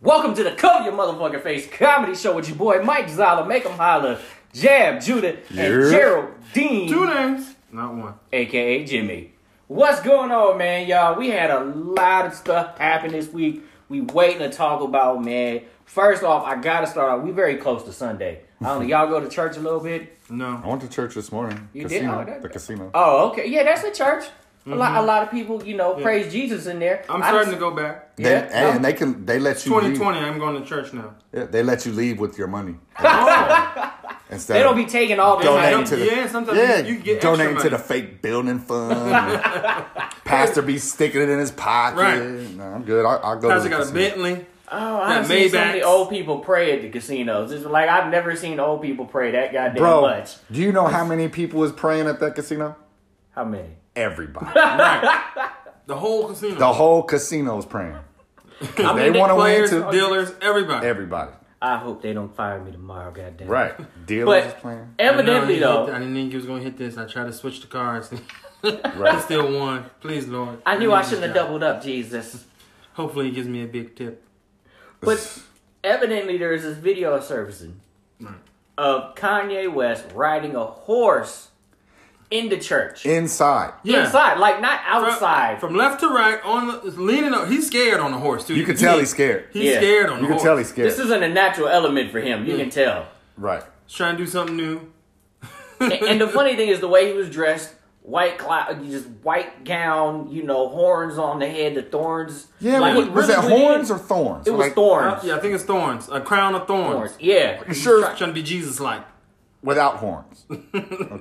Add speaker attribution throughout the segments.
Speaker 1: Welcome to the Cover Your Motherfucking Face comedy show with your boy Mike Zala, Make 'em Holler, Jab Judah, and
Speaker 2: Yeah.
Speaker 1: Geraldine,
Speaker 3: Two names, not one.
Speaker 1: aka Jimmy. What's going on, man, y'all? We had a lot of stuff happen this week. We waiting to talk about, man. First off, I gotta start out. We very close to Sunday. I don't know. Y'all go to church a little bit.
Speaker 2: I
Speaker 3: No.
Speaker 2: went to church this morning.
Speaker 1: You did?
Speaker 2: casino,
Speaker 1: Oh, that-
Speaker 2: the casino.
Speaker 1: Oh, okay. Yeah, that's a church. A lot, a lot of people, you know, praise Jesus in there.
Speaker 3: Mm-hmm. I'm
Speaker 1: I
Speaker 3: starting
Speaker 1: just- Mm-hmm.
Speaker 3: to go back.
Speaker 2: They,
Speaker 1: Yeah,
Speaker 2: and,
Speaker 1: no.
Speaker 2: and they can they let you leave.
Speaker 3: 2020, I'm going to church now.
Speaker 2: Yeah, they let you leave with your money
Speaker 1: Oh.
Speaker 2: instead.
Speaker 1: They don't be
Speaker 2: of
Speaker 1: taking all the
Speaker 2: donating
Speaker 1: money.
Speaker 2: to the
Speaker 3: Yeah, sometimes
Speaker 2: yeah,
Speaker 3: you- you get extra
Speaker 2: donating to
Speaker 3: money.
Speaker 2: the fake building fund. Pastor be sticking it in his pocket.
Speaker 3: Right.
Speaker 2: No, I'm good. I, I'll go. to
Speaker 3: Guys, I
Speaker 2: the
Speaker 3: got a
Speaker 2: casino.
Speaker 3: Bentley.
Speaker 1: Oh, I've
Speaker 3: Yeah,
Speaker 1: seen so
Speaker 3: Maybachs.
Speaker 1: many old people pray at the casinos. It's like I've never seen old people pray that goddamn
Speaker 2: Bro,
Speaker 1: much.
Speaker 2: do you know how many people was praying at that casino?
Speaker 1: How many?
Speaker 2: Everybody.
Speaker 3: The whole casino.
Speaker 2: the whole casino was praying. 'Cause
Speaker 3: I mean,
Speaker 2: they want to win
Speaker 3: players,
Speaker 2: too.
Speaker 3: dealers, everybody.
Speaker 2: Everybody.
Speaker 1: I hope they don't fire me tomorrow, goddamn.
Speaker 2: Right. Dealers was
Speaker 1: But
Speaker 2: playing.
Speaker 1: evidently
Speaker 3: No, I didn't hit-
Speaker 1: though,
Speaker 3: I didn't think you was going to hit this. I tried to switch the cards. I
Speaker 2: Right.
Speaker 3: still won. Please, Lord.
Speaker 1: I knew
Speaker 3: need
Speaker 1: I
Speaker 3: this
Speaker 1: shouldn't have
Speaker 3: job.
Speaker 1: doubled up, Jesus.
Speaker 3: Hopefully, he gives me a big tip.
Speaker 1: But evidently there is this video surfacing of Kanye West riding a horse in the church.
Speaker 2: Inside.
Speaker 3: Yeah.
Speaker 1: Inside, like not
Speaker 3: From-
Speaker 1: outside.
Speaker 3: From left to right, on the, leaning up. He's scared on the horse, too.
Speaker 2: You can tell he's scared.
Speaker 3: He's
Speaker 1: Yeah.
Speaker 3: scared on
Speaker 2: You
Speaker 3: the
Speaker 2: can
Speaker 3: horse.
Speaker 2: tell he's scared.
Speaker 1: this isn't a natural element for him, you
Speaker 3: Hmm.
Speaker 1: can tell.
Speaker 2: right.
Speaker 3: He's trying to do something new.
Speaker 1: and, and the funny thing is the way he was dressed white cloud just white gown you know horns on the head the thorns
Speaker 2: Yeah,
Speaker 1: like,
Speaker 2: was,
Speaker 1: he
Speaker 2: was
Speaker 1: really
Speaker 2: that
Speaker 1: went in.
Speaker 2: horns or thorns?
Speaker 1: it was
Speaker 2: Like,
Speaker 1: thorns
Speaker 3: Yeah, I think it's thorns. A crown of thorns.
Speaker 1: Thorns, yeah
Speaker 2: You sure it's
Speaker 3: Trying to be Jesus like.
Speaker 2: without horns?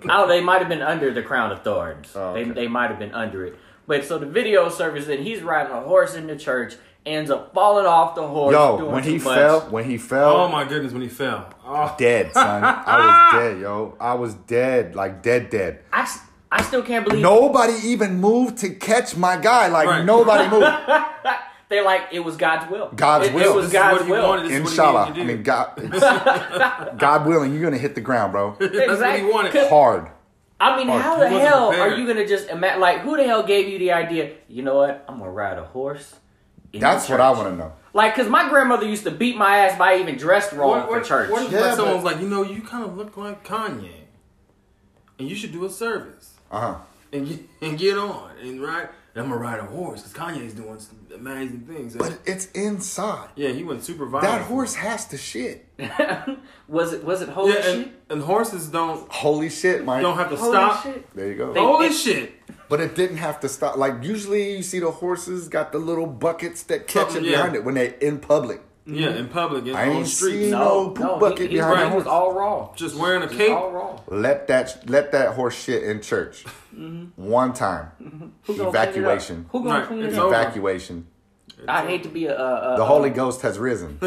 Speaker 1: oh they might have been under the crown of thorns
Speaker 2: Oh,
Speaker 1: they,
Speaker 2: okay.
Speaker 1: they might have been under it but so the video service and he's riding a horse in the church ends up falling off the horse
Speaker 2: Yo,
Speaker 1: doing
Speaker 2: when
Speaker 1: too
Speaker 2: he
Speaker 1: much.
Speaker 2: fell, when he fell,
Speaker 3: Oh my goodness, when he fell. Oh,
Speaker 2: dead son, I was dead, yo, I was dead, like dead, dead.
Speaker 1: I, s- I still can't believe
Speaker 2: Nobody even moved to catch my guy, like
Speaker 3: Right.
Speaker 2: nobody moved.
Speaker 1: they're like it was god's will
Speaker 2: God's
Speaker 1: it,
Speaker 2: will.
Speaker 1: it was
Speaker 2: This is
Speaker 1: god's
Speaker 3: what he
Speaker 1: will
Speaker 3: wanted. This is what he
Speaker 2: Inshallah,
Speaker 3: needed to
Speaker 2: I
Speaker 3: do.
Speaker 2: mean God, God willing, you're gonna hit the ground, bro,
Speaker 3: That's what he
Speaker 1: Exactly.
Speaker 3: wanted.
Speaker 2: hard.
Speaker 1: I mean,
Speaker 2: Or
Speaker 1: how
Speaker 2: Oh, he
Speaker 1: the
Speaker 3: wasn't
Speaker 1: hell
Speaker 3: prepared.
Speaker 1: are you gonna just imagine? Like, who the hell gave you the idea? You know what? I'm gonna ride a horse. in
Speaker 2: That's
Speaker 1: the
Speaker 2: what I
Speaker 1: church."
Speaker 2: want to know.
Speaker 1: Like, cause my grandmother used to beat my ass if I even dressed wrong
Speaker 3: What, what,
Speaker 1: for church.
Speaker 3: what if
Speaker 2: Yeah,
Speaker 3: like,
Speaker 2: but-
Speaker 3: someone's like, you know, you kind of look like Kanye, and you should do a service
Speaker 2: Uh huh.
Speaker 3: and get, and get on and ride. And I'm gonna ride a horse because Kanye's doing some amazing things.
Speaker 2: But it's inside.
Speaker 3: yeah, he went super violent.
Speaker 2: That horse has to shit.
Speaker 1: was it was it holy
Speaker 3: Yeah, and,
Speaker 1: shit?
Speaker 3: and horses don't
Speaker 2: Holy shit, Mike.
Speaker 3: don't have to
Speaker 1: Holy
Speaker 3: stop.
Speaker 1: shit!
Speaker 2: There you go.
Speaker 1: They-
Speaker 3: Holy
Speaker 1: It-
Speaker 3: shit!
Speaker 2: But it didn't have to stop. Like usually, you see the horses got the little buckets that catch it
Speaker 3: Something, yeah.
Speaker 2: behind it when they in public.
Speaker 3: Yeah, in public, in
Speaker 2: I
Speaker 3: on the
Speaker 2: ain't
Speaker 3: streets,
Speaker 2: seen- no poop bucket
Speaker 1: he, he,
Speaker 2: behind
Speaker 1: was-
Speaker 3: the
Speaker 1: he was
Speaker 2: horse.
Speaker 1: all wrong.
Speaker 3: just wearing a
Speaker 1: He was
Speaker 3: cape.
Speaker 1: all wrong.
Speaker 2: Let that let that horse shit in church. One time,
Speaker 1: Mm-hmm. Who gonna Clean it
Speaker 2: Evacuation.
Speaker 1: up? Who gonna
Speaker 3: Right,
Speaker 1: clean it
Speaker 3: it's
Speaker 1: up?
Speaker 3: over.
Speaker 2: evacuation.
Speaker 1: I hate to be a, a, a
Speaker 2: The Holy Ghost has risen.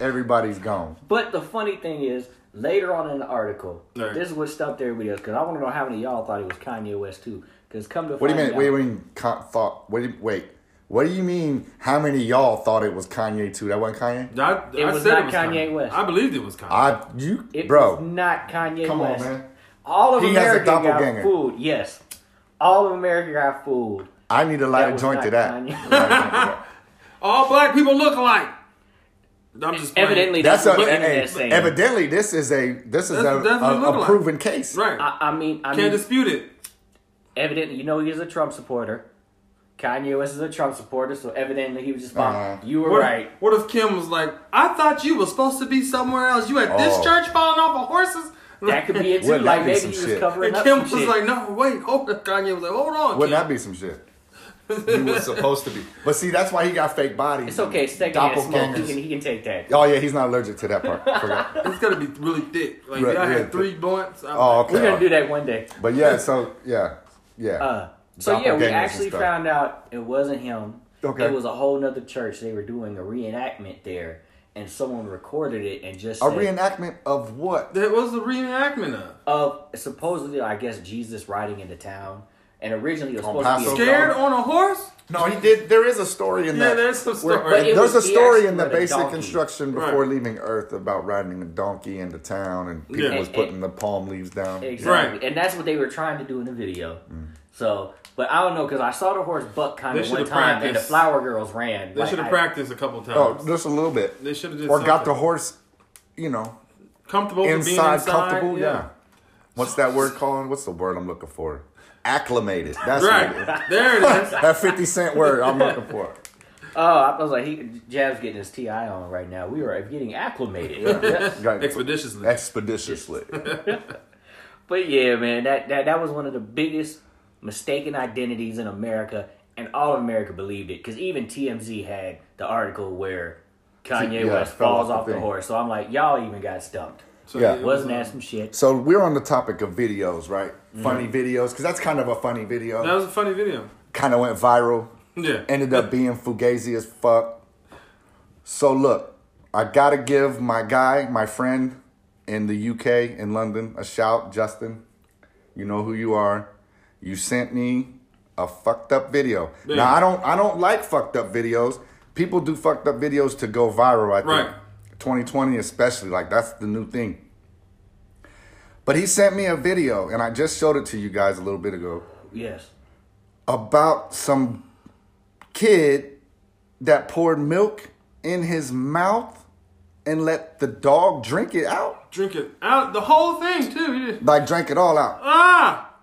Speaker 2: Everybody's gone.
Speaker 1: But the funny thing is, later on in the article,
Speaker 3: Right.
Speaker 1: this is what stumped everybody else. Cause I want to know how many of y'all thought it was Kanye West too. Cause come to
Speaker 2: What do you
Speaker 1: find
Speaker 2: mean?
Speaker 1: out-
Speaker 2: Wait, wait, con- thought. What do you, wait? What do you mean? How many of y'all thought it was Kanye too? That wasn't Kanye.
Speaker 3: I,
Speaker 1: It
Speaker 3: I
Speaker 1: was
Speaker 3: said
Speaker 1: not
Speaker 3: it was
Speaker 1: Kanye West.
Speaker 3: I believed it was Kanye.
Speaker 2: I you
Speaker 1: It was
Speaker 2: bro.
Speaker 1: not Kanye
Speaker 2: Come on,
Speaker 1: West.
Speaker 2: man.
Speaker 1: All of
Speaker 2: He has a
Speaker 1: America got
Speaker 2: doppelganger.
Speaker 1: fooled. Yes, all of America got fooled.
Speaker 2: I need to
Speaker 1: That
Speaker 2: light a
Speaker 1: was
Speaker 2: joint to
Speaker 1: not
Speaker 2: that.
Speaker 3: All black people look alike. I'm just playing.
Speaker 1: Evidently,
Speaker 2: That's
Speaker 1: that's,
Speaker 2: a,
Speaker 1: what
Speaker 2: hey,
Speaker 1: internet
Speaker 2: hey,
Speaker 1: saying.
Speaker 2: evidently this is a this is a,
Speaker 3: That's- that's what it
Speaker 2: a,
Speaker 3: look
Speaker 2: a
Speaker 3: like.
Speaker 2: proven case.
Speaker 3: right?
Speaker 1: I, I mean, I mean,
Speaker 3: Can't dispute it.
Speaker 1: evidently, you know, he is a Trump supporter. Kanye West is a Trump supporter, so evidently he was just fine.
Speaker 2: Uh-huh.
Speaker 1: you were
Speaker 3: What,
Speaker 1: right.
Speaker 3: If, what if Kim was like, I thought you were supposed to be somewhere else. You at this
Speaker 2: Oh.
Speaker 3: church falling off of horses?
Speaker 1: That could be it too.
Speaker 2: Wouldn't that
Speaker 1: like
Speaker 2: be
Speaker 1: maybe he
Speaker 2: some
Speaker 1: was
Speaker 2: shit?
Speaker 1: covering
Speaker 3: And
Speaker 1: up.
Speaker 3: Kim
Speaker 1: some
Speaker 3: was
Speaker 1: shit.
Speaker 3: like, no, wait, hold on. Kanye was like, hold on,
Speaker 2: Wouldn't
Speaker 3: Kim.
Speaker 2: that be some shit? You were supposed to be, but see, that's why he got fake bodies.
Speaker 1: it's okay, it's second hand smoke. He can, he can take that.
Speaker 2: Oh yeah, he's not allergic to that part. Forgot.
Speaker 3: It's gotta be really thick. Like,
Speaker 2: Right,
Speaker 3: I
Speaker 2: yeah,
Speaker 3: had three blunts. I'm
Speaker 2: Oh
Speaker 3: like,
Speaker 2: okay.
Speaker 1: We're gonna do that one day.
Speaker 2: But yeah, so yeah, yeah.
Speaker 1: Uh, so yeah, we
Speaker 2: Doppelgangers and
Speaker 1: actually
Speaker 2: stuff.
Speaker 1: found out it wasn't him.
Speaker 2: Okay.
Speaker 1: It was a whole nother church. They were doing a reenactment there, and someone recorded it and just
Speaker 2: a
Speaker 1: said,
Speaker 2: reenactment of what?
Speaker 3: That was the reenactment of.
Speaker 1: of "Oh, supposedly, I guess Jesus riding into town. And originally it was
Speaker 2: On
Speaker 1: supposed to be
Speaker 2: Passover.
Speaker 1: a
Speaker 3: Scared on a horse?
Speaker 2: No, he did. There is a story in
Speaker 3: Yeah,
Speaker 2: that.
Speaker 3: there's some
Speaker 2: Where-
Speaker 3: story.
Speaker 1: but it-
Speaker 2: there's
Speaker 1: was-
Speaker 2: a
Speaker 1: he
Speaker 2: story
Speaker 1: actually
Speaker 2: in the
Speaker 1: rode a
Speaker 2: basic
Speaker 1: donkey.
Speaker 2: instruction before
Speaker 3: Right.
Speaker 2: leaving Earth about riding a donkey into town and people
Speaker 3: Yeah.
Speaker 2: was putting the palm leaves down.
Speaker 1: exactly,
Speaker 3: Right.
Speaker 2: Mm.
Speaker 1: and that's what they were trying to do in the video. So But I don't know because I saw the horse buck kind
Speaker 3: They
Speaker 1: of one
Speaker 3: should've
Speaker 1: time, and the
Speaker 3: practiced.
Speaker 1: flower girls ran.
Speaker 3: They
Speaker 1: Like,
Speaker 3: should have
Speaker 1: I-
Speaker 3: practiced a couple times.
Speaker 2: Oh, just a little bit.
Speaker 3: they should have just
Speaker 2: Or got the
Speaker 3: something.
Speaker 2: horse, you know,
Speaker 3: comfortable with being
Speaker 2: inside,
Speaker 3: inside,
Speaker 2: comfortable. Yeah. What's that word called? What's the word I'm looking for? Acclimated. That's what it is.
Speaker 3: Right there it is.
Speaker 2: that 50 cent word I'm looking for.
Speaker 1: Oh, I was like, he Jab's getting his ti on right now. We are getting acclimated. Yeah.
Speaker 2: Got- Eh,
Speaker 3: Expeditiously.
Speaker 2: Expeditiously.
Speaker 1: But yeah, man, that, that that was one of the biggest mistaken identities in America, and all of America believed it. Because even TMZ had the article where Kanye
Speaker 2: yeah,
Speaker 1: West
Speaker 2: fell
Speaker 1: falls
Speaker 2: off the
Speaker 1: off the
Speaker 2: thing.
Speaker 1: horse. So I'm like, y'all even got stumped.
Speaker 3: So,
Speaker 2: Yeah.
Speaker 3: it was-
Speaker 1: Wasn't that some shit?
Speaker 2: So we're on the topic of videos, right?
Speaker 3: Mm-hmm.
Speaker 2: Funny videos, because that's kind of a funny video.
Speaker 3: That was a funny video.
Speaker 2: Kind of went viral.
Speaker 3: Yeah.
Speaker 2: Ended up being fugazi as fuck. So look, I gotta give my guy, my friend in the UK, in London, a shout, Justin. You know who you are. You sent me a fucked up video.
Speaker 3: Yeah.
Speaker 2: Now I don't I don't like fucked up videos. People do fucked up videos to go viral, I think.
Speaker 3: Right.
Speaker 2: 2020 especially, like that's the new thing. But he sent me a video and I just showed it to you guys a little bit ago
Speaker 1: Yes.
Speaker 2: about some kid that poured milk in his mouth and let the dog drink it out.
Speaker 3: Drink it out the whole thing too. He just,
Speaker 2: Like drank it all out.
Speaker 3: ah,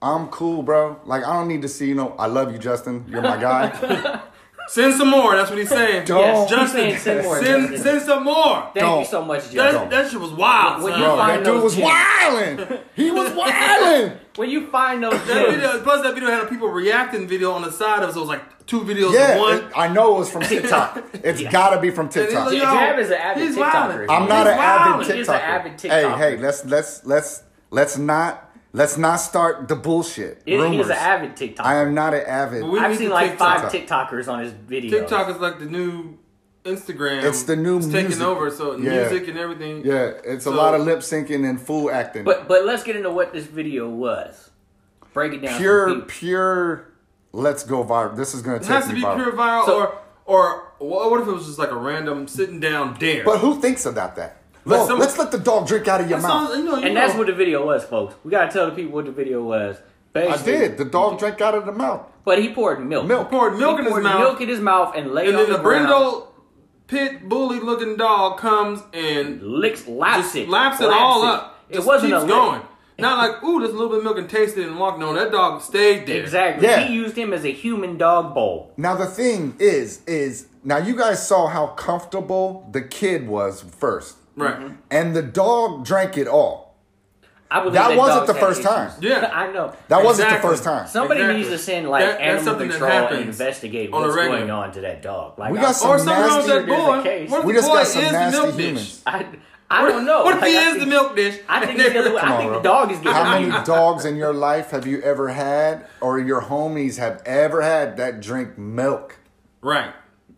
Speaker 2: I'm cool, bro. Like I don't need to see, you know, I love you, Justin. You're my guy.
Speaker 3: send some more. That's what he's saying.
Speaker 2: Don't.
Speaker 1: yes.
Speaker 2: Justin,
Speaker 1: Justin, saying send more.
Speaker 3: Send,
Speaker 1: Justin.
Speaker 3: send some more.
Speaker 1: Thank you
Speaker 2: don't.
Speaker 1: so much,
Speaker 3: That,
Speaker 1: Justin.
Speaker 3: that shit was wild.
Speaker 1: When
Speaker 3: son.
Speaker 1: you
Speaker 2: Bro,
Speaker 1: find
Speaker 2: that dude
Speaker 1: those
Speaker 2: was
Speaker 1: kids.
Speaker 2: wildin'. He was wildin'.
Speaker 1: When you find those
Speaker 3: That
Speaker 1: kids,
Speaker 3: video, plus that video had a people reacting video on the side of it, so it was like two videos in
Speaker 2: Yeah,
Speaker 3: one.
Speaker 2: it- I know it was from TikTok. It's gotta be from
Speaker 3: And he's
Speaker 2: TikTok.
Speaker 3: like,
Speaker 1: Jab is an avid
Speaker 3: He's
Speaker 1: TikToker.
Speaker 3: wildin'.
Speaker 2: I'm not
Speaker 3: he's
Speaker 2: an
Speaker 3: wild.
Speaker 2: avid
Speaker 1: He's an avid
Speaker 2: TikToker.
Speaker 1: TikToker.
Speaker 2: Hey, hey, let's let's let's let's not let's not start the bullshit.
Speaker 1: he- he's
Speaker 2: rumors.
Speaker 1: an avid TikToker.
Speaker 2: I am not an avid.
Speaker 3: We
Speaker 1: I've
Speaker 3: need
Speaker 1: seen
Speaker 3: the
Speaker 1: like
Speaker 3: TikTok.
Speaker 1: five TikTokers on his video.
Speaker 3: TikTok is like the new Instagram.
Speaker 2: It's the new
Speaker 3: It's
Speaker 2: music.
Speaker 3: taking over. So
Speaker 2: Yeah.
Speaker 3: music and everything.
Speaker 2: Yeah, it's a
Speaker 3: So-
Speaker 2: lot of lip syncing and fool acting.
Speaker 1: But but let's get into what this video was. Break it down. for
Speaker 2: pure,
Speaker 1: people.
Speaker 2: pure. Let's go viral. This is gonna
Speaker 3: It
Speaker 2: take
Speaker 3: has to
Speaker 2: me
Speaker 3: be
Speaker 2: viral.
Speaker 3: pure viral,
Speaker 1: So-
Speaker 3: or or wha- what if it was just like a random sitting down dare?
Speaker 2: But who thinks about that?
Speaker 3: But
Speaker 2: Look,
Speaker 3: some-
Speaker 2: let's let the dog drink out of your
Speaker 3: That sounds-
Speaker 2: mouth.
Speaker 3: you know, you
Speaker 1: And that's
Speaker 3: know.
Speaker 1: what the video was, folks. We gotta tell the people what the video was.
Speaker 2: I
Speaker 1: Basically,
Speaker 2: did. The dog drank out of the mouth.
Speaker 1: But he poured milk.
Speaker 2: Milk.
Speaker 3: poured milk
Speaker 1: He
Speaker 3: in his
Speaker 1: poured
Speaker 3: mouth,
Speaker 1: milk in his mouth and laid
Speaker 3: and
Speaker 1: on
Speaker 3: then
Speaker 1: the
Speaker 3: the
Speaker 1: ground,
Speaker 3: brindle pit bully looking dog comes and
Speaker 1: licks laps
Speaker 3: just
Speaker 1: it,
Speaker 3: laps it all up.
Speaker 1: It
Speaker 3: Just
Speaker 1: wasn't
Speaker 3: keeps
Speaker 1: a lick.
Speaker 3: going. Not like ooh, there's a little bit of milk and tasted and walked on. That dog stayed there.
Speaker 1: Exactly.
Speaker 2: Yeah.
Speaker 1: He used him as a human dog bowl.
Speaker 2: Now the thing is, is now you guys saw how comfortable the kid was first,
Speaker 3: Right.
Speaker 1: Mm-hmm.
Speaker 2: and the dog drank it all.
Speaker 1: I believe
Speaker 2: That wasn't
Speaker 1: dog
Speaker 2: the
Speaker 1: had
Speaker 2: first
Speaker 1: issues.
Speaker 2: time.
Speaker 3: Yeah.
Speaker 1: I know.
Speaker 2: That wasn't the
Speaker 3: Exactly.
Speaker 2: first time.
Speaker 1: Somebody
Speaker 3: Exactly.
Speaker 1: needs to send like
Speaker 3: That- that's
Speaker 1: animal
Speaker 3: something that
Speaker 1: control and
Speaker 3: happens
Speaker 1: investigate
Speaker 3: on a
Speaker 1: what's
Speaker 3: regular.
Speaker 1: going on to that dog. Like
Speaker 2: We got
Speaker 1: I-
Speaker 2: some
Speaker 3: Or sometimes
Speaker 2: nasty-
Speaker 3: that
Speaker 1: There's a
Speaker 3: boy,
Speaker 1: case.
Speaker 3: what if
Speaker 2: we
Speaker 3: the
Speaker 2: just
Speaker 3: boy
Speaker 2: got
Speaker 3: is
Speaker 2: some
Speaker 3: the
Speaker 2: nasty
Speaker 3: milk dish?
Speaker 2: humans.
Speaker 1: I, I don't know.
Speaker 3: What if he
Speaker 1: Like, I
Speaker 3: is the
Speaker 1: think-
Speaker 3: milk dish?
Speaker 1: I think it's the other way. I
Speaker 2: on,
Speaker 1: think the
Speaker 2: bro.
Speaker 1: dog is getting.
Speaker 2: How many
Speaker 1: eaten.
Speaker 2: dogs in your life have you ever had, or your homies have ever had that drink milk?
Speaker 3: Right.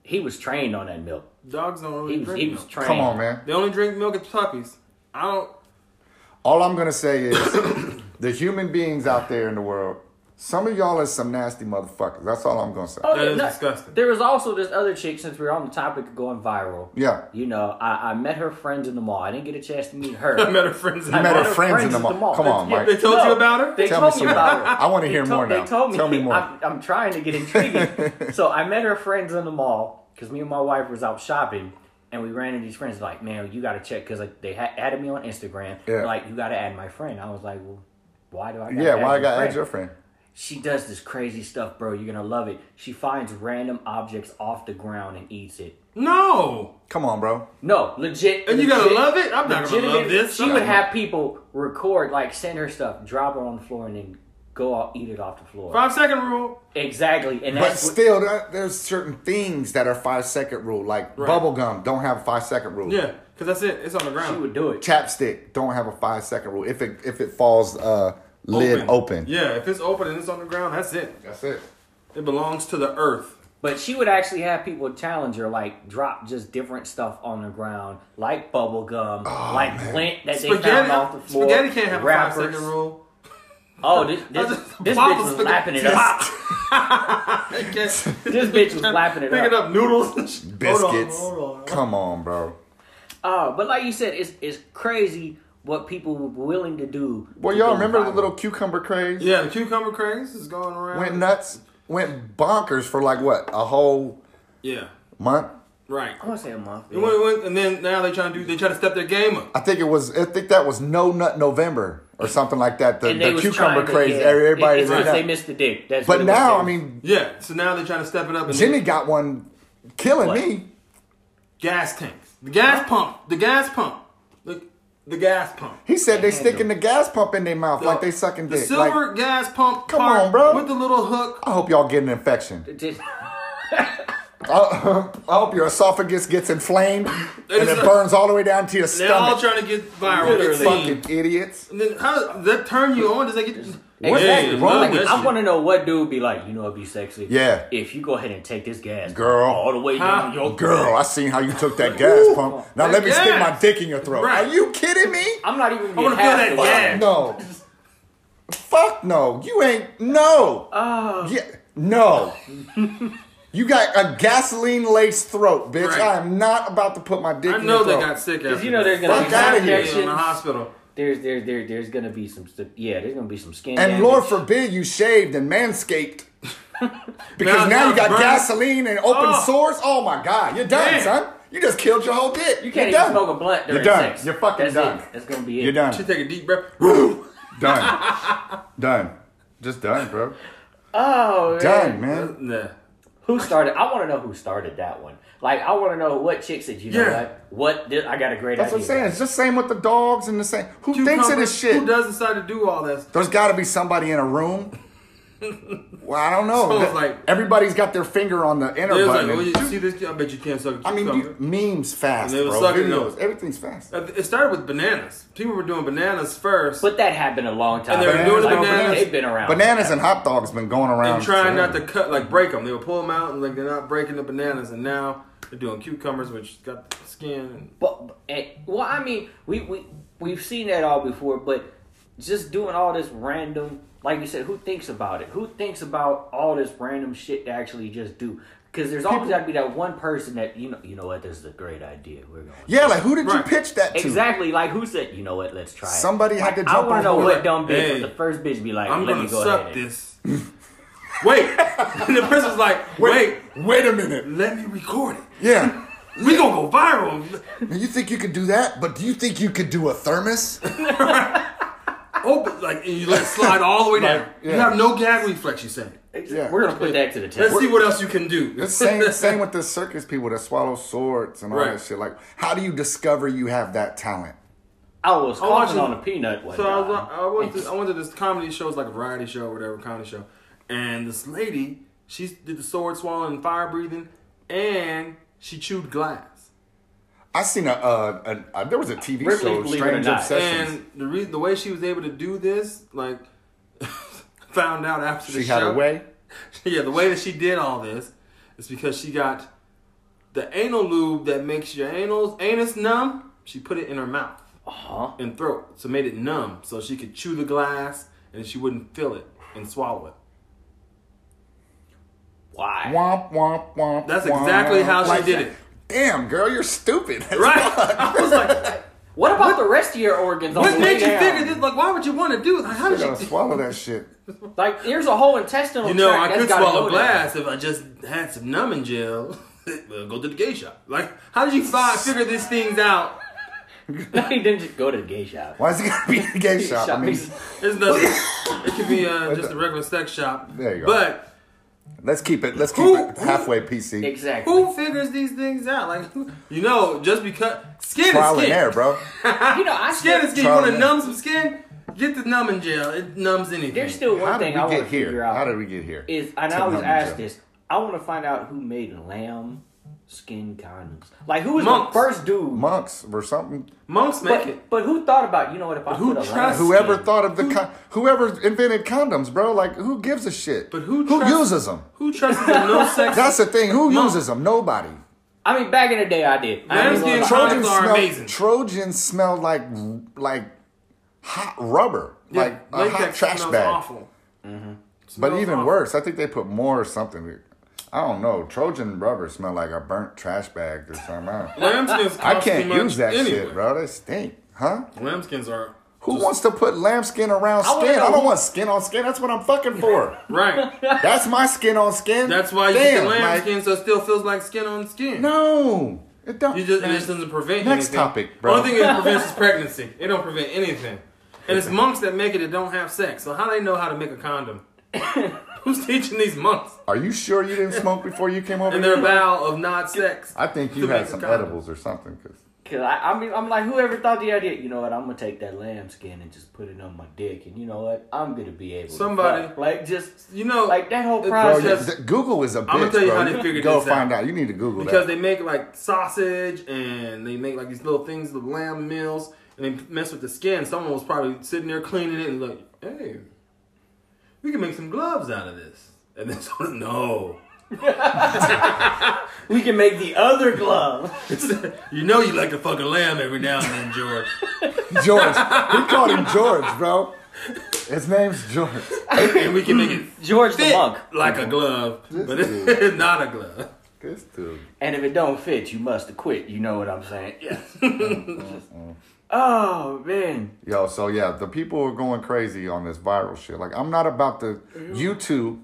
Speaker 1: He was trained on that milk.
Speaker 3: Dogs don't really
Speaker 1: He was,
Speaker 3: drink
Speaker 1: he
Speaker 3: milk.
Speaker 1: was trained.
Speaker 2: Come on, man.
Speaker 3: They only drink milk as puppies. I don't.
Speaker 2: All I'm gonna say is the human beings out there in the world, some of y'all is some nasty motherfuckers. That's all I'm gonna say.
Speaker 1: Oh,
Speaker 3: That
Speaker 1: yeah,
Speaker 3: is disgusting.
Speaker 1: There was also this other chick. Since we are on the topic of going viral,
Speaker 2: Yeah.
Speaker 1: you know, I, I met her friends in the mall. I didn't get a chance to meet her.
Speaker 3: I met her friends.
Speaker 1: I
Speaker 3: in
Speaker 2: met
Speaker 3: Mar-
Speaker 2: her friends in the mall. Come on,
Speaker 1: Yeah,
Speaker 2: Mike.
Speaker 3: They told you about her?
Speaker 1: They
Speaker 2: Tell me
Speaker 1: told me
Speaker 2: some
Speaker 1: about
Speaker 2: more.
Speaker 1: her.
Speaker 2: I wanna
Speaker 1: They
Speaker 2: hear
Speaker 1: told-
Speaker 2: more now.
Speaker 1: They told me.
Speaker 2: Tell me more.
Speaker 1: I'm, I'm trying to get intriguing. so I met her friends in the mall because me and my wife was out shopping. And we ran into these friends like, man, you gotta check because like, they had added me on Instagram.
Speaker 2: Yeah.
Speaker 1: Like, you gotta add my friend. I was like, well, why do I? Gotta
Speaker 2: Yeah,
Speaker 1: add
Speaker 2: why I
Speaker 1: your
Speaker 2: gotta
Speaker 1: friend?
Speaker 2: add your friend?
Speaker 1: She does this crazy stuff, bro. You're gonna love it. She finds random objects off the ground and eats it.
Speaker 3: No.
Speaker 2: Come on, bro.
Speaker 1: No, legit.
Speaker 3: And you
Speaker 1: legit-
Speaker 3: gotta love it? I'm not gonna
Speaker 1: legitimate-
Speaker 3: love this.
Speaker 1: She would have people record, like, send her stuff, drop it on the floor, and then go out, eat it off the floor.
Speaker 3: Five second rule.
Speaker 1: Exactly, and
Speaker 2: But
Speaker 1: that's what,
Speaker 2: still, there- there's certain things that are five second rule, like bubble gum. Don't have a five second rule.
Speaker 3: Yeah, because that's it. It's on the
Speaker 1: she
Speaker 3: ground.
Speaker 1: would do it.
Speaker 2: Chapstick. Don't have a five second rule. If it if it falls uh, lid open.
Speaker 3: Yeah, if it's open and it's on the ground, that's it.
Speaker 2: That's it.
Speaker 3: It belongs to the earth.
Speaker 1: But she would actually have people challenge her, like, drop just different stuff on the ground, like bubble gum, like lint that they found off the
Speaker 3: Oh, Spaghetti,
Speaker 1: floor.
Speaker 3: spaghetti can't have a five
Speaker 1: wrappers.
Speaker 3: second rule.
Speaker 1: Oh, this this,
Speaker 3: just-
Speaker 1: this
Speaker 3: Papa
Speaker 1: bitch was
Speaker 3: spaghetti.
Speaker 1: lapping it up.
Speaker 3: It can't-
Speaker 1: This bitch was lapping it
Speaker 3: Picking
Speaker 1: up.
Speaker 3: up noodles and shit.
Speaker 2: Biscuits.
Speaker 3: Hold on, hold on.
Speaker 2: Come on, bro.
Speaker 1: Oh, but like you said, it's it's crazy what people were willing to do.
Speaker 2: Well,
Speaker 1: to
Speaker 2: y'all
Speaker 1: go
Speaker 2: remember the
Speaker 1: viral.
Speaker 2: little cucumber craze?
Speaker 3: Yeah, the cucumber craze is going around.
Speaker 2: Went nuts. Went bonkers for like what a whole
Speaker 3: Yeah,
Speaker 2: month.
Speaker 3: right.
Speaker 1: I want to say a month.
Speaker 3: It went, went, and then now they trying to do. They trying to step their game up.
Speaker 2: I think it was. I think that was No Nut November or something like that. The,
Speaker 1: And they
Speaker 2: the
Speaker 1: was
Speaker 2: cucumber
Speaker 1: trying to-
Speaker 2: craze.
Speaker 1: yeah.
Speaker 2: Everybody.
Speaker 1: It's
Speaker 2: did
Speaker 1: because
Speaker 2: that.
Speaker 1: they missed the dick. That's what
Speaker 2: but
Speaker 1: it was.
Speaker 2: now, I mean,
Speaker 3: Yeah, so now they're trying to step it up. And
Speaker 2: Jimmy got one killing
Speaker 1: What?
Speaker 2: me.
Speaker 3: gas tanks, the gas pump, the gas pump, the the gas pump.
Speaker 2: He said they
Speaker 1: Damn.
Speaker 2: sticking the gas pump in their mouth like they sucking
Speaker 3: the
Speaker 2: dick.
Speaker 3: silver
Speaker 2: Like,
Speaker 3: gas pump.
Speaker 2: Come
Speaker 3: part
Speaker 2: on, bro.
Speaker 3: With the little hook.
Speaker 2: I hope y'all get an infection.
Speaker 1: Just-
Speaker 2: I, I hope your esophagus gets inflamed and it
Speaker 3: just-
Speaker 2: burns all the way down to your
Speaker 3: They're all
Speaker 2: stomach.
Speaker 3: trying to get viral. get
Speaker 1: Literally.
Speaker 3: seen.
Speaker 2: Fucking idiots.
Speaker 3: And then how does that turn you on? Does that get
Speaker 2: What's
Speaker 1: Exactly.
Speaker 2: wrong
Speaker 1: Like,
Speaker 2: with
Speaker 1: I
Speaker 3: you?
Speaker 1: want to know what dude be like. You know, it'd be sexy.
Speaker 2: Yeah.
Speaker 1: If you go ahead and take this gas,
Speaker 2: Girl.
Speaker 1: all the way
Speaker 3: Huh?
Speaker 1: down your
Speaker 2: Girl, I seen how you took that gas pump. Now
Speaker 3: that
Speaker 2: let me stick
Speaker 3: gas.
Speaker 2: my dick in your throat.
Speaker 3: Right.
Speaker 2: Are you kidding me?
Speaker 1: I'm not even. I
Speaker 3: wanna feel that gas.
Speaker 2: No. Fuck no. You ain't no.
Speaker 1: Oh.
Speaker 2: Yeah, no. you got a gasoline laced throat, bitch.
Speaker 3: Right.
Speaker 2: I am not about to put my dick
Speaker 3: I
Speaker 2: in your
Speaker 3: know
Speaker 2: throat.
Speaker 3: they got sick after.
Speaker 1: you know there's
Speaker 3: this.
Speaker 1: gonna
Speaker 2: Fuck
Speaker 1: be
Speaker 2: outta
Speaker 1: some
Speaker 2: here.
Speaker 3: Yeah, in the
Speaker 1: injections.
Speaker 3: hospital.
Speaker 1: There's there, there there's gonna be some st- yeah there's gonna be some skin.
Speaker 2: and
Speaker 1: damage.
Speaker 2: Lord forbid you shaved and manscaped. because
Speaker 3: Now
Speaker 2: now you
Speaker 3: it's
Speaker 2: got
Speaker 3: burnt.
Speaker 2: gasoline and open
Speaker 3: Oh.
Speaker 2: sores. Oh my God. You're done,
Speaker 3: Man.
Speaker 2: son. You just killed your whole dick.
Speaker 1: you can't even
Speaker 2: You're done.
Speaker 1: smoke a blunt during
Speaker 2: You're done.
Speaker 1: sex.
Speaker 2: You're fucking
Speaker 1: That's
Speaker 2: done.
Speaker 1: It. That's gonna be it.
Speaker 2: You're
Speaker 3: She
Speaker 2: done.
Speaker 3: take a deep breath. Woo!
Speaker 2: done. Done. Just done, bro.
Speaker 1: Oh man.
Speaker 2: Done, man.
Speaker 3: Nah.
Speaker 1: Who started? I want to know who started that one. Like I want to know what chick said. You know
Speaker 3: Yeah.
Speaker 1: what? What did I got a great
Speaker 2: That's what I'm
Speaker 1: idea.
Speaker 2: saying. It's just same with the dogs and the same. Who thinks of this
Speaker 3: Cucumbers,
Speaker 2: shit?
Speaker 3: Who does decide to do all this?
Speaker 2: There's got to be somebody in a room. Well, I don't know.
Speaker 3: So it's
Speaker 2: Th-
Speaker 3: like-
Speaker 2: everybody's got their finger on the enter
Speaker 3: They was like,
Speaker 2: button.
Speaker 3: oh, you
Speaker 2: and-
Speaker 3: see this? I bet you can't suck a
Speaker 2: I mean,
Speaker 3: cucumber.
Speaker 2: dude, memes fast,
Speaker 3: And they was
Speaker 2: bro.
Speaker 3: sucking
Speaker 2: Videos,
Speaker 3: them.
Speaker 2: everything's fast.
Speaker 3: Uh, It started with bananas. People were doing bananas first
Speaker 1: But that happened a long time.
Speaker 3: And they were
Speaker 1: ago.
Speaker 2: doing the
Speaker 1: Like,
Speaker 3: bananas-
Speaker 1: They've been around.
Speaker 2: Bananas and hot dogs been going around.
Speaker 3: and trying not to cut, like break them. They would pull them out and like they're not breaking the bananas. And now they're doing cucumbers, which got the skin. And
Speaker 1: But, but- eh, well, I mean, we we we've seen that all before, but just doing all this random, like you said, who thinks about it? Who thinks about all this random shit to actually just do? Because there's always got to be that one person that you know. You know what? This is a great idea. We're going.
Speaker 2: Yeah, like who did you
Speaker 3: Right.
Speaker 2: pitch that to?
Speaker 1: Exactly. Like who said? You know what? Let's try it.
Speaker 2: Somebody had to
Speaker 1: I want
Speaker 2: jump
Speaker 1: to
Speaker 2: on
Speaker 1: know
Speaker 2: board.
Speaker 1: what dumb bitch
Speaker 3: Hey,
Speaker 1: was the first bitch be like.
Speaker 3: I'm
Speaker 1: Let
Speaker 3: gonna
Speaker 1: me go
Speaker 3: suck
Speaker 1: ahead.
Speaker 3: this. Wait. and the person's like, wait,
Speaker 2: wait a minute.
Speaker 3: let me record it.
Speaker 2: Yeah.
Speaker 3: We gonna go viral.
Speaker 2: Now, you think you could do that, but do you think you could do a thermos?
Speaker 3: Open like and you let it slide all the way down.
Speaker 2: Like, yeah.
Speaker 3: You have no gag reflex. You say.
Speaker 2: Yeah.
Speaker 1: We're gonna put that to the test.
Speaker 3: Let's see what else you can do.
Speaker 2: It's same same with the circus people that swallow swords and all
Speaker 3: Right.
Speaker 2: that shit. Like, how do you discover you have that talent?
Speaker 1: I was coughing
Speaker 3: watching-
Speaker 1: on a peanut one
Speaker 3: So I, was,
Speaker 1: time.
Speaker 3: I went to I went to this comedy show, it's like a variety show, or whatever comedy show, and this lady she did the sword swallowing, and fire breathing, and she chewed glass.
Speaker 2: I seen a, uh a, a there was a TV
Speaker 1: Ripley,
Speaker 2: show,
Speaker 1: believe it or
Speaker 2: Strange
Speaker 1: not.
Speaker 2: Obsessions.
Speaker 3: And the re- the way she was able to do this, like found out after the
Speaker 2: she
Speaker 3: show.
Speaker 2: had a way.
Speaker 3: yeah, the way that she did all this is because she got the anal lube that makes your anal anus numb. She put it in her mouth
Speaker 1: Huh?
Speaker 3: and throat, so made it numb, so she could chew the glass and she wouldn't feel it and swallow it.
Speaker 1: Why?
Speaker 2: Womp womp womp.
Speaker 3: That's
Speaker 2: womp.
Speaker 3: exactly how she
Speaker 2: Like,
Speaker 3: did it.
Speaker 2: Damn, girl, you're stupid. That's
Speaker 3: Right?
Speaker 2: why.
Speaker 3: I was like,
Speaker 1: What about the rest of your organs? on
Speaker 3: what
Speaker 1: the way
Speaker 3: made you
Speaker 1: down?
Speaker 3: think of this? Like, why would you want to do it? Like, how
Speaker 2: You
Speaker 3: did
Speaker 2: gotta
Speaker 3: you?
Speaker 2: swallow that shit.
Speaker 1: Like, there's a whole intestinal.
Speaker 3: You know,
Speaker 1: tract
Speaker 3: I
Speaker 1: that's
Speaker 3: could
Speaker 1: gotta
Speaker 3: swallow
Speaker 1: go there.
Speaker 3: glass if I just had some numbing gel. well, go to the gay shop. Like, how did you fi- figure these things out?
Speaker 1: No, he didn't just go to the gay shop.
Speaker 2: Why is it gotta be a gay shop? I mean,
Speaker 3: It's nothing. it could be uh, just a regular sex shop.
Speaker 2: There you go.
Speaker 3: But
Speaker 2: let's keep it. Let's keep
Speaker 3: Who-
Speaker 2: it halfway PC.
Speaker 1: exactly.
Speaker 3: who figures these things out? Like, who- you know, just because skin
Speaker 2: Trial
Speaker 3: is
Speaker 2: and
Speaker 3: skin.
Speaker 2: error, bro.
Speaker 1: You know, I still,
Speaker 3: Skin is skin. You
Speaker 2: Trial
Speaker 3: want
Speaker 2: and
Speaker 3: to
Speaker 2: error.
Speaker 3: numb some skin? Get the numbing gel. It numbs anything.
Speaker 1: there's still one
Speaker 2: How did
Speaker 1: thing
Speaker 2: we
Speaker 1: I want
Speaker 2: get
Speaker 1: to figure
Speaker 2: here?
Speaker 1: out.
Speaker 2: How did we get here?
Speaker 1: Is and I
Speaker 2: To
Speaker 1: always
Speaker 2: numb
Speaker 1: ask
Speaker 2: gel.
Speaker 1: this. I want to find out who made lamb skin condoms. Like, who was
Speaker 3: Monks.
Speaker 1: the first dude?
Speaker 2: Monks or something.
Speaker 3: monks make it.
Speaker 1: But, but who thought about? You know what? If I
Speaker 3: who
Speaker 1: put a
Speaker 3: trusts-
Speaker 1: lamb,
Speaker 2: Whoever
Speaker 3: Skin.
Speaker 2: thought of the con- whoever invented condoms, bro? Like, who gives a shit?
Speaker 3: But who
Speaker 2: who
Speaker 3: trusts-
Speaker 2: uses them?
Speaker 3: Who trusts in no sex?
Speaker 2: That's the thing. Who uses them? Nobody.
Speaker 1: I mean, back in the day, I did. I
Speaker 3: Lamb's
Speaker 1: ain't gonna lie.
Speaker 3: skin condoms
Speaker 2: Trojans
Speaker 3: are
Speaker 2: smell.
Speaker 3: amazing.
Speaker 2: Trojans smell like like hot rubber, like a
Speaker 3: latex
Speaker 2: hot trash
Speaker 3: smells
Speaker 2: bag. Mm-hmm.
Speaker 3: Awful.
Speaker 2: But
Speaker 3: Smells
Speaker 2: even
Speaker 3: awful.
Speaker 2: worse, I think they put more or something. I don't know. Trojan rubber smell like a burnt trash bag or something. I,
Speaker 3: Lambskin's
Speaker 2: I can't
Speaker 3: cost too much
Speaker 2: use that
Speaker 3: anyway.
Speaker 2: shit, bro. They stink. Huh?
Speaker 3: Lambskins are.
Speaker 2: Who
Speaker 3: just-
Speaker 2: wants to put lambskin around
Speaker 1: I wanna
Speaker 2: skin?
Speaker 1: know
Speaker 2: I don't
Speaker 1: who-
Speaker 2: want skin on skin. That's what I'm fucking for.
Speaker 3: Right.
Speaker 2: That's my skin on skin.
Speaker 3: That's why you
Speaker 2: Damn,
Speaker 3: get the
Speaker 2: like,
Speaker 3: lambskin, so it still feels like skin on skin.
Speaker 2: No, it don't.
Speaker 3: You just, it just doesn't prevent
Speaker 2: Next
Speaker 3: anything.
Speaker 2: topic, bro.
Speaker 3: Only thing it prevents is pregnancy. It don't prevent anything. And it's monks that make it that don't have sex. So how they know how to make a condom? Who's teaching these monks?
Speaker 2: Are you sure you didn't smoke before you came over?
Speaker 3: And their
Speaker 2: here?
Speaker 3: vow of not sex.
Speaker 2: I think you
Speaker 3: to
Speaker 2: had
Speaker 3: make a
Speaker 2: some
Speaker 3: condom.
Speaker 2: edibles or something. Cause
Speaker 1: Cause I, I mean, I'm like, whoever thought the idea, you know what? I'm gonna take that lamb skin and just put it on my dick, and you know what? I'm gonna be able.
Speaker 3: Somebody-
Speaker 1: to fuck. like just
Speaker 3: You know,
Speaker 1: like that whole
Speaker 3: Bro,
Speaker 2: bro,
Speaker 1: process.
Speaker 3: yeah, just-
Speaker 2: you- th- Oh, Google is a bitch.
Speaker 3: I'ma tell you
Speaker 2: bro.
Speaker 3: how they figured
Speaker 2: Go
Speaker 3: this out.
Speaker 2: find out. You need to Google
Speaker 3: because
Speaker 2: that.
Speaker 3: they make like sausage and they make like these little things, the lamb meals, and they mess with the skin. Someone was probably sitting there cleaning it and like, hey, we can make some gloves out of this. And then someone, no.
Speaker 1: we can make the other glove.
Speaker 3: you know you like to fuck a lamb every now and then, George.
Speaker 2: George, we called him George, bro. His name's George.
Speaker 3: and we can make it
Speaker 1: George the
Speaker 3: fit
Speaker 1: monk.
Speaker 3: like a glove, but
Speaker 2: dude.
Speaker 3: it's not a glove.
Speaker 2: This dude.
Speaker 1: And if it don't fit, you must quit. You know what I'm saying? Yes. oh man.
Speaker 2: Yo, so yeah, the people are going crazy on this viral shit. Like, I'm not about to. You two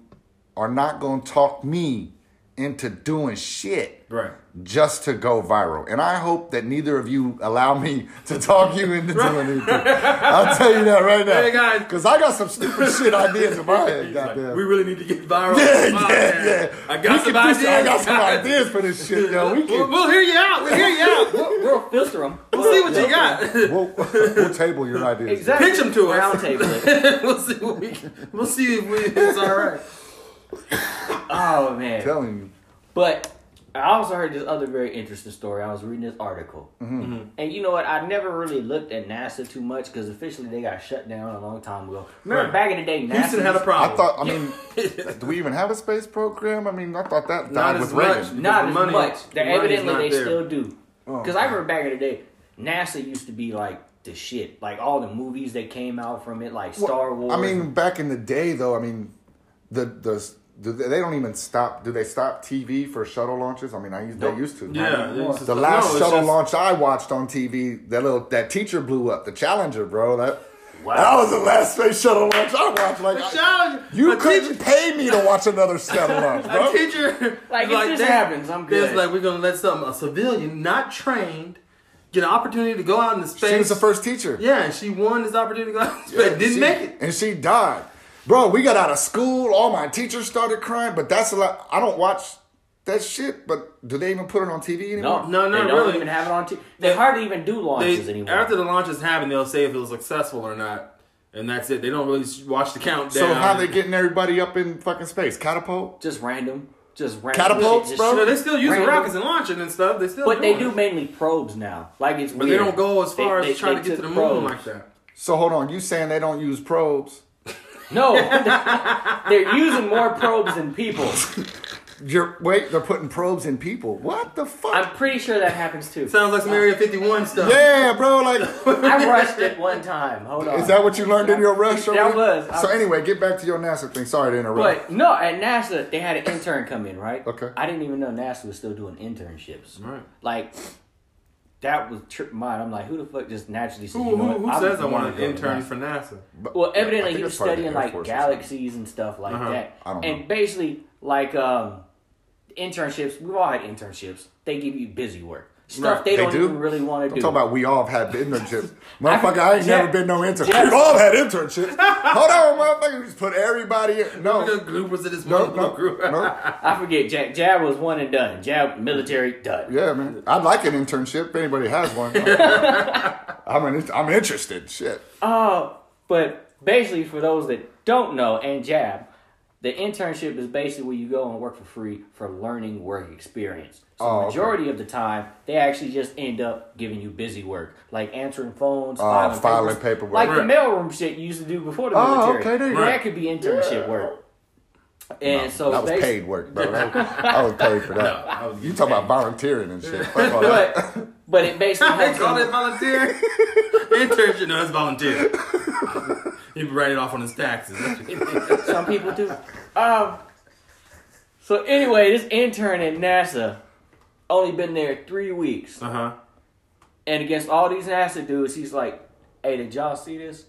Speaker 2: are not gonna talk me into doing shit
Speaker 3: Right.
Speaker 2: just to go viral. And I hope that neither of you allow me to talk you into doing anything. I'll tell you that right now.
Speaker 3: Hey, guys.
Speaker 2: Because I got some stupid shit ideas in my head,
Speaker 3: He's like,
Speaker 2: goddamn.
Speaker 3: we really need to get viral.
Speaker 2: yeah,
Speaker 3: Wow,
Speaker 2: yeah,
Speaker 3: man.
Speaker 2: yeah.
Speaker 3: I
Speaker 2: We
Speaker 3: got
Speaker 2: can
Speaker 3: some
Speaker 2: do
Speaker 3: ideas.
Speaker 2: shit. I got some
Speaker 3: guys.
Speaker 2: ideas for this shit, yo. We
Speaker 3: We'll,
Speaker 2: can.
Speaker 3: we'll hear you out. We'll hear you out. We'll,
Speaker 1: We'll filter them.
Speaker 3: we'll see what you got.
Speaker 2: We'll, we'll table your ideas.
Speaker 1: Exactly.
Speaker 3: Pitch 'em to us.
Speaker 1: Round table it.
Speaker 3: we'll see what we can. We'll see if we, it's all right.
Speaker 1: Oh man.
Speaker 2: I'm telling you.
Speaker 1: But I also heard this other very interesting story. I was reading this article,
Speaker 2: Mm-hmm.
Speaker 3: Mm-hmm.
Speaker 1: and you know what? I never really looked at NASA too much because officially they got shut down a long time ago. Remember
Speaker 3: Right.
Speaker 1: back in the day, NASA
Speaker 3: Houston had a problem.
Speaker 2: I thought. I mean, do we even have a space program? I mean, I thought that
Speaker 3: Not
Speaker 2: died
Speaker 3: as
Speaker 2: with
Speaker 3: much.
Speaker 2: Reagan.
Speaker 1: not
Speaker 3: The
Speaker 1: as
Speaker 3: money-
Speaker 1: much.
Speaker 3: the
Speaker 1: They
Speaker 3: money's
Speaker 1: evidently
Speaker 3: not
Speaker 1: they
Speaker 3: there.
Speaker 1: still do.
Speaker 2: Oh,
Speaker 1: Because I remember back in the day, NASA used to be like the shit. Like all the movies that came out from it, like Star Wars.
Speaker 2: I mean, back in the day, though. I mean, the the. Do they, they don't even stop. Do they stop TV for shuttle launches? I mean, I used they used to.
Speaker 3: Yeah, they used to
Speaker 2: the
Speaker 3: stop-
Speaker 2: last
Speaker 3: no, it's
Speaker 2: shuttle
Speaker 3: just-
Speaker 2: launch I watched on TV, that little that teacher blew up the Challenger, bro. That that was the last space shuttle launch I watched. Like I-
Speaker 3: Challenge.
Speaker 2: you
Speaker 3: a
Speaker 2: couldn't
Speaker 3: teacher-
Speaker 2: pay me to watch another shuttle launch,
Speaker 3: A
Speaker 2: bro.
Speaker 3: teacher.
Speaker 1: Like, if this
Speaker 3: they-
Speaker 1: happens, I'm
Speaker 3: they're
Speaker 1: good.
Speaker 3: like we're gonna let some a civilian not trained get an opportunity to go out into space.
Speaker 2: She was the first teater.
Speaker 3: Yeah, and she won this opportunity to go out into space. Didn't
Speaker 2: she-
Speaker 3: make it.
Speaker 2: And she died. Bro, we got out of school. All my teachers started crying, but that's a lot. I don't watch that shit, but do they even put it on TV anymore?
Speaker 1: no,
Speaker 3: No,
Speaker 1: they
Speaker 3: not
Speaker 1: don't
Speaker 3: really.
Speaker 1: even have it on TV. They hardly even do launches
Speaker 3: They,
Speaker 1: anymore.
Speaker 3: after the launches happen, they'll say if it was successful or not, and that's it. They don't really s- watch the countdown.
Speaker 2: So how they getting everybody up in fucking space? Catapult?
Speaker 1: just random, just random.
Speaker 2: Catapults,
Speaker 1: shit, just
Speaker 2: bro?
Speaker 3: No, they still using
Speaker 1: Random.
Speaker 3: rockets and launching and stuff. They still.
Speaker 1: But they
Speaker 3: doing
Speaker 1: do
Speaker 3: it.
Speaker 1: mainly probes now. Like it's
Speaker 3: But they
Speaker 1: weird.
Speaker 3: don't go as far
Speaker 1: They-
Speaker 3: as
Speaker 1: they-
Speaker 3: trying
Speaker 1: they
Speaker 3: to get to the
Speaker 1: took
Speaker 3: moon
Speaker 1: probes.
Speaker 3: like that.
Speaker 2: So hold on, you saying they don't use probes?
Speaker 1: No, they're using more probes than people.
Speaker 2: You're wait, they're putting probes in people. What the fuck?
Speaker 1: I'm pretty sure that happens too.
Speaker 3: Sounds like some Area 51 stuff.
Speaker 2: yeah, bro, like
Speaker 1: I rushed it one time. Hold on.
Speaker 2: is that what you learned in your rush? or
Speaker 1: That
Speaker 2: what?
Speaker 1: was- I-
Speaker 2: So anyway, get back to your NASA thing. Sorry to interrupt.
Speaker 1: But no, at NASA they had an intern come in, right?
Speaker 2: Okay.
Speaker 1: I didn't even know NASA was still doing internships.
Speaker 3: Right.
Speaker 1: Like that was tripped my mind. I'm like, who the fuck just naturally said,
Speaker 3: Who,
Speaker 1: you know
Speaker 3: who,
Speaker 1: what,
Speaker 3: who
Speaker 1: I
Speaker 3: says I
Speaker 1: wanna
Speaker 3: want an
Speaker 1: go to
Speaker 3: intern
Speaker 1: NASA?
Speaker 3: for NASA?
Speaker 2: But,
Speaker 1: Well,
Speaker 2: I
Speaker 1: evidently
Speaker 2: think
Speaker 1: he was
Speaker 2: it's part of the
Speaker 1: studying
Speaker 2: Air
Speaker 1: like
Speaker 2: Force or something.
Speaker 1: galaxies and stuff like
Speaker 3: Uh-huh.
Speaker 1: that.
Speaker 2: I don't know.
Speaker 1: And basically, like um, internships, we've all had internships. They give you busy work, stuff
Speaker 3: Right.
Speaker 1: they,
Speaker 2: They
Speaker 1: don't
Speaker 2: do?
Speaker 1: even really want to
Speaker 2: I'm
Speaker 1: do.
Speaker 2: talking about we all have had internships. motherfucker, I ain't
Speaker 1: Jeff-
Speaker 2: never been no intern.
Speaker 1: Jeff-
Speaker 2: We all had internships. Hold on, motherfucker. You just put everybody in. No.
Speaker 3: The groupers of this
Speaker 2: No,
Speaker 3: no,
Speaker 2: no,
Speaker 3: group.
Speaker 2: no.
Speaker 1: I forget. Jab, Jab was one and done. Jab military done.
Speaker 2: Yeah, man. I'd like an internship if anybody has one. I'm, an, I'm interested. Shit.
Speaker 1: Oh, but basically, for those that don't know, and Jab, the internship is basically where you go and work for free for learning work experience. So
Speaker 2: Oh, okay.
Speaker 1: majority of the time, they actually just end up giving you busy work, like answering phones,
Speaker 2: Ah, filing
Speaker 1: papers.
Speaker 2: paperwork.
Speaker 1: like
Speaker 3: Right.
Speaker 1: the mailroom shit you used to do before the
Speaker 2: Oh,
Speaker 1: military.
Speaker 2: okay, there you go.
Speaker 1: That could be internship work. And so
Speaker 2: that was
Speaker 1: basi-
Speaker 2: paid work, bro. I was paid for that.
Speaker 3: I was
Speaker 2: you talking about volunteering and shit. Fuck all that.
Speaker 1: But but it basically
Speaker 3: They
Speaker 1: helps
Speaker 3: call
Speaker 1: them-
Speaker 3: that volunteer. Internship. No, that's volunteer. He write it off on his taxes.
Speaker 1: Some people do. Um. So
Speaker 2: Uh-huh.
Speaker 1: anyway, this intern at NASA only been there three weeks,
Speaker 3: Uh huh.
Speaker 1: And against all these NASA dudes, he's like, hey, did y'all see this?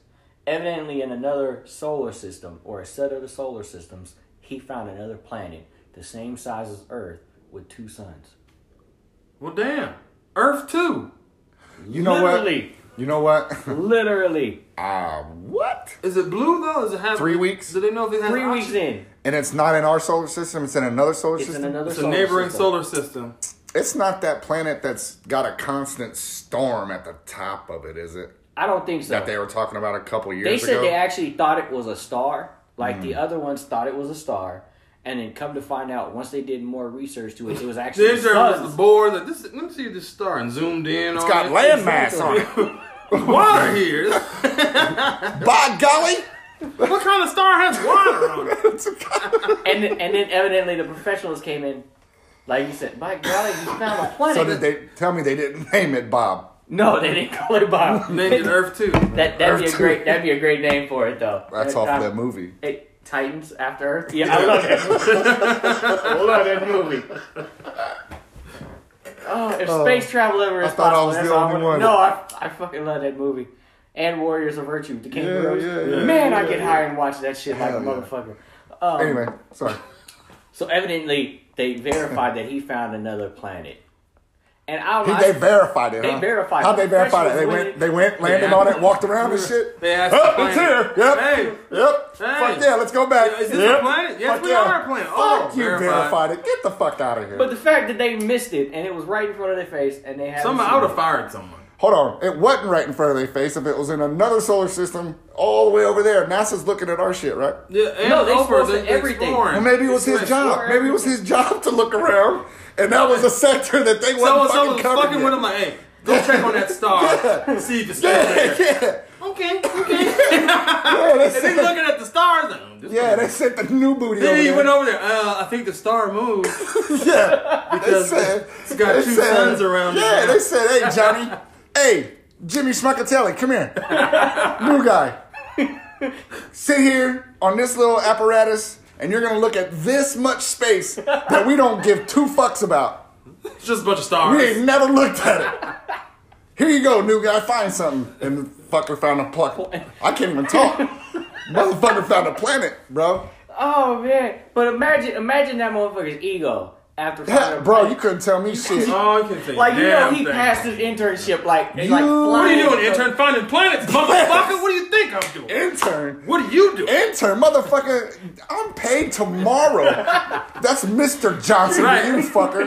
Speaker 1: Evidently, in another solar system or a set of the solar systems, he found another planet the same size as Earth with two suns.
Speaker 3: Well, damn. Earth too.
Speaker 2: You know
Speaker 1: Literally.
Speaker 2: what? You know what?
Speaker 1: Literally.
Speaker 2: Ah, what?
Speaker 3: Is it blue though? Does it have
Speaker 2: Three weeks?
Speaker 3: Do they know if it has
Speaker 1: Three weeks
Speaker 3: oxygen?
Speaker 1: in,
Speaker 2: And it's not in our solar system. It's in another solar
Speaker 1: it's in
Speaker 2: system.
Speaker 1: another
Speaker 3: It's a
Speaker 1: solar
Speaker 3: neighboring
Speaker 1: system.
Speaker 3: solar system.
Speaker 2: It's not that planet that's got a constant storm at the top of it, is it?
Speaker 1: I don't think so.
Speaker 2: That they were talking about a couple years
Speaker 1: They said
Speaker 2: ago.
Speaker 1: they actually thought it was a star, like
Speaker 2: Hmm.
Speaker 1: the other ones thought it was a star, and then come to find out once they did more research to it, it was actually
Speaker 3: The
Speaker 1: the
Speaker 3: intern was
Speaker 1: suns.
Speaker 3: bored. Like, this, let me see this star and zoomed in.
Speaker 2: it's got landmass on it.
Speaker 3: water here.
Speaker 2: By golly!
Speaker 3: what kind of star has water on it?
Speaker 1: and then, and then evidently the professionals came in, like you said, by golly, you found a planet.
Speaker 2: So did they tell me they didn't name it Bob?
Speaker 1: no, they didn't call it Bob.
Speaker 3: Named it Earth too.
Speaker 1: that that'd be
Speaker 2: Earth
Speaker 1: a
Speaker 2: two.
Speaker 1: great that'd be a great name for it though.
Speaker 2: That's
Speaker 1: Uh,
Speaker 2: off
Speaker 1: um,
Speaker 2: that movie.
Speaker 1: It, Titans After Earth. Yeah, I love that. movie. I love that movie. Oh, if space travel ever is
Speaker 2: I thought I
Speaker 1: possible,
Speaker 2: was
Speaker 1: that's
Speaker 2: the
Speaker 1: all
Speaker 2: only
Speaker 1: wanna-
Speaker 2: one.
Speaker 1: No, I, I fucking love that movie. And Warriors of Virtue, the Kangaroos.
Speaker 2: yeah, yeah,
Speaker 1: Man, I
Speaker 2: yeah,
Speaker 1: get
Speaker 2: yeah.
Speaker 1: high and watch that shit like
Speaker 2: Hell
Speaker 1: a
Speaker 2: yeah.
Speaker 1: motherfucker. Um,
Speaker 2: Anyway, sorry.
Speaker 1: So evidently, they verified that he found another planet. And I
Speaker 2: He-
Speaker 1: don't
Speaker 2: they
Speaker 1: know.
Speaker 2: verified it.
Speaker 1: They
Speaker 2: huh?
Speaker 1: verified
Speaker 2: How'd
Speaker 1: it.
Speaker 2: they verify it? They
Speaker 1: Professionals
Speaker 2: went.
Speaker 1: went-
Speaker 2: They went, landed
Speaker 3: Yeah.
Speaker 2: on it, walked around and shit.
Speaker 3: They asked
Speaker 2: Oh,
Speaker 3: the
Speaker 2: it's here.
Speaker 3: planet.
Speaker 2: Yep.
Speaker 3: Hey.
Speaker 2: Yep.
Speaker 3: Hey.
Speaker 2: Fuck yeah, let's go back.
Speaker 3: Is this
Speaker 2: Yep.
Speaker 3: a planet? Yes,
Speaker 2: Fuck
Speaker 3: we
Speaker 2: yeah.
Speaker 3: are a planet.
Speaker 2: Fuck
Speaker 3: Oh,
Speaker 2: you, verified.
Speaker 3: verified
Speaker 2: it. Get the fuck out of here.
Speaker 1: But the fact that they missed it and it was right in front of their face and they had
Speaker 3: Somehow I would have fired someone.
Speaker 2: Hold on. It wasn't right in front of their face. If it was in another solar system, all the way over there, NASA's looking at our shit, right?
Speaker 3: Yeah, and
Speaker 1: No, they
Speaker 3: over
Speaker 1: supposed to everything.
Speaker 3: exploring.
Speaker 2: Well, maybe it was his
Speaker 3: Like,
Speaker 2: job. Maybe it was his job to look around, and that was a sector that they
Speaker 3: So
Speaker 2: wasn't
Speaker 3: and so
Speaker 2: fucking
Speaker 3: was
Speaker 2: covering.
Speaker 3: fucking
Speaker 2: yet.
Speaker 3: with him like, hey, go check on that star. See if it's still
Speaker 2: yeah,
Speaker 3: there.
Speaker 2: yeah,
Speaker 3: Okay, okay.
Speaker 2: yeah. They
Speaker 3: and he's
Speaker 2: sent,
Speaker 3: looking at the stars. Like, oh, this
Speaker 2: yeah,
Speaker 3: one-
Speaker 2: they sent the new booty.
Speaker 3: Then
Speaker 2: over
Speaker 3: he
Speaker 2: there.
Speaker 3: went over there. Uh, I think the star moved
Speaker 2: Yeah,
Speaker 3: because
Speaker 2: They said-
Speaker 3: it's got
Speaker 2: they
Speaker 3: two
Speaker 2: said-
Speaker 3: suns around it
Speaker 2: Yeah,
Speaker 3: now.
Speaker 2: they said, "Hey, Johnny, hey, Jimmy Schmuckatelli, come here, new guy, sit here on this little apparatus, and you're gonna look at this much space that we don't give two fucks about.
Speaker 3: it's just a bunch of stars.
Speaker 2: We ain't never looked at it." Here you go, new guy. Find something. And the fucker found a pluck. I can't even talk. Motherfucker found a planet, bro.
Speaker 1: Oh man! But imagine, imagine that motherfucker's ego after finding a
Speaker 2: Bro, you
Speaker 1: planet.
Speaker 2: couldn't tell me shit.
Speaker 3: Oh, you can say
Speaker 1: like you know
Speaker 3: damn
Speaker 1: he
Speaker 3: thing.
Speaker 1: passed his internship like it's
Speaker 2: You-
Speaker 1: like
Speaker 2: What
Speaker 3: What are
Speaker 1: flying.
Speaker 3: you doing, intern? Finding planets, motherfucker? What do you think I'm doing?
Speaker 2: Intern.
Speaker 3: What are you doing?
Speaker 2: Intern, motherfucker, I'm paid tomorrow. That's Mr. Johnson,
Speaker 3: Right.
Speaker 2: you fucker.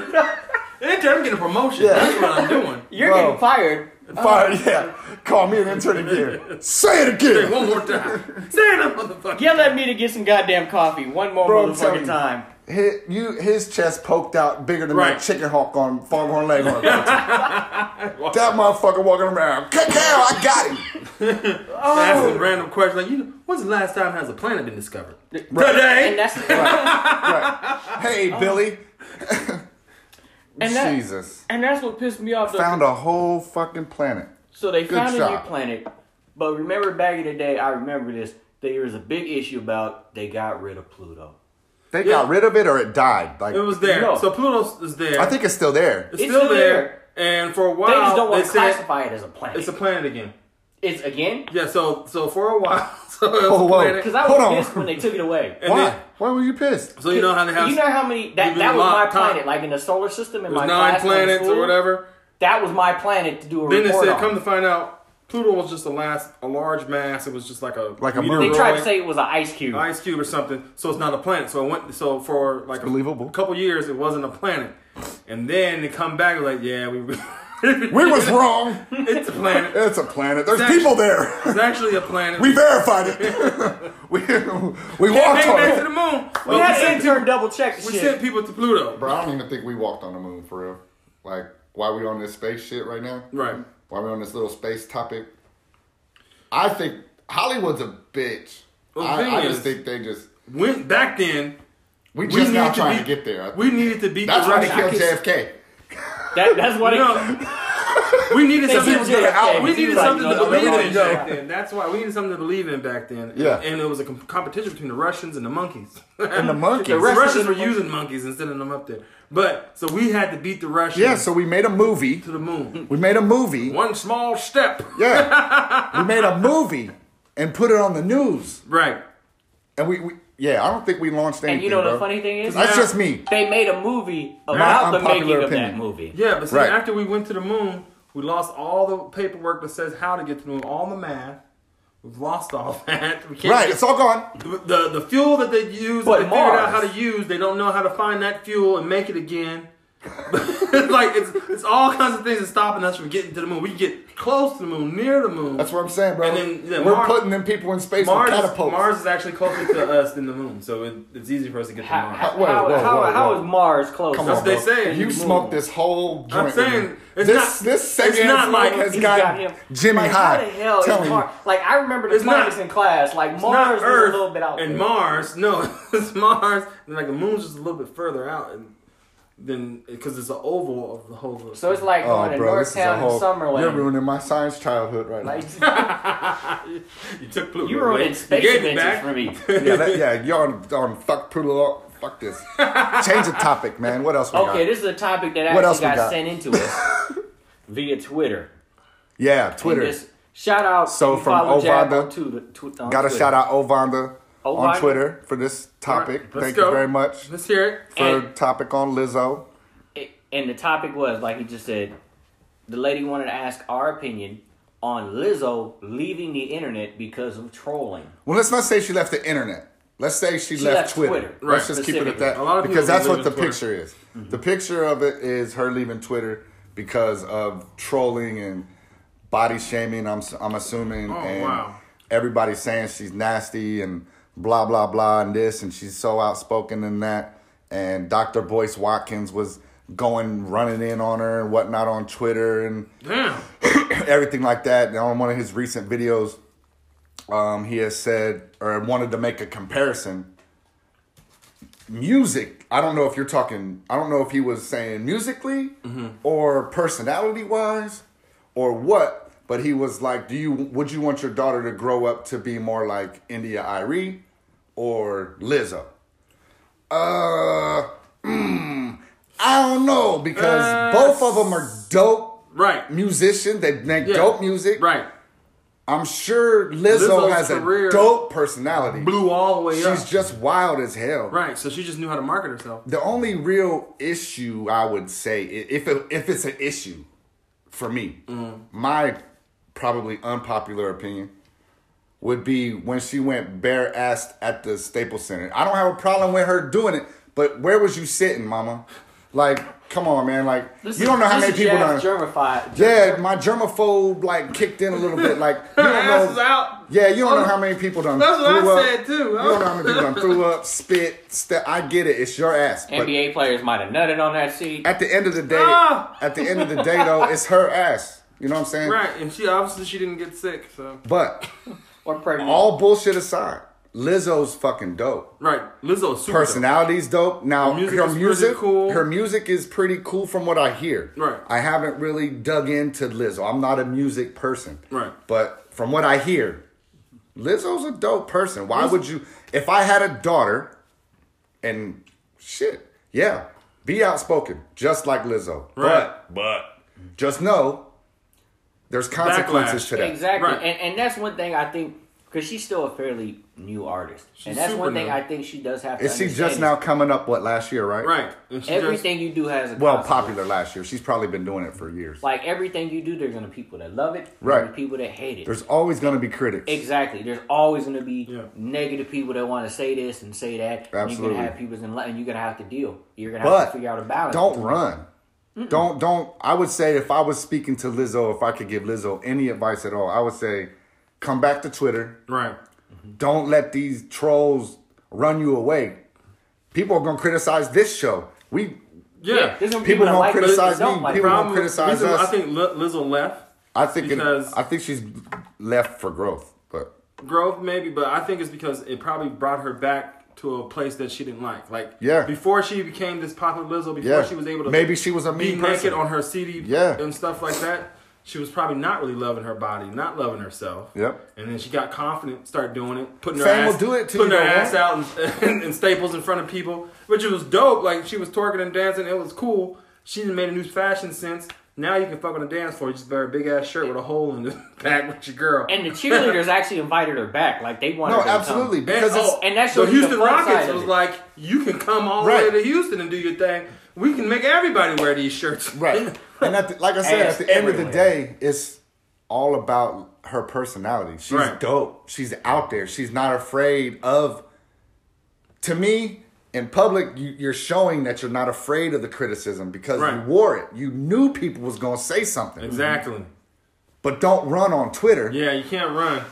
Speaker 3: Intern, I'm getting a promotion.
Speaker 2: Yeah.
Speaker 3: That's what I'm doing.
Speaker 1: You're
Speaker 2: Bro.
Speaker 1: getting fired.
Speaker 2: Fire, yeah. Call me an intern again. Say it again.
Speaker 3: One more time. Say that motherfucker.
Speaker 1: Yell at me to get some goddamn coffee one more
Speaker 2: Bro, I'm telling
Speaker 1: motherfucking
Speaker 2: you.
Speaker 1: time.
Speaker 2: His, you, his chest poked out bigger than
Speaker 3: Right.
Speaker 2: that chicken hawk on Foghorn Leghorn. that motherfucker walking around. Cacao, I got him.
Speaker 3: Asking random questions like, you know, when's the last time has a planet been discovered?
Speaker 1: And
Speaker 3: Today.
Speaker 1: that's
Speaker 2: Right. Hey,
Speaker 3: Oh.
Speaker 2: Billy.
Speaker 1: and that,
Speaker 2: Jesus.
Speaker 1: and that's what pissed me off. Though.
Speaker 2: Found a whole fucking planet.
Speaker 1: so they
Speaker 2: good
Speaker 1: found a new
Speaker 2: job.
Speaker 1: planet, but remember back in the day, I remember this. There was a big issue about they got rid of Pluto.
Speaker 2: They got rid of it or it died. Like
Speaker 3: It was there.
Speaker 1: No.
Speaker 3: So Pluto is there.
Speaker 2: I think it's still there.
Speaker 3: it's,
Speaker 1: It's
Speaker 3: still
Speaker 1: still
Speaker 3: there. And for a while,
Speaker 1: They just don't want to
Speaker 3: said
Speaker 1: classify it as a planet.
Speaker 3: it's
Speaker 1: It's,
Speaker 3: a planet again.
Speaker 1: again
Speaker 3: Yeah. So so for a while, so it was
Speaker 2: Oh,
Speaker 3: a
Speaker 2: whoa.
Speaker 3: planet.
Speaker 1: because I
Speaker 2: Hold
Speaker 1: was
Speaker 2: on.
Speaker 1: pissed when they took it away.
Speaker 3: And
Speaker 2: Why?
Speaker 3: then-
Speaker 2: Why were you pissed?
Speaker 3: so you know how they have
Speaker 1: You know how many that,
Speaker 3: We've
Speaker 1: that
Speaker 3: been
Speaker 1: was my
Speaker 3: locked time.
Speaker 1: planet, like in the solar system in my
Speaker 3: there's
Speaker 1: class
Speaker 3: nine
Speaker 1: in
Speaker 3: planets
Speaker 1: school,
Speaker 3: or whatever.
Speaker 1: That was my planet to do a
Speaker 3: Then they
Speaker 1: report
Speaker 3: said,
Speaker 1: on.
Speaker 3: come to find out, Pluto was just a last, a large mass. It was just like a
Speaker 2: Like a moon.
Speaker 1: they
Speaker 3: meteoroid
Speaker 1: tried to say it was an ice cube.
Speaker 3: ice cube or something. So it's not a planet. So it went. So for like a,
Speaker 2: believable.
Speaker 3: couple years, it wasn't a planet. And then they come back like, yeah, we
Speaker 2: We was wrong.
Speaker 3: it's a planet.
Speaker 2: It's a planet. There's
Speaker 3: Exactly.
Speaker 2: people there.
Speaker 3: It's actually a planet.
Speaker 2: We verified it. we we walked
Speaker 3: Hey,
Speaker 2: on
Speaker 3: back to
Speaker 2: it.
Speaker 3: the
Speaker 1: we
Speaker 3: moon. Well,
Speaker 1: had
Speaker 3: we
Speaker 1: an
Speaker 3: sent people-
Speaker 1: intern double check the
Speaker 3: we
Speaker 1: shit.
Speaker 3: sent people to Pluto.
Speaker 2: Bro, I don't even think we walked on the moon for real. Like, why we on this space shit right now?
Speaker 3: Right.
Speaker 2: Why we on this little space topic? I think Hollywood's a bitch.
Speaker 3: Well, the
Speaker 2: I,
Speaker 3: thing
Speaker 2: I
Speaker 3: is-
Speaker 2: just think they just
Speaker 3: Went back then.
Speaker 2: we
Speaker 3: We
Speaker 2: just
Speaker 3: needed
Speaker 2: now trying
Speaker 3: be,
Speaker 2: to get there.
Speaker 3: We needed to beat
Speaker 2: That's
Speaker 3: the
Speaker 2: why they
Speaker 3: Russians.
Speaker 2: killed JFK.
Speaker 1: That, that's what
Speaker 3: No,
Speaker 1: it.
Speaker 3: We needed
Speaker 1: They
Speaker 3: something
Speaker 1: said
Speaker 3: to
Speaker 1: JFK,
Speaker 3: get out. We
Speaker 1: but you
Speaker 3: needed
Speaker 1: like,
Speaker 3: something to
Speaker 1: no, no,
Speaker 3: believe
Speaker 1: no,
Speaker 3: in
Speaker 1: no.
Speaker 3: back then. That's why we needed something to believe in back then.
Speaker 2: Yeah.
Speaker 3: And it was a com- competition between the Russians and the monkeys.
Speaker 2: And the monkeys.
Speaker 3: The Russians were using monkeys and sending them up there. But so we had to beat the Russians
Speaker 2: Yeah, so we made a movie.
Speaker 3: to the moon.
Speaker 2: We made a movie.
Speaker 3: One small step.
Speaker 2: Yeah. we made a movie and put it on the news.
Speaker 3: Right.
Speaker 2: And we, we yeah, I don't think we launched anything.
Speaker 1: And you know the
Speaker 2: bro.
Speaker 1: funny thing is,
Speaker 2: That's
Speaker 3: now-
Speaker 2: just me.
Speaker 1: they made a movie about the
Speaker 2: unpopular
Speaker 1: making of that
Speaker 2: opinion.
Speaker 1: movie.
Speaker 3: Yeah, but see,
Speaker 2: Right.
Speaker 3: after we went to the moon, we lost all the paperwork that says how to get to the moon, all the math. We've lost all that. We can't
Speaker 2: Right,
Speaker 3: get-
Speaker 2: it's all gone.
Speaker 3: the the fuel that they use,
Speaker 1: But
Speaker 3: they figured out how
Speaker 1: Mars.
Speaker 3: to use. They don't know how to find that fuel and make it again. it's like it's it's all kinds of things that's stopping us from getting to the moon. We can get close to the moon, near the moon.
Speaker 2: That's what I'm saying, bro.
Speaker 3: And then, yeah,
Speaker 2: We're
Speaker 3: Mar-
Speaker 2: putting them people in space
Speaker 3: Mars.
Speaker 2: with catapults.
Speaker 3: Mars is actually closer to us than the moon, so it, it's easy for us to get to
Speaker 1: How,
Speaker 3: Mars.
Speaker 1: how,
Speaker 2: Whoa, whoa,
Speaker 1: how-
Speaker 2: whoa,
Speaker 1: how
Speaker 2: whoa.
Speaker 1: is Mars close?
Speaker 2: Come
Speaker 3: That's
Speaker 2: on,
Speaker 3: what they
Speaker 2: bro.
Speaker 3: say.
Speaker 2: You
Speaker 3: You
Speaker 2: smoked
Speaker 3: move.
Speaker 2: this whole joint.
Speaker 3: I'm saying it's
Speaker 2: this
Speaker 3: not-
Speaker 2: this second
Speaker 3: it's not like-
Speaker 2: has
Speaker 1: He's
Speaker 2: got,
Speaker 1: him.
Speaker 2: Jimmy
Speaker 1: like,
Speaker 2: high.
Speaker 1: How the hell is
Speaker 2: Telling you.
Speaker 1: Mars? Like I remember the
Speaker 3: It's not-
Speaker 1: planets in class. Like
Speaker 3: It's
Speaker 1: Mars
Speaker 3: not Earth
Speaker 1: was a little bit out
Speaker 3: and
Speaker 1: there.
Speaker 3: Mars. No, it's Mars. And like the moon's just a little bit further out, and then because it's an oval of the whole. little
Speaker 1: so it's like
Speaker 2: Oh,
Speaker 1: going to
Speaker 2: bro, this is a
Speaker 1: Northtown
Speaker 2: whole.
Speaker 1: and Summerlin.
Speaker 2: You're ruining my science childhood right now.
Speaker 1: Like,
Speaker 3: you took Pluto.
Speaker 1: you were
Speaker 3: away.
Speaker 1: in space
Speaker 3: You gave it
Speaker 1: adventures
Speaker 3: back.
Speaker 1: for me.
Speaker 2: yeah, that, yeah, you're on, on fuck poodle. Fuck this. Change the topic, man. What else we got?
Speaker 1: Okay, this is a topic that
Speaker 2: What else
Speaker 1: actually
Speaker 2: we
Speaker 1: got,
Speaker 2: got?
Speaker 1: sent into us via Twitter.
Speaker 2: Yeah,
Speaker 1: And
Speaker 2: Twitter.
Speaker 1: this- shout out.
Speaker 2: So
Speaker 1: you
Speaker 2: from
Speaker 1: follow Jack
Speaker 2: Ovanda,
Speaker 1: on Twitter- tw- on
Speaker 2: Got to
Speaker 1: Twitter.
Speaker 2: shout out Ovanda on
Speaker 1: Ovanda.
Speaker 2: Twitter for this topic.
Speaker 3: Alright, let's
Speaker 2: Thank
Speaker 3: go.
Speaker 2: you very much
Speaker 3: Let's hear it.
Speaker 2: for
Speaker 1: And-
Speaker 2: topic on Lizzo.
Speaker 1: It- and the topic was like he just said the lady wanted to ask our opinion on lizzo leaving the internet because of trolling
Speaker 2: Well, let's not say she left the internet. Let's say she,
Speaker 1: She
Speaker 2: left,
Speaker 1: left
Speaker 2: Twitter.
Speaker 1: Twitter.
Speaker 2: Let's
Speaker 3: Right.
Speaker 2: just keep it at
Speaker 1: Specifically. Mm-hmm.
Speaker 2: that
Speaker 3: A lot of people
Speaker 2: because that's what
Speaker 3: leave
Speaker 2: the
Speaker 3: Twitter.
Speaker 2: picture is. The picture of it is her leaving Twitter because of trolling and body shaming. I'm s- I'm assuming.
Speaker 3: Oh,
Speaker 2: and
Speaker 3: wow.
Speaker 2: Everybody's saying she's nasty and blah blah blah and this and she's so outspoken and that. And Dr. Boyce Watkins was going running in on her and whatnot on Twitter and
Speaker 3: Damn.
Speaker 2: everything like that. And on one of his recent videos, um, he has said or wanted to make a comparison. Music. I don't know if you're talking. I don't know if he was saying musically or personality wise or what. But he was like, "Do you would you want your daughter to grow up to be more like India Irie or Lizzo?" Uh, mm, I don't know because
Speaker 3: Uh,
Speaker 2: both of them are dope
Speaker 3: Right.
Speaker 2: musician. They make
Speaker 3: Yeah.
Speaker 2: dope music.
Speaker 3: Right.
Speaker 2: I'm sure Lizzo
Speaker 3: Lizzo's
Speaker 2: has a
Speaker 3: career
Speaker 2: dope personality.
Speaker 3: Blew all the way up.
Speaker 2: She's just wild as hell.
Speaker 3: right. So she just knew how to market herself.
Speaker 2: The only real issue I would say, i- if it, if it's an issue, for me,
Speaker 3: Mm-hmm.
Speaker 2: my probably unpopular opinion would be when she went bare assed at the Staples Center. I don't have a problem with her doing it, but where was you sitting, Mama? Like, come on, man. Like,
Speaker 1: This
Speaker 2: you
Speaker 1: is-
Speaker 2: don't know how
Speaker 1: this
Speaker 2: many
Speaker 1: is
Speaker 2: people
Speaker 1: Jack's
Speaker 2: done.
Speaker 1: germified
Speaker 2: Yeah, my germaphobe like kicked in a little bit. Like you
Speaker 3: Her
Speaker 2: don't
Speaker 3: ass
Speaker 2: know.
Speaker 3: is out.
Speaker 2: Yeah, you don't know how many people done.
Speaker 3: That's what I
Speaker 2: threw up.
Speaker 3: said, too.
Speaker 2: You don't know how many people done threw up, spit, step. I get it. It's your ass. But
Speaker 1: nba players might have nutted on that seat
Speaker 2: at the end of the day,
Speaker 3: Ah!
Speaker 2: at the end of the day, though, it's her ass. You know what I'm saying?
Speaker 3: Right. And she obviously she didn't get sick. So
Speaker 2: But
Speaker 1: or pregnant
Speaker 2: all bullshit aside, Lizzo's fucking dope.
Speaker 3: right. Lizzo super
Speaker 2: Personality's dope. Now her
Speaker 3: Her music
Speaker 2: music,
Speaker 3: is pretty cool.
Speaker 2: her music is pretty cool from what I hear.
Speaker 3: Right.
Speaker 2: I haven't really dug into Lizzo. I'm not a music person.
Speaker 3: Right.
Speaker 2: But from what I hear, Lizzo's a dope person. Why would you? If I had a daughter, and shit, yeah, be outspoken, just like Lizzo.
Speaker 3: Right.
Speaker 2: But but just know there's consequences
Speaker 3: Backlash.
Speaker 2: to that.
Speaker 1: Exactly,
Speaker 3: Right.
Speaker 1: and and that's one thing I think because she's still a fairly new artist, and that's
Speaker 3: super
Speaker 1: one thing
Speaker 3: new.
Speaker 1: I think she does have. to
Speaker 2: Is she
Speaker 1: understand
Speaker 2: just now coming up? What last year, right?
Speaker 3: Right. And she
Speaker 1: Everything you do has a
Speaker 2: Well,
Speaker 1: consequence.
Speaker 2: popular last year. She's probably been doing it for years.
Speaker 1: Like everything you do, there's gonna be people that love it, there's
Speaker 2: Right.
Speaker 1: gonna be people that hate it.
Speaker 2: There's always going to be critics.
Speaker 1: Exactly. There's always going to be
Speaker 3: Yeah.
Speaker 1: negative people that want to say this and say that. And
Speaker 2: Absolutely.
Speaker 1: you're going to have people in and you're going to have to deal. You're going to have
Speaker 2: But
Speaker 1: to figure out a balance.
Speaker 2: don't
Speaker 1: between-
Speaker 2: run. Don't don't. I would say if I was speaking to Lizzo, if I could give Lizzo any advice at all, I would say, come back to Twitter.
Speaker 3: just right.
Speaker 2: Don't let these trolls run you away. People are gonna criticize this show. We
Speaker 3: Yeah.
Speaker 1: Yeah. There's gonna be people
Speaker 2: People
Speaker 1: that
Speaker 2: don't
Speaker 1: like it, that
Speaker 2: criticize
Speaker 1: don't
Speaker 2: me.
Speaker 1: like it.
Speaker 2: People-
Speaker 3: Problem-
Speaker 2: gonna criticize
Speaker 3: Lizzo-
Speaker 2: us.
Speaker 3: I think Li- Lizzo left.
Speaker 2: I think it,
Speaker 3: Because-
Speaker 2: I think she's left for growth, but
Speaker 3: growth maybe but i think it's because it probably brought her back to a place that she didn't like like
Speaker 2: Yeah.
Speaker 3: before she became this popular lizzo before
Speaker 2: yeah,
Speaker 3: she was able to
Speaker 2: maybe she was a
Speaker 3: be
Speaker 2: mean
Speaker 3: naked
Speaker 2: person.
Speaker 3: on her cd
Speaker 2: Yeah.
Speaker 3: and stuff like that she was probably not really loving her body, not loving herself.
Speaker 2: Yep.
Speaker 3: And then she got confident, started doing it, putting her
Speaker 2: Fame
Speaker 3: ass,
Speaker 2: will do it to
Speaker 3: putting
Speaker 2: you,
Speaker 3: her
Speaker 2: though,
Speaker 3: ass out and, and, staples in front of people, which it was dope. Like she was twerking and dancing, it was cool. She done made a new fashion sense. Now you can fuck on the dance floor. You just wear a big ass shirt with a hole in the back with your girl.
Speaker 1: And the cheerleaders actually invited her back. Like they wanted
Speaker 2: No,
Speaker 1: her to come.
Speaker 2: absolutely.
Speaker 3: And-
Speaker 2: Because
Speaker 3: oh,
Speaker 2: it's,
Speaker 1: and that's
Speaker 3: so
Speaker 1: just the
Speaker 3: Houston
Speaker 1: front
Speaker 3: Rockets
Speaker 1: side of
Speaker 3: was
Speaker 1: it.
Speaker 3: like, you can come all the
Speaker 2: Right.
Speaker 3: way to Houston and do your thing. We can make everybody wear these shirts.
Speaker 2: Right. And at the, like I said,
Speaker 1: Ass
Speaker 2: at the end of the
Speaker 1: everywhere.
Speaker 2: day, it's all about her personality. She's
Speaker 3: Right.
Speaker 2: dope. She's out there. She's not afraid of. To me, in public, you, you're showing that you're not afraid of the criticism because you
Speaker 3: Right.
Speaker 2: wore it. You knew people was going to say something.
Speaker 3: exactly.
Speaker 2: But don't run on Twitter.
Speaker 3: Yeah, you can't run.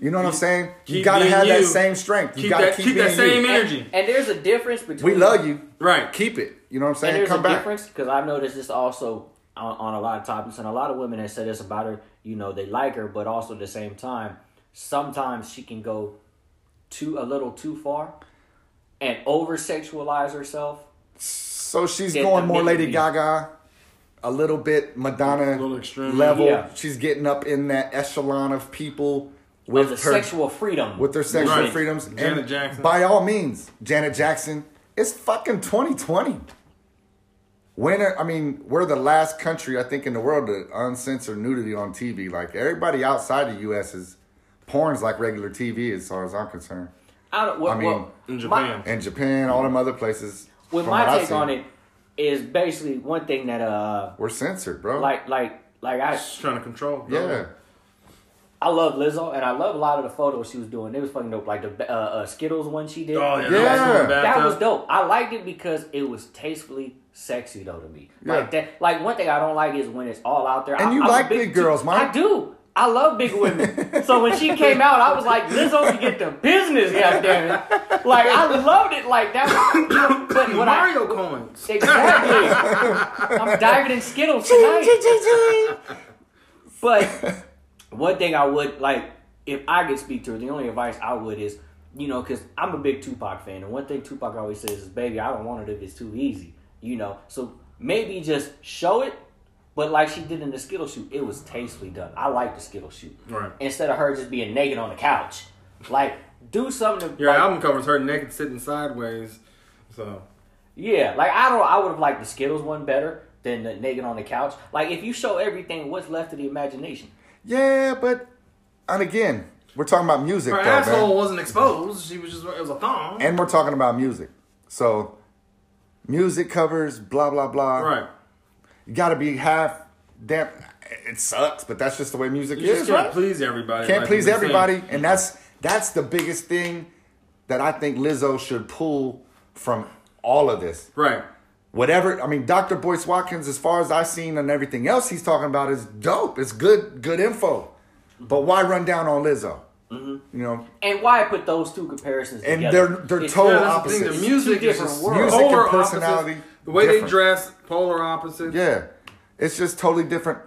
Speaker 2: You know what I'm saying? You
Speaker 3: keep
Speaker 2: got to
Speaker 3: being
Speaker 2: have that
Speaker 3: you.
Speaker 2: same strength. You
Speaker 3: Keep
Speaker 2: got to
Speaker 3: that-
Speaker 2: keep,
Speaker 3: keep that
Speaker 2: being you.
Speaker 3: same
Speaker 1: And-
Speaker 3: energy.
Speaker 1: And there's a difference between
Speaker 2: We love you.
Speaker 3: Right.
Speaker 2: Keep it. You know what I'm saying?
Speaker 1: And there's
Speaker 2: Come
Speaker 1: a
Speaker 2: back.
Speaker 1: difference because I've noticed this also on, on a lot of topics, and a lot of women have said this about her. You know, they like her, but also at the same time, sometimes she can go too a little too far and over sexualize herself.
Speaker 2: So she's
Speaker 1: Get
Speaker 2: going
Speaker 1: the
Speaker 2: more Lady
Speaker 1: minute.
Speaker 2: Gaga, a little bit Madonna
Speaker 3: little extreme.
Speaker 2: level.
Speaker 1: Yeah.
Speaker 2: She's getting up in that echelon of people with
Speaker 1: of the
Speaker 2: her
Speaker 1: sexual freedom
Speaker 2: with their sexual
Speaker 3: Right.
Speaker 2: freedoms.
Speaker 3: Janet
Speaker 2: and
Speaker 3: Jackson.
Speaker 2: By all means, Janet Jackson. It's fucking 2020. When are, I mean, we're the last country I think in the world to uncensor nudity on TV. Like everybody outside the U.S. is porn's like regular TV as far as I'm concerned.
Speaker 1: I, don't, well,
Speaker 2: I mean,
Speaker 1: well,
Speaker 3: in
Speaker 1: my-
Speaker 3: Japan.
Speaker 2: And Japan, all them other places.
Speaker 1: with
Speaker 2: from
Speaker 1: my
Speaker 2: what I've
Speaker 1: take
Speaker 2: seen,
Speaker 1: on it is basically one thing that uh
Speaker 2: we're censored, bro.
Speaker 1: like like like I
Speaker 3: Just trying to control.
Speaker 2: yeah.
Speaker 1: I love Lizzo and I love a lot of the photos she was doing. It was fucking dope. Like the uh, uh, Skittles one she did.
Speaker 3: Oh yeah,
Speaker 2: Yeah.
Speaker 1: That was dope. I liked it because it was tastefully sexy though to me. Like
Speaker 2: Yeah.
Speaker 1: that. Like one thing I don't like is when it's all out there.
Speaker 2: And
Speaker 1: I,
Speaker 2: you
Speaker 1: I'm a
Speaker 2: like big girls, Mike.
Speaker 1: I do. I love big women. so when she came out, I was like, Lizzo can get the business, goddamn it. Like I loved it. Like that. Was, but when
Speaker 3: Mario
Speaker 1: I
Speaker 3: coins.
Speaker 1: exactly, I'm diving in Skittles tonight. But one thing I would like, if I could speak to her, the only advice I would is, you know, because I'm a big Tupac fan, and one thing Tupac always says is, "Baby, I don't want it if it's too easy," you know. So maybe just show it, but like she did in the Skittle shoot, it was tastefully done. I like the Skittle shoot
Speaker 3: Right.
Speaker 1: instead of her just being naked on the couch. Like, do something. To,
Speaker 3: Your
Speaker 1: like,
Speaker 3: album covers her naked sitting sideways. So
Speaker 1: Yeah, like I don't. I would have liked the Skittles one better than the naked on the couch. Like, if you show everything, what's left of the imagination?
Speaker 2: Yeah, but and again, we're talking about music
Speaker 3: her
Speaker 2: though,
Speaker 3: asshole
Speaker 2: man.
Speaker 3: wasn't exposed. She was just it was a thong.
Speaker 2: And we're talking about music. So music covers, blah blah blah.
Speaker 3: right.
Speaker 2: You gotta be half damn it sucks, but that's just the way music
Speaker 3: You
Speaker 2: is,
Speaker 3: just can't
Speaker 2: right?
Speaker 3: please everybody.
Speaker 2: Can't
Speaker 3: like
Speaker 2: please
Speaker 3: you were saying.
Speaker 2: everybody. And that's that's the biggest thing that I think Lizzo should pull from all of this.
Speaker 3: Right.
Speaker 2: whatever I mean, Dr. Boyce Watkins, as far as I've seen and everything else he's talking about is dope. It's good, good info. But why run down on Lizzo?
Speaker 3: Mm-hmm.
Speaker 2: You know,
Speaker 1: And why I put those two comparisons
Speaker 2: and
Speaker 1: together?
Speaker 2: they're they're
Speaker 1: It's-
Speaker 2: total
Speaker 3: Yeah, that's the thing.
Speaker 2: opposites.
Speaker 3: The music
Speaker 1: Two
Speaker 3: is
Speaker 1: different
Speaker 3: just
Speaker 1: worlds.
Speaker 2: Music and
Speaker 3: polar
Speaker 2: personality,
Speaker 3: Opposites. The way
Speaker 2: different.
Speaker 3: they dress, polar opposites.
Speaker 2: yeah, it's just totally different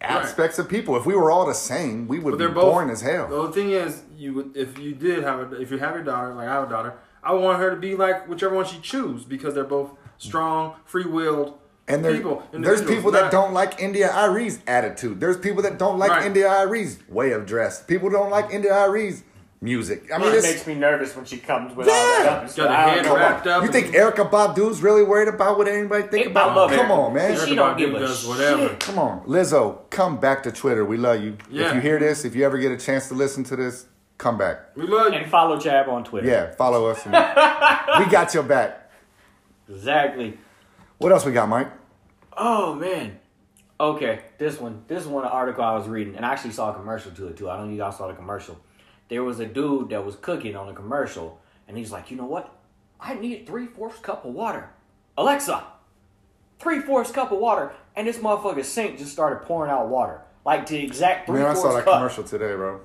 Speaker 2: aspects of people. If we were all the same, we would
Speaker 3: But
Speaker 2: be
Speaker 3: they're both
Speaker 2: boring as hell.
Speaker 3: The thing is, you would- if you did have a, if you have your daughter, like I have a daughter, I would want her to be like whichever one she choose because they're both strong, free willed
Speaker 2: And there,
Speaker 3: people.
Speaker 2: there's
Speaker 3: individuals,
Speaker 2: people that
Speaker 3: not-
Speaker 2: don't like India Irie's attitude. There's people that don't like
Speaker 3: Right.
Speaker 2: India Irie's way of dress. People don't like India Irie's music. I mean,
Speaker 1: It
Speaker 2: it's,
Speaker 1: makes me nervous when she comes with all
Speaker 2: Yeah.
Speaker 1: that up.
Speaker 3: Got a hand
Speaker 2: Come
Speaker 3: wrapped
Speaker 2: on.
Speaker 3: up
Speaker 2: You
Speaker 3: and-
Speaker 2: think Erica Badu's really worried about what anybody think
Speaker 1: It- I
Speaker 2: about?
Speaker 1: love
Speaker 2: Come
Speaker 1: Erica.
Speaker 2: on, man.
Speaker 1: She
Speaker 3: Everybody
Speaker 1: don't give a
Speaker 3: does
Speaker 1: shit.
Speaker 3: whatever.
Speaker 2: Come on, Lizzo. Come back to Twitter. We love you. If
Speaker 3: Yeah.
Speaker 2: you hear this, if you ever get a chance to listen to this, come back.
Speaker 3: We love you.
Speaker 1: And follow Jab on Twitter.
Speaker 2: Yeah, follow us. and we got your back.
Speaker 1: Exactly.
Speaker 2: What else we got, Mike?
Speaker 1: Oh man. Okay, this one. This is one of the article I was reading, and I actually saw a commercial to it too. I don't know if y'all saw the commercial. There was a dude that was cooking on a commercial, and he's like, you know what? I need three fourths cup of water. Alexa, three fourths cup of water, and this motherfucker's sink just started pouring out water. Like the exact three
Speaker 2: Man, I
Speaker 1: fourths
Speaker 2: saw that
Speaker 1: cup.
Speaker 2: commercial today, bro.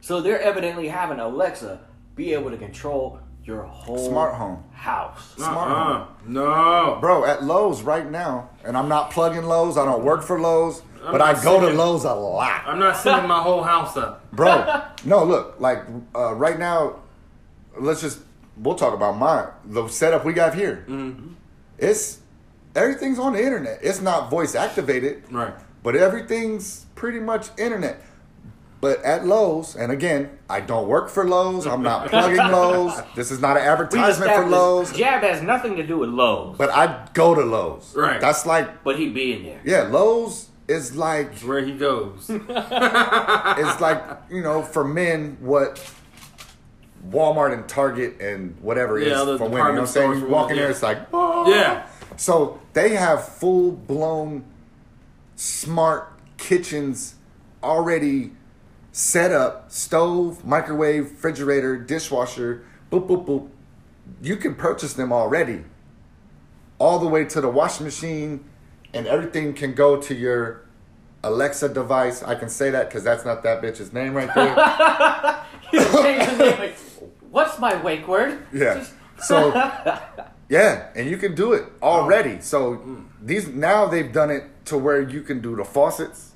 Speaker 1: So they're evidently having Alexa be able to control your whole
Speaker 2: Smart home.
Speaker 1: house.
Speaker 2: Smart
Speaker 3: Uh-uh.
Speaker 2: home.
Speaker 3: No.
Speaker 2: Bro, at Lowe's right now, and I'm not plugging Lowe's. I don't work for Lowe's, but I
Speaker 3: not
Speaker 2: go to
Speaker 3: singing.
Speaker 2: Lowe's a lot.
Speaker 3: I'm not setting my whole house up.
Speaker 2: bro. No, look, like uh, right now, let's just we'll talk about mine. The setup we got
Speaker 3: Mm-hmm.
Speaker 2: here, it's everything's on the internet. It's not voice activated,
Speaker 3: Right.
Speaker 2: But everything's pretty much internet. But at Lowe's, and again, I don't work for Lowe's. I'm not plugging Lowe's. This is not an
Speaker 1: We
Speaker 2: advertisement for
Speaker 1: established
Speaker 2: Lowe's.
Speaker 1: Jab has nothing to do with Lowe's,
Speaker 2: But I go to Lowe's.
Speaker 3: Right.
Speaker 2: That's like
Speaker 1: but he be in there.
Speaker 2: yeah, Lowe's is like
Speaker 3: Where he goes.
Speaker 2: it's like you know for men what Walmart and Target and whatever
Speaker 3: Yeah,
Speaker 2: is
Speaker 3: the
Speaker 2: for women. You know what I'm
Speaker 3: department
Speaker 2: saying?
Speaker 3: stores
Speaker 2: You
Speaker 3: for
Speaker 2: walk in
Speaker 3: women,
Speaker 2: there,
Speaker 3: yeah.
Speaker 2: it's like "Oh."
Speaker 3: Yeah.
Speaker 2: So they have full blown smart kitchens already set up: stove, microwave, refrigerator, dishwasher. Boop boop boop. You can purchase them already, all the way to the washing machine, and everything can go to your Alexa device. I can say that because that's not that bitch's name right there.
Speaker 1: What's my wake word?
Speaker 2: Yeah. So yeah, and you can do it
Speaker 1: Oh.
Speaker 2: already.
Speaker 1: Hmm.
Speaker 2: So these now they've done it to where you can do the faucets.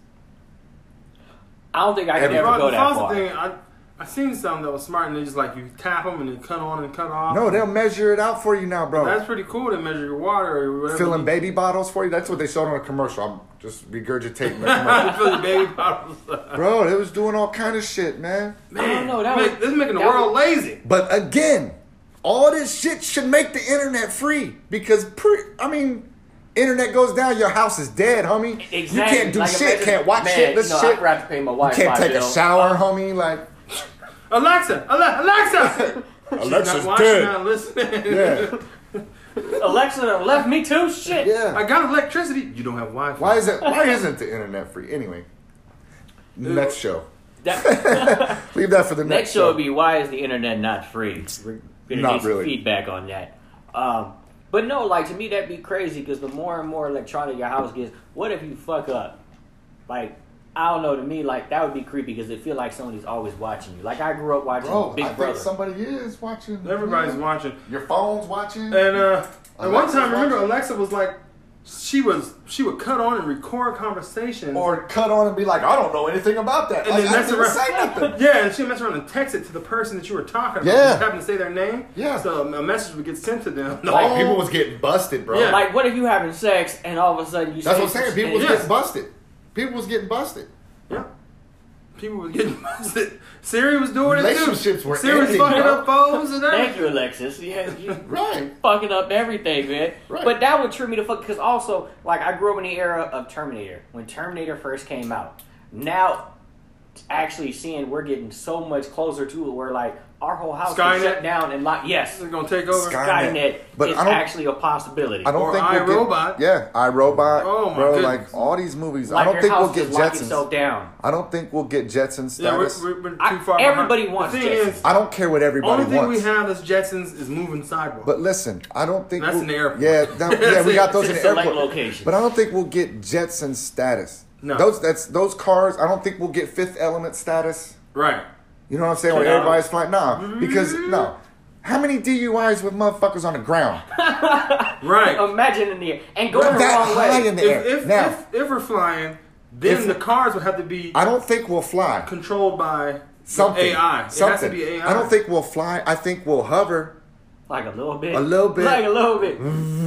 Speaker 1: I don't think I can
Speaker 2: Every-
Speaker 1: ever
Speaker 2: Never
Speaker 1: go
Speaker 3: Well, the
Speaker 1: that
Speaker 3: faucet
Speaker 1: far.
Speaker 3: thing, I I seen something that was smart, and they just like you tap them and they cut on and cut off.
Speaker 2: No, they'll measure it out for you now,
Speaker 3: that's
Speaker 2: bro.
Speaker 3: pretty cool to measure your water or whatever.
Speaker 2: Filling
Speaker 3: you-
Speaker 2: baby bottles for you. That's what they showed on a commercial. I'm just regurgitating the commercial.
Speaker 3: Fill your baby bottles. up.
Speaker 2: bro, they was doing all kind of shit, man.
Speaker 3: Man,
Speaker 1: know, that
Speaker 3: make-
Speaker 1: was-
Speaker 3: this is making the
Speaker 1: that
Speaker 3: world lazy.
Speaker 2: But again, all this shit should make the internet free because pre- I mean, internet goes down, your house is dead, homie. You can't do
Speaker 1: Like,
Speaker 2: shit,
Speaker 1: imagine-
Speaker 2: can't watch
Speaker 1: man,
Speaker 2: shit, listen
Speaker 1: no,
Speaker 2: shit.
Speaker 1: I'd rather pay my Uh,
Speaker 2: You
Speaker 1: wife.
Speaker 2: can't take a shower, homie. Like
Speaker 3: Alexa, Ale- Alexa. She's
Speaker 2: Alexa's
Speaker 3: not watching,
Speaker 2: dead.
Speaker 3: not listening.
Speaker 2: yeah,
Speaker 1: Alexa done left me too. Shit.
Speaker 2: yeah.
Speaker 3: I got electricity. You don't have Wi-Fi.
Speaker 2: Why is it? Why isn't the internet free anyway? Next show.
Speaker 1: That,
Speaker 2: Leave that for the next,
Speaker 1: next show would be why is the internet not free? We're gonna
Speaker 2: Not
Speaker 1: need some
Speaker 2: really.
Speaker 1: feedback on that. Um, but no, like to me that'd be crazy because the more and more electronic your house gets, what if you fuck up? Like I don't know. To me, like that would be creepy because it feel like somebody's always watching you. Like I grew up watching
Speaker 2: Bro,
Speaker 1: Big
Speaker 2: Oh, I
Speaker 1: Brother.
Speaker 2: think somebody is watching.
Speaker 3: Everybody's
Speaker 2: Yeah.
Speaker 3: watching.
Speaker 2: Your phone's watching.
Speaker 3: And uh, at one
Speaker 2: Alexa's
Speaker 3: time, remember
Speaker 2: watching.
Speaker 3: Alexa was like, she was she would cut on and record conversations.
Speaker 2: or cut on and be like, I don't know anything about that.
Speaker 3: And
Speaker 2: Like,
Speaker 3: then
Speaker 2: I
Speaker 3: mess
Speaker 2: didn't
Speaker 3: around.
Speaker 2: say nothing.
Speaker 3: yeah, and she would mess around and text it to the person that you were talking about.
Speaker 2: Yeah.
Speaker 3: You happened to say their name.
Speaker 2: Yeah.
Speaker 3: So a message would get sent to them.
Speaker 2: Like, people was getting busted, bro.
Speaker 3: Yeah.
Speaker 1: Like what if you having sex and all of a sudden you?
Speaker 2: That's
Speaker 1: say
Speaker 2: what I'm saying.
Speaker 1: some
Speaker 2: People was
Speaker 1: shit-
Speaker 3: Yeah.
Speaker 2: getting busted. People was getting busted.
Speaker 3: yeah. People were getting busted. Siri was doing it too.
Speaker 2: Relationships were
Speaker 3: Siri was
Speaker 2: ending,
Speaker 3: fucking
Speaker 2: bro.
Speaker 3: up phones and
Speaker 1: Thank
Speaker 3: everything.
Speaker 1: you, Alexis. Yeah, you-
Speaker 2: Right.
Speaker 1: fucking up everything, man.
Speaker 2: Right.
Speaker 1: But that would trip me to fuck because also, like, I grew up in the era of Terminator when Terminator first came out. Now, actually seeing we're getting so much closer to it, where like our whole house
Speaker 3: Skynet?
Speaker 1: is shut down and like, yes,
Speaker 3: They're gonna take over.
Speaker 2: Sky- Skynet.
Speaker 1: Skynet
Speaker 2: But
Speaker 1: is
Speaker 2: I don't-
Speaker 1: actually a possibility.
Speaker 2: I don't
Speaker 3: Or
Speaker 2: think we'll get-
Speaker 3: iRobot.
Speaker 2: Yeah, iRobot.
Speaker 3: Oh, my
Speaker 2: bro,
Speaker 3: goodness.
Speaker 2: like all these movies.
Speaker 1: like
Speaker 2: I don't
Speaker 1: your
Speaker 2: think
Speaker 1: house
Speaker 2: we'll get
Speaker 1: just lock
Speaker 2: Jetsons.
Speaker 1: itself down.
Speaker 2: I don't think we'll get Jetson
Speaker 3: yeah, we're,
Speaker 2: status.
Speaker 3: we're, we're too
Speaker 1: I-
Speaker 3: far.
Speaker 1: everybody
Speaker 3: behind.
Speaker 1: wants
Speaker 3: The thing
Speaker 1: Jetsons.
Speaker 3: is,
Speaker 2: I don't care what everybody
Speaker 3: only thing
Speaker 2: wants.
Speaker 3: we have that's Jetsons is moving sidewalk.
Speaker 2: But listen, I don't think
Speaker 3: That's
Speaker 2: we'll-
Speaker 3: in the airport.
Speaker 2: Yeah, that- yeah, we
Speaker 3: it.
Speaker 2: got those in
Speaker 1: It's
Speaker 2: the
Speaker 1: a select
Speaker 2: airport.
Speaker 1: location.
Speaker 2: But I don't think we'll get Jetson status.
Speaker 3: No.
Speaker 2: Those that's those cars. I don't think we'll get Fifth Element status.
Speaker 3: right.
Speaker 2: You know what I'm saying? Where
Speaker 1: Get out.
Speaker 2: everybody's flying. Nah, because no. How many DUIs with motherfuckers on the ground?
Speaker 3: Right.
Speaker 1: Imagine in the and going
Speaker 2: Not
Speaker 1: the
Speaker 2: that
Speaker 1: wrong
Speaker 2: high
Speaker 1: way.
Speaker 2: in the
Speaker 3: if,
Speaker 2: air.
Speaker 3: if,
Speaker 2: Now,
Speaker 3: if, if we're flying, then
Speaker 2: If-
Speaker 3: the cars would have to be
Speaker 2: I don't think we'll fly.
Speaker 3: controlled by
Speaker 2: Something.
Speaker 3: AI. It has to
Speaker 2: Something.
Speaker 3: be AI.
Speaker 2: I don't think we'll fly. I think we'll hover.
Speaker 1: like a little bit,
Speaker 2: A little bit. Mm-hmm.
Speaker 1: like a little bit,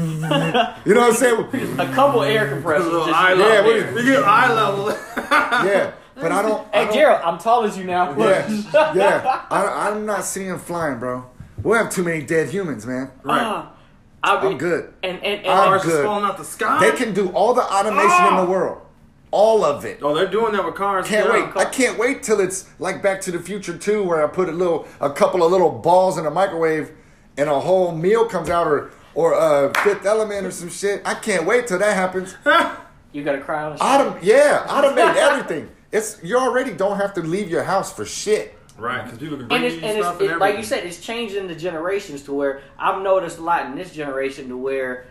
Speaker 2: You know what I'm saying?
Speaker 1: a couple air compressors.
Speaker 3: a little
Speaker 1: just-
Speaker 3: eye
Speaker 2: Yeah,
Speaker 3: level.
Speaker 2: we-
Speaker 3: you get eye level.
Speaker 2: Yeah, but I don't. I
Speaker 1: Hey
Speaker 2: don't-
Speaker 1: Gerald, I'm tall as you now.
Speaker 2: Yeah, yeah. I, I'm not seeing him flying, bro. We'll have too many dead humans, man.
Speaker 3: right.
Speaker 1: I'll be,
Speaker 2: I'm good.
Speaker 1: And and, and
Speaker 2: I'm
Speaker 3: Cars
Speaker 2: good.
Speaker 3: just falling out the sky.
Speaker 2: They can do all the automation in the world, all of it.
Speaker 3: Oh, they're doing that with cars.
Speaker 2: Can't
Speaker 3: now.
Speaker 2: wait! I can't wait till it's like Back to the Future too, where I put a little, a couple of little balls in a microwave, and a whole meal comes out, or or uh, Fifth Element or some shit. I can't wait till that happens.
Speaker 1: you gotta cry on the
Speaker 2: Autom- yeah, automate everything. It's you already don't have to leave your house for shit.
Speaker 3: Right, because people can bring
Speaker 1: and it's,
Speaker 3: you
Speaker 1: and
Speaker 3: stuff
Speaker 1: it's
Speaker 3: and
Speaker 1: it,
Speaker 3: everything.
Speaker 1: like you said, it's changing the generations to where I've noticed a lot in this generation to where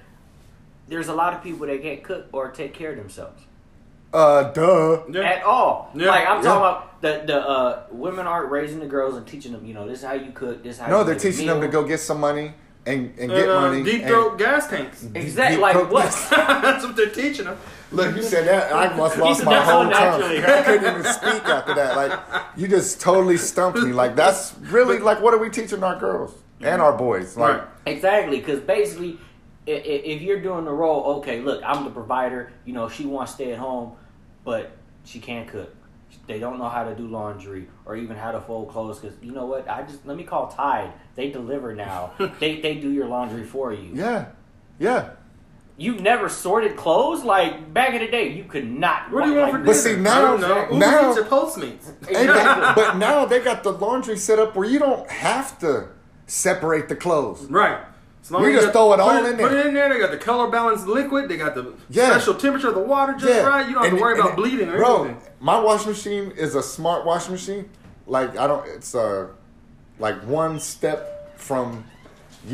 Speaker 1: there's a lot of people that can't cook or take care of themselves
Speaker 2: Uh, duh.
Speaker 3: Yeah.
Speaker 1: at all.
Speaker 3: Yeah.
Speaker 1: Like I'm
Speaker 2: Yeah.
Speaker 1: talking about the the uh, women aren't raising the girls and teaching them. You know, this is how you cook. This is how
Speaker 2: No,
Speaker 1: you
Speaker 2: they're
Speaker 1: make a
Speaker 2: teaching them to
Speaker 1: meal.
Speaker 2: go get some money and, and get
Speaker 3: And, uh,
Speaker 2: money. and-
Speaker 3: deep
Speaker 2: Mm.
Speaker 3: throat gas tanks.
Speaker 1: Exactly.
Speaker 2: deep
Speaker 1: Like
Speaker 2: cook-
Speaker 1: what?
Speaker 3: That's what they're teaching them.
Speaker 2: Look, you said that. I must lost my
Speaker 1: That's
Speaker 2: whole
Speaker 1: so
Speaker 2: tongue.
Speaker 1: naturally,
Speaker 2: I couldn't even speak after that. Like, you just totally stumped me. Like, that's really like, what are we teaching our girls and our boys? Like,
Speaker 3: Right.
Speaker 1: Exactly, because basically, i- i- if you're doing the role, okay, look, I'm the provider. You know, she wants to stay at home. but she can't cook. They don't know how to do laundry or even how to fold clothes because you know what? I just let me call Tide. They deliver now. they they do your laundry for you.
Speaker 2: Yeah, yeah.
Speaker 1: You never sorted clothes like back in the day. You could not.
Speaker 3: What do you want for
Speaker 1: like-
Speaker 2: But
Speaker 3: dinner?
Speaker 2: see, now-
Speaker 3: I don't know. Uber
Speaker 2: now-
Speaker 3: Eats or Postmates.
Speaker 2: And
Speaker 1: Exactly.
Speaker 2: they- but now they got the laundry set up where you don't have to separate the clothes.
Speaker 3: Right. As long
Speaker 2: We
Speaker 3: as you
Speaker 2: just
Speaker 3: got-
Speaker 2: throw it
Speaker 3: put
Speaker 2: all in
Speaker 3: Put
Speaker 2: there.
Speaker 3: it in there. They got the color balanced liquid. They got the
Speaker 2: Yeah.
Speaker 3: special temperature of the water just right. You don't have
Speaker 2: And-
Speaker 3: to worry
Speaker 2: and-
Speaker 3: about bleeding or
Speaker 2: bro,
Speaker 3: anything.
Speaker 2: my washing machine is a smart washing machine. Like I don't, it's uh, like one step from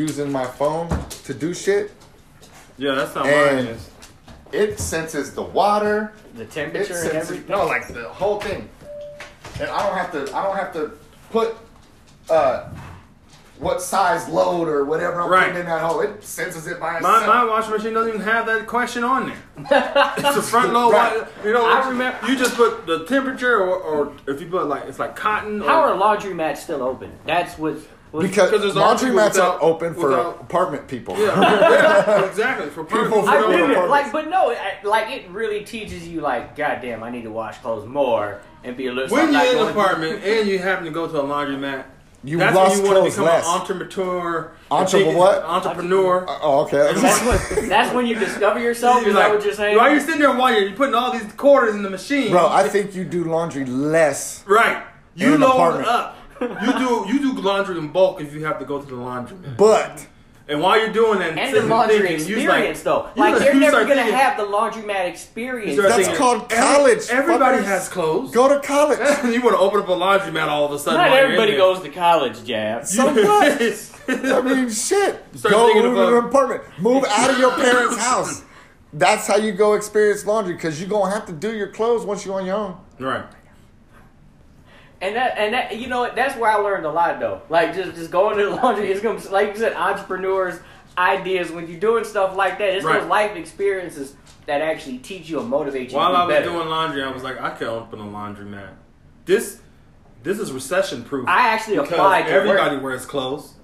Speaker 2: using my phone to do shit.
Speaker 3: Yeah, that's how
Speaker 2: And-
Speaker 3: mine is.
Speaker 2: It senses the water.
Speaker 1: the
Speaker 2: It
Speaker 1: temperature and
Speaker 2: senses
Speaker 1: everything.
Speaker 2: no, like the whole thing. And I don't have to. I don't have to put uh, what size load or whatever I'm
Speaker 3: Right.
Speaker 2: putting in that hole. It senses it by itself.
Speaker 3: My, my washing machine doesn't even have that question on there. it's a front load.
Speaker 2: Right.
Speaker 3: wa- You know,
Speaker 1: I remember-
Speaker 3: you just put the temperature, or, or if you put like it's like cotton.
Speaker 1: How
Speaker 3: or,
Speaker 1: are laundromats still open? That's what. what
Speaker 2: because
Speaker 3: 'Cause there's
Speaker 2: laundry mats
Speaker 3: articles
Speaker 2: are
Speaker 3: without-
Speaker 2: open for
Speaker 3: without-
Speaker 2: apartment people.
Speaker 3: yeah, exactly for
Speaker 2: People
Speaker 3: people.
Speaker 1: I
Speaker 2: No, no,
Speaker 1: knew
Speaker 2: no.
Speaker 1: it. Like, but no, I, like it really teaches you. Like, goddamn, I need to wash clothes more and be a little.
Speaker 3: When
Speaker 1: I'm
Speaker 3: you're
Speaker 1: not
Speaker 3: in an
Speaker 1: going to-
Speaker 3: apartment and you happen to go to a laundromat,
Speaker 2: You
Speaker 3: that's
Speaker 2: lost
Speaker 3: when you want to
Speaker 2: clothes
Speaker 3: become
Speaker 2: less.
Speaker 3: an entrepreneur.
Speaker 2: Entre-
Speaker 3: a big-
Speaker 2: what?
Speaker 3: Entrepreneur.
Speaker 2: Oh, okay.
Speaker 1: That's when, that's when you discover yourself. Is
Speaker 3: You're
Speaker 1: that what you're saying?
Speaker 3: Why are you sitting there while you're putting all these quarters in the machine?
Speaker 2: Bro, I think you do laundry less.
Speaker 3: right.
Speaker 2: In
Speaker 3: You
Speaker 2: an
Speaker 3: load
Speaker 2: apartment.
Speaker 3: up. You do you do laundry in bulk if you have to go to the laundromat.
Speaker 2: But
Speaker 3: And while you're doing that,
Speaker 1: and the
Speaker 3: sitting
Speaker 1: laundry
Speaker 3: thinking, you like-
Speaker 1: experience, though.
Speaker 3: you
Speaker 1: Like,
Speaker 3: start-
Speaker 1: you're
Speaker 3: you
Speaker 1: never
Speaker 3: start
Speaker 1: gonna
Speaker 3: thinking,
Speaker 1: have the laundromat experience.
Speaker 3: You start
Speaker 2: that's
Speaker 3: thinking,
Speaker 2: called
Speaker 3: "Every-
Speaker 2: college.
Speaker 3: Everybody
Speaker 2: fuckers.
Speaker 3: has clothes.
Speaker 2: Go to college.
Speaker 3: you want to open up a laundromat all of a sudden.
Speaker 1: Not
Speaker 3: while you're
Speaker 1: everybody
Speaker 3: in there.
Speaker 1: goes to college, Jab.
Speaker 2: So what? I mean, shit.
Speaker 3: Start
Speaker 2: Go
Speaker 3: thinking
Speaker 2: move to
Speaker 3: about-
Speaker 2: an apartment. Move out of your parents' house. That's how you go experience laundry because you're going to have to do your clothes once you're on your own.
Speaker 3: Right.
Speaker 1: And that, and that, you know, what? that's where I learned a lot, though. Like, just just going to the laundry, it's gonna, like you said, entrepreneurs' ideas. When you're doing stuff like that, it's
Speaker 3: Right.
Speaker 1: those life experiences that actually teach you and motivate you.
Speaker 3: While
Speaker 1: to be
Speaker 3: I was
Speaker 1: better.
Speaker 3: doing laundry, I was like, I could open a laundromat. This this is recession proof.
Speaker 1: I actually
Speaker 3: because
Speaker 1: applied to
Speaker 3: everybody
Speaker 1: work.
Speaker 3: wears clothes.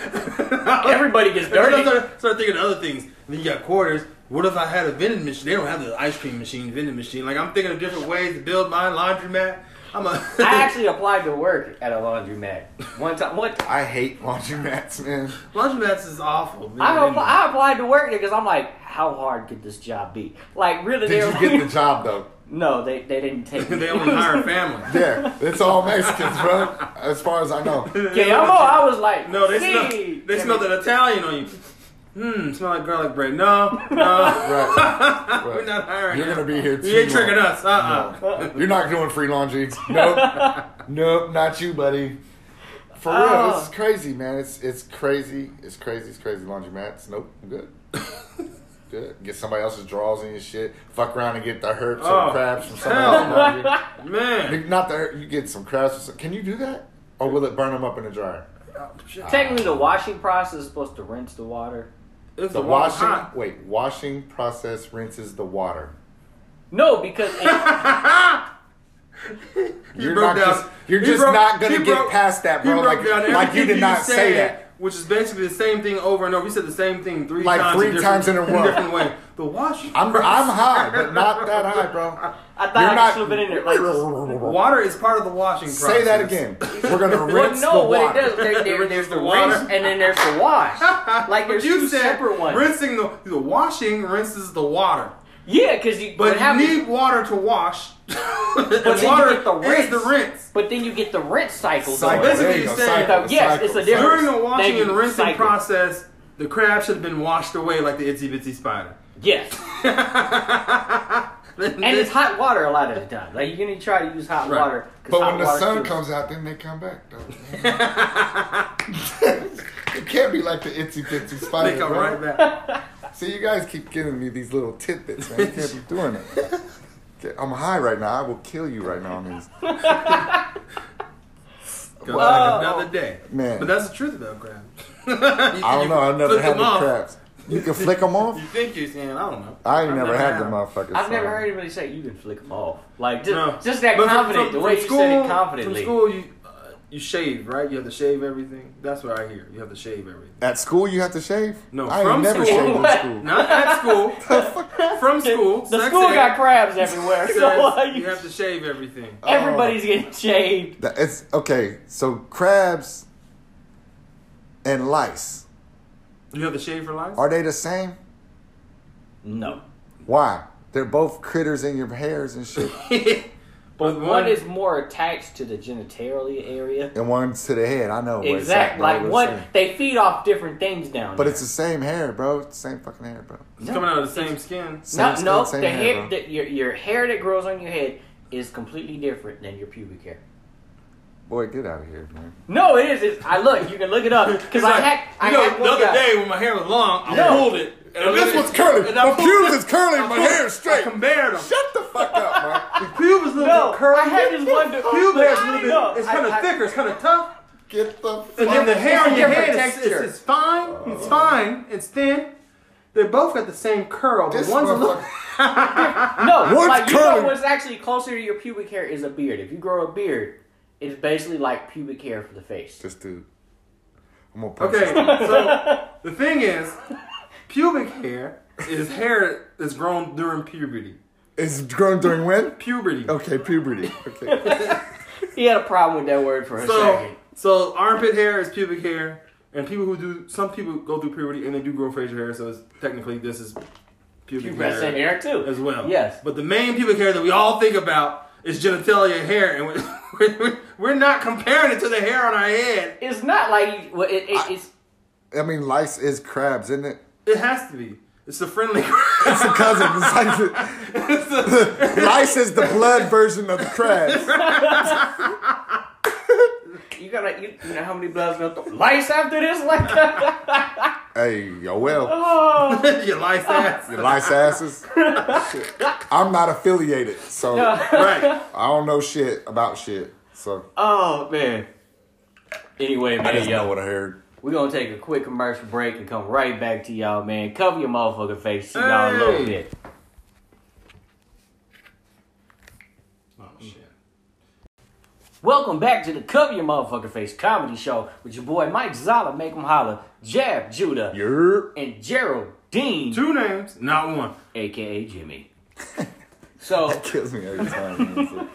Speaker 1: Everybody gets
Speaker 3: And then I
Speaker 1: dirty.
Speaker 3: started, started thinking of other things. Then you got quarters. What if I had a vending machine? They don't have the ice cream machine, vending machine. Like I'm thinking of different ways to build my laundromat. I'm a
Speaker 1: I actually applied to work at a laundromat one time. What
Speaker 2: I hate laundry mats, man.
Speaker 3: laundromats is awful.
Speaker 1: I, appl- I applied to work there because I'm like, how hard could this job be? Like, really, they
Speaker 2: Did
Speaker 1: were
Speaker 2: you get
Speaker 1: like,
Speaker 2: the job, though?
Speaker 1: no, they, they didn't take me.
Speaker 3: they only hire family.
Speaker 2: Yeah, it's all Mexicans, bro. As far as I know.
Speaker 1: Okay, I'm all- I was like,
Speaker 3: No, they
Speaker 1: see,
Speaker 3: smell. They
Speaker 1: Jimmy.
Speaker 3: smell that Italian on you. Hmm, smell like garlic bread. No, no,
Speaker 2: Right.
Speaker 3: we're not hiring.
Speaker 2: You're
Speaker 3: you.
Speaker 2: going to be here too.
Speaker 3: You ain't tricking
Speaker 2: long.
Speaker 3: us. Uh uh
Speaker 2: You're not doing free laundry. Nope. nope, not you, buddy. For real,
Speaker 1: Oh.
Speaker 2: this is crazy, man. It's it's crazy. It's crazy. It's crazy. Laundromats. Nope. I'm good. good. Get somebody else's drawers in your shit. Fuck around and get the herbs
Speaker 3: Oh,
Speaker 2: or crabs from
Speaker 3: hell
Speaker 2: somebody else's laundry.
Speaker 3: Man.
Speaker 2: Not the herb- you get some crabs. From some, can you do that, or will it burn them up in the dryer?
Speaker 1: Technically, the washing process is supposed to rinse the water.
Speaker 3: It's
Speaker 2: The
Speaker 3: a wash
Speaker 2: washing.
Speaker 3: hot.
Speaker 2: Wait, washing process rinses the water.
Speaker 1: No, because it,
Speaker 2: You're not
Speaker 3: broke down-
Speaker 2: just. You're
Speaker 3: he
Speaker 2: just
Speaker 3: broke-
Speaker 2: not gonna
Speaker 3: he
Speaker 2: get
Speaker 3: broke-
Speaker 2: past that,
Speaker 3: he
Speaker 2: bro.
Speaker 3: broke
Speaker 2: Like,
Speaker 3: down
Speaker 2: like you
Speaker 3: everything
Speaker 2: did not say
Speaker 3: said,
Speaker 2: that.
Speaker 3: Which is basically the same thing over and over. You said the same thing three
Speaker 2: Like
Speaker 3: times.
Speaker 2: three
Speaker 3: different-
Speaker 2: times in a row.
Speaker 3: different way. The washing.
Speaker 2: I'm I'm high, but not that high, bro.
Speaker 1: I thought
Speaker 2: You're
Speaker 1: I
Speaker 2: not-
Speaker 1: should have been in there. Like,
Speaker 3: Water is part of the washing process.
Speaker 2: Say that again. We're gonna
Speaker 1: well,
Speaker 2: rinse
Speaker 1: no,
Speaker 2: the
Speaker 1: what
Speaker 2: water.
Speaker 1: it does, there, there, there's
Speaker 3: Rinse
Speaker 1: the
Speaker 3: the water.
Speaker 1: rinse and then there's the wash. Like,
Speaker 3: But
Speaker 1: there's
Speaker 3: you
Speaker 1: two
Speaker 3: said
Speaker 1: separate ones.
Speaker 3: rinsing the, the washing rinses the water.
Speaker 1: yeah, because you, what
Speaker 3: But you
Speaker 1: happens-
Speaker 3: need water to wash. but
Speaker 1: then you
Speaker 3: water
Speaker 1: get the
Speaker 3: is
Speaker 1: rinse.
Speaker 3: the rinse.
Speaker 1: but then you get the rinse cycle.
Speaker 2: Cycle.
Speaker 1: going.
Speaker 3: Basically,
Speaker 2: There you
Speaker 3: you're
Speaker 2: go.
Speaker 3: saying-
Speaker 2: Cycle,
Speaker 1: Yes,
Speaker 2: cycle,
Speaker 1: it's a
Speaker 2: cycle.
Speaker 1: difference.
Speaker 3: During the washing
Speaker 1: Thank you.
Speaker 3: and rinsing
Speaker 1: Cycle.
Speaker 3: process, the crab should have been washed away like the itsy bitsy spider.
Speaker 1: Yes. And it's hot water a lot of the time. Like you're gonna try to use hot
Speaker 3: Right.
Speaker 1: water. 'cause
Speaker 2: But
Speaker 1: hot
Speaker 2: when the
Speaker 1: water
Speaker 2: sun
Speaker 1: kills.
Speaker 2: comes out, then they come back. Though. it can't be like the itsy bitsy
Speaker 3: They
Speaker 2: spider.
Speaker 3: come
Speaker 2: Bro.
Speaker 3: right back.
Speaker 2: See, you guys keep giving me these little tidbits, man. You can't be doing it. Okay, I'm high right now. I will kill you right now on these.
Speaker 3: Go
Speaker 1: Wow.
Speaker 3: back another day.
Speaker 2: Man.
Speaker 3: But that's the truth about crab.
Speaker 2: I don't know. I've never had the crabs. You can flick them off.
Speaker 3: You think you're saying, I don't know.
Speaker 2: I ain't
Speaker 3: I've
Speaker 2: never,
Speaker 3: never
Speaker 2: had
Speaker 3: had
Speaker 2: the
Speaker 3: 'em.
Speaker 2: motherfuckers.
Speaker 1: I've never
Speaker 2: so-
Speaker 1: heard anybody say you can flick them off. Like just,
Speaker 3: No.
Speaker 1: just that
Speaker 3: But from-
Speaker 1: confident, the
Speaker 3: from-
Speaker 1: way
Speaker 3: from
Speaker 1: you said it confidently.
Speaker 3: From school, you, uh, you shave, right? You have to shave everything. That's what I hear. You have to shave everything.
Speaker 2: At school, you have to shave.
Speaker 3: No,
Speaker 2: I
Speaker 3: from
Speaker 2: ain't never
Speaker 3: school.
Speaker 2: shaved
Speaker 1: What?
Speaker 2: in school.
Speaker 3: Not at school. From school.
Speaker 1: The
Speaker 3: sex
Speaker 1: school
Speaker 3: ed
Speaker 1: got crabs everywhere,
Speaker 3: says
Speaker 1: so like,
Speaker 3: you have to shave everything.
Speaker 2: Oh. Uh,
Speaker 1: everybody's getting shaved.
Speaker 2: Um, That- It's okay. So crabs and lice
Speaker 3: You have to shave for life.
Speaker 2: are they the same?
Speaker 1: No,
Speaker 2: Why? They're both critters in your hairs and shit,
Speaker 3: but
Speaker 1: one is more attached to the genitalia area.
Speaker 2: and one's to the head. I know where it's at,
Speaker 1: Exactly,
Speaker 2: bro.
Speaker 1: like
Speaker 2: We're the
Speaker 1: one,
Speaker 2: same.
Speaker 1: they feed off different things down
Speaker 2: But
Speaker 1: there.
Speaker 2: it's the same hair, bro. It's the same fucking hair, bro.
Speaker 3: it's coming out of the same skin.
Speaker 2: Same
Speaker 1: No,
Speaker 2: skin,
Speaker 1: no,
Speaker 2: same
Speaker 1: the
Speaker 2: hair,
Speaker 1: hair,
Speaker 2: bro.
Speaker 1: the, your your hair that grows on your head is completely different than your pubic hair.
Speaker 2: Boy, get out of here, man.
Speaker 1: No, it is. It's, I look. You can look it up because I had. I
Speaker 3: you know,
Speaker 1: had
Speaker 3: the
Speaker 1: one
Speaker 3: other
Speaker 1: guy.
Speaker 3: day when my hair was long, I
Speaker 1: No.
Speaker 3: pulled it. And
Speaker 2: This one's curly.
Speaker 3: and I
Speaker 2: My
Speaker 3: pulled
Speaker 2: pubes
Speaker 3: it.
Speaker 2: is curly.
Speaker 3: I
Speaker 2: My
Speaker 3: pulled-
Speaker 2: hair is straight.
Speaker 3: I compared them.
Speaker 2: Shut the fuck up, man.
Speaker 3: The pubes look
Speaker 1: No,
Speaker 3: curly.
Speaker 1: I had this one dude.
Speaker 3: Pube hair's a little bit.
Speaker 1: No,
Speaker 3: it's
Speaker 1: I-
Speaker 3: kind of
Speaker 1: I-
Speaker 3: thicker. It's kind of tough.
Speaker 2: Get the fuck
Speaker 3: And then the hair on your
Speaker 1: different
Speaker 3: head is,
Speaker 1: texture.
Speaker 3: is, is fine. It's fine. It's thin. They both got the same curl, but
Speaker 2: This
Speaker 3: one's a little.
Speaker 2: motherfucker-
Speaker 1: No,
Speaker 2: What's
Speaker 1: like you
Speaker 2: curly?
Speaker 1: know what's actually closer to your pubic hair is a beard. If you grow a beard, it's basically like pubic hair for the face.
Speaker 2: This dude. I'm gonna punch
Speaker 3: Okay,
Speaker 2: this dude.
Speaker 3: so the thing is, pubic hair is hair that's grown during puberty.
Speaker 2: It's grown during when?
Speaker 3: Puberty.
Speaker 2: Okay, puberty. Okay.
Speaker 1: He had a problem with that word for a
Speaker 3: So,
Speaker 1: second.
Speaker 3: so armpit hair is pubic hair, and people who do some people go through puberty and they do grow facial hair, so it's, technically this is pubic
Speaker 1: You
Speaker 3: hair,
Speaker 1: rest in hair too,
Speaker 3: as well.
Speaker 1: Yes,
Speaker 3: But the main pubic hair that we all think about is genitalia hair, and we're, we're, we're not comparing it to the hair on our head.
Speaker 1: it's not like well, it, it, it's.
Speaker 2: I mean, lice is crabs, isn't it?
Speaker 3: It has to be. It's the friendly.
Speaker 2: It's a cousin. It's like the- lice is the blood version of the crabs.
Speaker 1: You gotta. You, you know how many bloods gonna throw lice after this? Like,
Speaker 2: Hey, yo, well,
Speaker 1: oh.
Speaker 3: you lice ass.
Speaker 2: your lice asses. Shit. I'm not affiliated, so
Speaker 3: Right.
Speaker 2: I don't know shit about shit. So
Speaker 1: Oh man. Anyway,
Speaker 2: I
Speaker 1: man,
Speaker 2: just know
Speaker 1: yo,
Speaker 2: what I heard.
Speaker 1: we're gonna take a quick commercial break and come right back to y'all, man. Cover your motherfucking face, see y'all in a little
Speaker 3: Hey.
Speaker 1: bit.
Speaker 3: Oh shit.
Speaker 1: Welcome back to the Cover Your Motherfucking Face comedy show with your boy Mike Zoller, Make 'em Holler, Jab Judah,
Speaker 2: Yerp.
Speaker 1: and Geraldine,
Speaker 3: Two names, not one.
Speaker 1: aka Jimmy. so
Speaker 2: Kills me every time. man. So-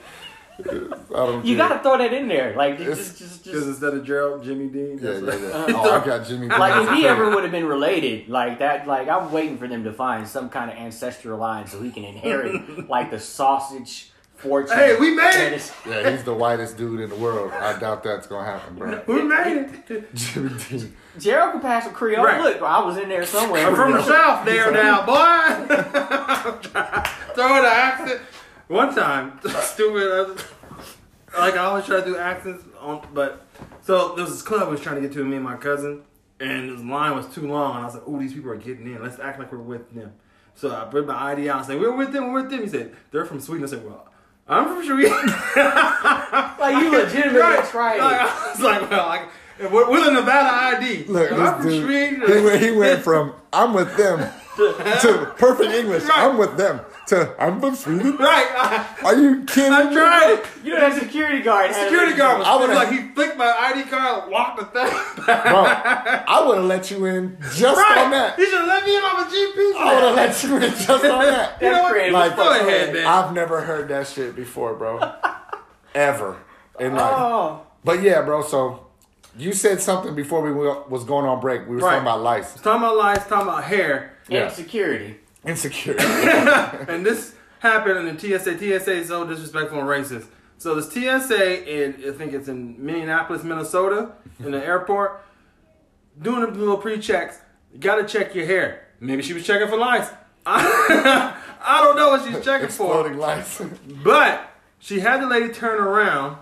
Speaker 2: I don't
Speaker 1: you
Speaker 2: care.
Speaker 1: gotta throw that in there, like
Speaker 2: It's-
Speaker 1: just, just,
Speaker 3: Because
Speaker 1: just.
Speaker 3: instead of Gerald, Jimmy Dean.
Speaker 2: Yeah,
Speaker 3: that's
Speaker 2: yeah,
Speaker 3: what-
Speaker 2: yeah. Oh, I got Jimmy.
Speaker 1: Like
Speaker 2: Blunt.
Speaker 1: if he ever would have been related like that, like I'm waiting for them to find some kind of ancestral line so he can inherit like the sausage fortune.
Speaker 3: Hey, we made
Speaker 1: that
Speaker 3: it!
Speaker 1: is-
Speaker 2: Yeah, he's the whitest dude in the world. I doubt that's gonna happen, bro.
Speaker 3: We made it.
Speaker 2: Jimmy D.
Speaker 1: Gerald can pass a Creole.
Speaker 3: Right.
Speaker 1: Look, I was in there somewhere.
Speaker 3: I'm from the south there now, boy. Throw in an accent. One time, stupid. I was- like I always try to do accents on, but so there was this club we was trying to get to, me and my cousin, and this line was too long. And I was like, "Oh, these people are getting in. Let's act like we're with them." So I put my ID out. I said, "We're with them. We're with them." He said, "They're from Sweden." I said, "Well, I'm from Sweden."
Speaker 1: Like you legitimately
Speaker 3: Right.
Speaker 1: tried it.
Speaker 3: Like, I was like, well, like, we're, we're the Nevada ID.
Speaker 2: Look,
Speaker 3: And
Speaker 2: this
Speaker 3: I'm from
Speaker 2: dude.
Speaker 3: Sweden.
Speaker 2: He went, he went from "I'm with them" to perfect English. I'm with them to "I'm from Sweden."
Speaker 3: Right, I,
Speaker 2: Are you kidding?
Speaker 3: I
Speaker 2: me?
Speaker 3: tried it.
Speaker 1: You know that security guard. had
Speaker 3: Security
Speaker 1: it.
Speaker 3: guard was
Speaker 2: I
Speaker 3: I
Speaker 2: would've-
Speaker 3: like he flicked my ID card, walked the thing back.
Speaker 2: bro. I would have let you in just on
Speaker 3: Right,
Speaker 2: that.
Speaker 3: he should have let me in on a GP.
Speaker 2: I would have let you in just on that.
Speaker 3: You know what?
Speaker 1: That's
Speaker 2: Like,
Speaker 3: Go ahead, man.
Speaker 2: I've never heard that shit before, bro. Ever in life.
Speaker 1: Oh,
Speaker 2: But yeah, bro. So you said something before we wa- was going on break. We were
Speaker 3: Right.
Speaker 2: talking about lice,
Speaker 3: talking about lies, talking about hair,
Speaker 2: Yeah.
Speaker 1: and security.
Speaker 2: insecurity.
Speaker 3: and this happened in the TSA. TSA is so disrespectful and racist. So this TSA, in I think it's in Minneapolis, Minnesota, in the airport, doing the little pre-checks. You gotta check your hair. Maybe she was checking for lice. I, I don't know what she's checking for.
Speaker 2: Exploding lice.
Speaker 3: But she had the lady turn around,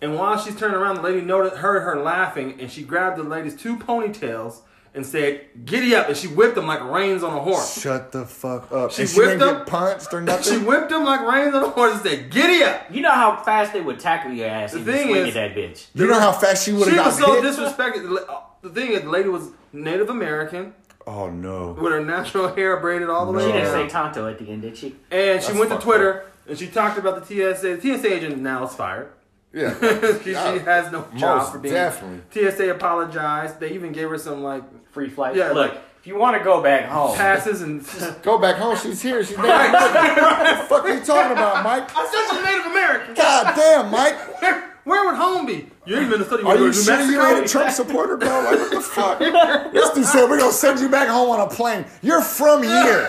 Speaker 3: and while she's turning around, the lady noted, heard her laughing, and she grabbed the lady's two ponytails and said, "Giddy up!" And she whipped them like reins on a horse.
Speaker 2: Shut the fuck up. She,
Speaker 3: She
Speaker 2: and she didn't
Speaker 3: whipped up-
Speaker 2: get punched or
Speaker 3: She
Speaker 2: nothing.
Speaker 3: whipped them like reins on a horse and said, "Giddy up!"
Speaker 1: You know how fast they would tackle your ass if you
Speaker 3: thing
Speaker 1: swing
Speaker 3: is-
Speaker 1: at that bitch.
Speaker 2: you know how fast she would
Speaker 3: She
Speaker 2: have got
Speaker 3: was so
Speaker 2: hit.
Speaker 3: disrespected. The la- The thing is, the lady was Native American
Speaker 2: oh no.
Speaker 3: with her natural hair braided all the
Speaker 1: She
Speaker 3: way
Speaker 1: didn't say
Speaker 3: down,
Speaker 1: Tonto at the end, did she?
Speaker 3: and
Speaker 2: That's
Speaker 3: she went to
Speaker 2: fucked
Speaker 3: Twitter and she talked about the TSA. The TSA agent now is fired.
Speaker 2: Yeah.
Speaker 3: 'Cause she
Speaker 2: Yeah.
Speaker 3: has no job
Speaker 2: Most
Speaker 3: for being.
Speaker 2: definitely.
Speaker 3: TSA apologized. They even gave her some like
Speaker 1: Free flight.
Speaker 3: Yeah,
Speaker 1: Look,
Speaker 3: like-
Speaker 1: if you want to go back
Speaker 2: Oh.
Speaker 1: home,
Speaker 3: passes and.
Speaker 2: Go back home. She's here. She's there. what the fuck are you talking about, Mike?
Speaker 3: I said she's Native American.
Speaker 2: God damn, Mike.
Speaker 3: Where would home be? You ain't Minnesota. You
Speaker 2: Are
Speaker 3: want
Speaker 2: you
Speaker 3: to New
Speaker 2: sure you ain't a
Speaker 3: Mexico?
Speaker 2: Trump supporter, bro? Like, what the fuck? This dude said we're gonna send you back home on a plane. You're from here.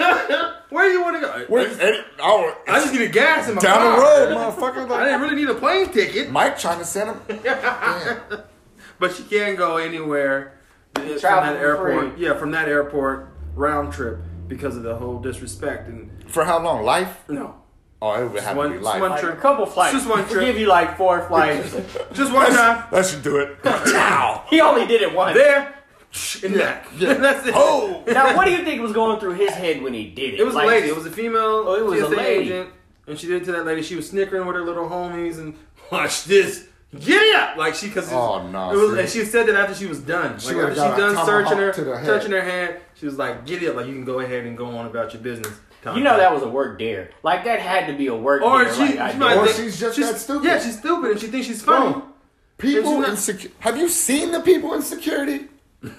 Speaker 3: Where you want to go?
Speaker 2: We're, and, oh,
Speaker 3: I just need a gas in my
Speaker 2: down
Speaker 3: car.
Speaker 2: the road, motherfucker.
Speaker 3: I
Speaker 2: Like,
Speaker 3: didn't really need a plane ticket,
Speaker 2: Mike trying to send him. Damn.
Speaker 3: but she can go anywhere from
Speaker 1: travel
Speaker 3: that
Speaker 1: for
Speaker 3: airport. Yeah, from that airport round trip because of the whole disrespect and
Speaker 2: For how long? Life?
Speaker 3: no.
Speaker 2: Oh, it would have
Speaker 3: One-
Speaker 2: to be life.
Speaker 3: one-
Speaker 1: like, a
Speaker 3: trip.
Speaker 1: couple flights.
Speaker 3: Just one
Speaker 1: We'll
Speaker 3: trip.
Speaker 1: give you like four flights.
Speaker 3: Just one time.
Speaker 2: That should do it. Ciao.
Speaker 1: he only did it once.
Speaker 3: There and back.
Speaker 2: yeah.
Speaker 3: That's it.
Speaker 2: Oh.
Speaker 1: Now, what do you think was going through his head when he did it?
Speaker 3: It was
Speaker 1: Like,
Speaker 3: a lady. It was a female
Speaker 1: Oh, it was a
Speaker 3: TSA
Speaker 1: lady.
Speaker 3: agent, and she did it to that lady. She was snickering with her little homies and watch this. Get up! Like she, cause it was-
Speaker 2: Oh, no,
Speaker 3: it was,
Speaker 2: see.
Speaker 3: and she said that after she was done,
Speaker 2: She
Speaker 3: like
Speaker 2: would've
Speaker 3: after she
Speaker 2: got a
Speaker 3: done
Speaker 2: tomahawk
Speaker 3: searching her,
Speaker 2: to the head.
Speaker 3: touching her hand, she was like, "Get up! Like you can go ahead and go on about your business."
Speaker 1: You know that was a work dare. Like that had to be a work
Speaker 3: Or
Speaker 1: dare.
Speaker 3: she,
Speaker 1: like,
Speaker 3: she
Speaker 1: I
Speaker 3: might
Speaker 1: did.
Speaker 2: Or
Speaker 3: think-
Speaker 2: she's just that stupid. Oh.
Speaker 3: Yeah, she's stupid, and she thinks she's funny.
Speaker 2: Bro, people
Speaker 3: It's not-
Speaker 2: in secu- Have you seen the people in security?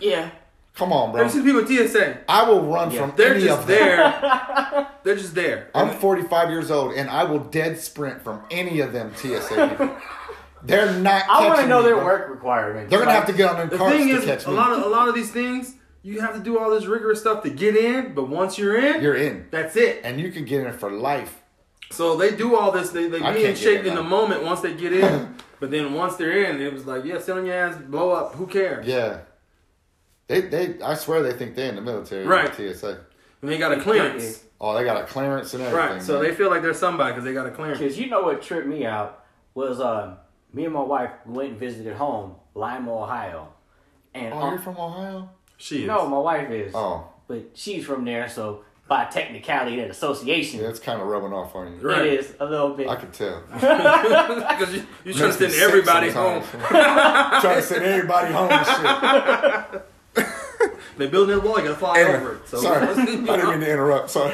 Speaker 1: yeah.
Speaker 2: Come on,
Speaker 3: Have
Speaker 2: bro.
Speaker 3: you seen people at TSA?
Speaker 2: I will run
Speaker 1: Yeah,
Speaker 2: from
Speaker 3: They're
Speaker 2: any
Speaker 3: just
Speaker 2: of them.
Speaker 3: there. They're just there.
Speaker 2: I'm 45 years old, and I will dead sprint from any of them TSA people. They're not.
Speaker 1: I want to
Speaker 2: catching
Speaker 1: know
Speaker 2: me,
Speaker 1: their
Speaker 2: bro.
Speaker 1: work requirements.
Speaker 2: They're gonna
Speaker 1: Like,
Speaker 2: have to get on their
Speaker 3: The
Speaker 2: carts
Speaker 3: thing
Speaker 2: to
Speaker 3: is,
Speaker 2: catch
Speaker 3: a
Speaker 2: me.
Speaker 3: lot of a lot of these things, you have to do all this rigorous stuff to get in. But once you're in,
Speaker 2: You're in,
Speaker 3: that's it.
Speaker 2: and you can get in for life.
Speaker 3: So they do all this. They they
Speaker 2: I
Speaker 3: be in
Speaker 2: can't get
Speaker 3: shape
Speaker 2: in
Speaker 3: in the
Speaker 2: now.
Speaker 3: moment once they get in. but then once they're in, it was like, yeah, sit on your ass, blow up. Who cares?
Speaker 2: Yeah. They, they, I swear they think they're in the military.
Speaker 3: Right.
Speaker 2: with TSA.
Speaker 3: And they got a clearance,
Speaker 2: Oh, they got a clearance and everything.
Speaker 3: right? So
Speaker 2: man.
Speaker 3: they feel like they're somebody because they got a clearance.
Speaker 1: Cause you know what tripped me out was um, me and my wife went and visited home, Lima, Ohio, and um,
Speaker 2: Oh, you're from Ohio?
Speaker 3: She is.
Speaker 1: no, my wife is,
Speaker 2: Oh,
Speaker 1: but she's from there, so by technicality, that association
Speaker 2: yeah, it's kind of rubbing off on you.
Speaker 3: Right.
Speaker 1: it is a little bit.
Speaker 2: I can tell.
Speaker 3: because you, you're trying to send everybody home.
Speaker 2: trying to send everybody home and shit.
Speaker 3: They're building that wall. You gotta fly over it. So
Speaker 2: Sorry, I didn't mean to interrupt. Sorry.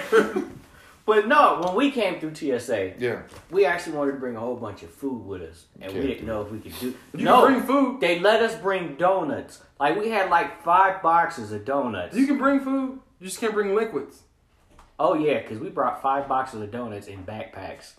Speaker 1: but no, when we came through TSA,
Speaker 2: Yeah.
Speaker 1: we actually wanted to bring a whole bunch of food with us, and we
Speaker 2: Can't
Speaker 1: didn't
Speaker 2: do
Speaker 1: know if we could do.
Speaker 3: you
Speaker 1: no,
Speaker 3: can bring food.
Speaker 1: they let us bring donuts. Like we had like five boxes of donuts.
Speaker 3: You can bring food. You just can't bring liquids.
Speaker 1: Oh yeah, because we brought five boxes of donuts in backpacks,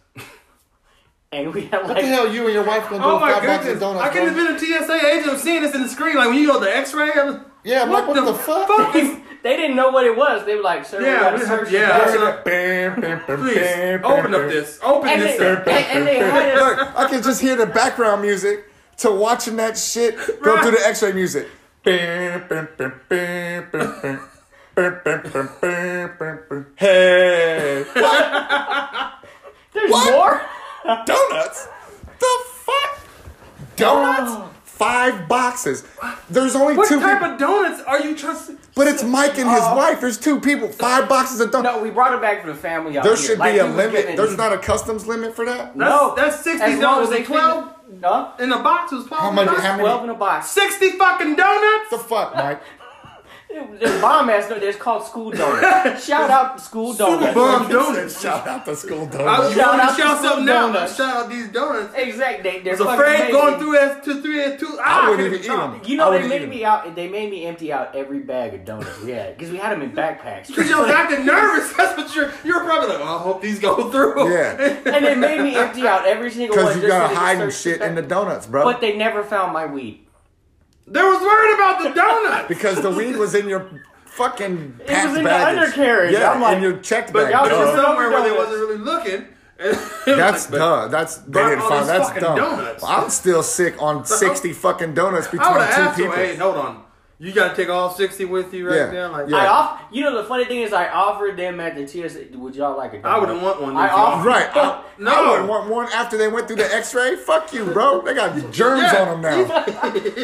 Speaker 1: and we had
Speaker 2: What the
Speaker 1: like
Speaker 2: hell you and your wife gonna do
Speaker 3: Oh
Speaker 2: with
Speaker 3: my
Speaker 2: five boxes of
Speaker 3: goodness!
Speaker 2: donuts?
Speaker 3: I could have
Speaker 2: bro?
Speaker 3: been a TSA agent. I'm seeing this in the screen. Like when you go to the X-ray. I'm,
Speaker 2: Yeah, I'm like, what the, fuck?
Speaker 3: is-
Speaker 1: they didn't know what it was. They were like, "Sir,
Speaker 3: Yeah,
Speaker 1: we
Speaker 3: we
Speaker 1: gotta
Speaker 3: have-
Speaker 1: search
Speaker 3: yeah.
Speaker 1: yeah."
Speaker 3: That's what
Speaker 2: Bam, bam, bam,
Speaker 3: Please
Speaker 2: bam, bam,
Speaker 3: open up
Speaker 2: bam.
Speaker 3: this. Open
Speaker 1: And
Speaker 3: this
Speaker 1: they,
Speaker 3: up.
Speaker 1: and, and they had us.
Speaker 2: Look, I can just hear the background music to watching that shit go through the X-ray music. Hey, what?
Speaker 1: There's
Speaker 2: What?
Speaker 1: more.
Speaker 2: donuts? The fuck? Donuts? Five boxes. There's only
Speaker 3: Oh. What
Speaker 2: two
Speaker 3: type
Speaker 2: people,
Speaker 3: of Oh. donuts are you trusting?
Speaker 2: but it's Mike and his wife. There's two people. Five boxes of donuts.
Speaker 1: No, we brought it back for the family. Out
Speaker 2: there
Speaker 1: here.
Speaker 2: should
Speaker 1: Like,
Speaker 2: be a
Speaker 1: we was
Speaker 2: limit.
Speaker 1: given-
Speaker 2: There's not a customs limit for that.
Speaker 3: That's,
Speaker 1: No.
Speaker 3: that's
Speaker 1: as
Speaker 3: sixty
Speaker 1: long as
Speaker 3: dollars.
Speaker 1: they
Speaker 3: And twelve
Speaker 1: twelve. No,
Speaker 3: in a box was twelve.
Speaker 2: How much?
Speaker 3: donuts?
Speaker 2: How many?
Speaker 1: twelve in a box.
Speaker 3: Sixty fucking donuts.
Speaker 2: the fuck, Mike?
Speaker 1: There's bomb ass. No, it's called school donuts. Shout out to school donuts.
Speaker 3: Bum donuts.
Speaker 2: Shout out to school
Speaker 3: I
Speaker 2: donuts.
Speaker 3: was
Speaker 1: Shout
Speaker 3: going
Speaker 1: out
Speaker 3: to
Speaker 1: to
Speaker 3: shout
Speaker 1: school
Speaker 3: something out.
Speaker 1: donuts.
Speaker 3: Shout out these donuts.
Speaker 1: Exactly. They, they're
Speaker 3: I was
Speaker 1: fucking
Speaker 3: afraid going
Speaker 1: amazing.
Speaker 3: through S two three S two.
Speaker 2: I
Speaker 3: Ah,
Speaker 2: wouldn't
Speaker 3: couldn't
Speaker 2: even eat 'em.
Speaker 1: You
Speaker 2: I
Speaker 1: know they
Speaker 2: wouldn't
Speaker 1: made
Speaker 2: eat
Speaker 1: me out. They made me empty out every bag of donuts. Yeah, because we had them in backpacks.
Speaker 3: Cause you're acting nervous. That's what you're. You're probably like, oh, I hope these go through.
Speaker 2: Yeah.
Speaker 1: and they made me empty out every single one.
Speaker 2: Because you
Speaker 1: just so
Speaker 2: gotta
Speaker 1: they could
Speaker 2: hide and
Speaker 1: search
Speaker 2: shit
Speaker 1: back.
Speaker 2: in the donuts, bro.
Speaker 1: But they never found my weed.
Speaker 3: They was worried about the donuts.
Speaker 2: because the weed was in your fucking
Speaker 1: It was
Speaker 2: packed
Speaker 1: in the
Speaker 2: baggage.
Speaker 1: undercarriage.
Speaker 2: Yeah,
Speaker 1: I'm like-
Speaker 2: in your checked
Speaker 1: But
Speaker 2: bag.
Speaker 1: y'all
Speaker 3: But it was
Speaker 1: Duh.
Speaker 2: dog.
Speaker 3: somewhere where they
Speaker 1: Donuts.
Speaker 3: wasn't really looking.
Speaker 2: That's
Speaker 3: But
Speaker 2: duh. That's they
Speaker 3: brought
Speaker 2: didn't
Speaker 3: all
Speaker 2: find.
Speaker 3: these
Speaker 2: That's
Speaker 3: fucking
Speaker 2: dumb.
Speaker 3: donuts.
Speaker 2: I'm still sick on sixty fucking donuts
Speaker 3: I would
Speaker 2: between
Speaker 3: have asked
Speaker 2: two
Speaker 3: him,
Speaker 2: people.
Speaker 3: hey, hold on. You gotta take all 60 with you right
Speaker 2: Yeah.
Speaker 3: now? Like, "Uh-uh,
Speaker 2: Yeah.
Speaker 1: I off. You know the funny thing is, I offered them at the TSA. Would y'all like a donut?
Speaker 3: I wouldn't want one.
Speaker 1: I
Speaker 3: if you-
Speaker 1: offered.
Speaker 2: Right. I,
Speaker 3: No.
Speaker 2: I wouldn't want one after they went through the X-ray. Fuck you, bro. They got germs
Speaker 3: Yeah.
Speaker 2: on them now.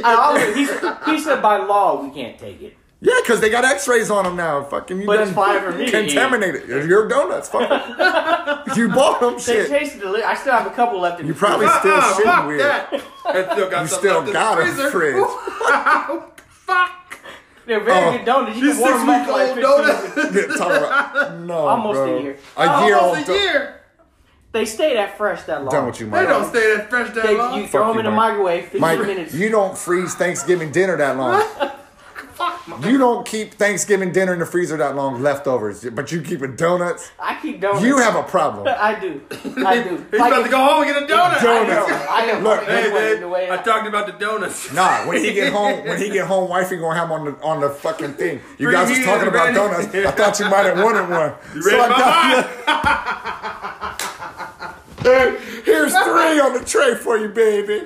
Speaker 1: I offered. He, said- he said by law we can't take it.
Speaker 2: Yeah, because they got X-rays on them now. Fucking you.
Speaker 1: But it's
Speaker 2: done
Speaker 1: fine for me to eat.
Speaker 2: Contaminated. Your donuts. Fuck. it. you bought them.
Speaker 1: They
Speaker 2: Shit.
Speaker 1: tasted the. Li- I still have a couple left in
Speaker 2: You
Speaker 1: the
Speaker 2: probably
Speaker 1: fridge.
Speaker 2: still
Speaker 3: Uh-uh,
Speaker 2: shitting
Speaker 3: fuck
Speaker 2: weird.
Speaker 3: that. I still got
Speaker 2: You
Speaker 3: some
Speaker 2: still
Speaker 3: left in
Speaker 2: got
Speaker 3: the
Speaker 2: a
Speaker 3: freezer.
Speaker 2: fridge.
Speaker 3: fuck.
Speaker 1: They're very
Speaker 2: Oh.
Speaker 1: good donuts. You
Speaker 3: These
Speaker 1: can warm
Speaker 3: six
Speaker 1: them up
Speaker 3: week
Speaker 1: for like
Speaker 3: old
Speaker 1: 15
Speaker 3: donuts.
Speaker 2: Yeah, talk about- no,
Speaker 1: Almost a
Speaker 2: bro.
Speaker 1: year.
Speaker 2: A year old.
Speaker 3: Almost a
Speaker 2: do-
Speaker 3: year.
Speaker 1: They stay that fresh that long.
Speaker 2: Done with you,
Speaker 3: They
Speaker 2: Mike.
Speaker 3: don't stay that fresh that
Speaker 1: They,
Speaker 3: long.
Speaker 1: you throw them
Speaker 2: you,
Speaker 1: in the
Speaker 2: Mike.
Speaker 1: microwave, 15
Speaker 2: Mike,
Speaker 1: minutes.
Speaker 2: you don't freeze Thanksgiving dinner that long. You don't keep Thanksgiving dinner in the freezer that long, leftovers, but you keeping donuts.
Speaker 1: I keep donuts.
Speaker 2: You have a problem.
Speaker 1: I do. I do.
Speaker 3: He's about to go home and get a donut.
Speaker 1: I
Speaker 2: Donut.
Speaker 1: know. I know.
Speaker 2: Look,
Speaker 1: Anyway,
Speaker 3: Hey, babe,
Speaker 1: anyway,
Speaker 3: I talked about the donuts.
Speaker 2: Nah, when he get home, when he get home, wifey gonna have him on the on the fucking thing. You
Speaker 3: Free
Speaker 2: guys was
Speaker 3: heat
Speaker 2: talking about
Speaker 3: ready.
Speaker 2: donuts. I thought you might have wanted one.
Speaker 3: You ready,
Speaker 2: I
Speaker 3: Popeye?
Speaker 2: you- here's three on the tray for you, baby.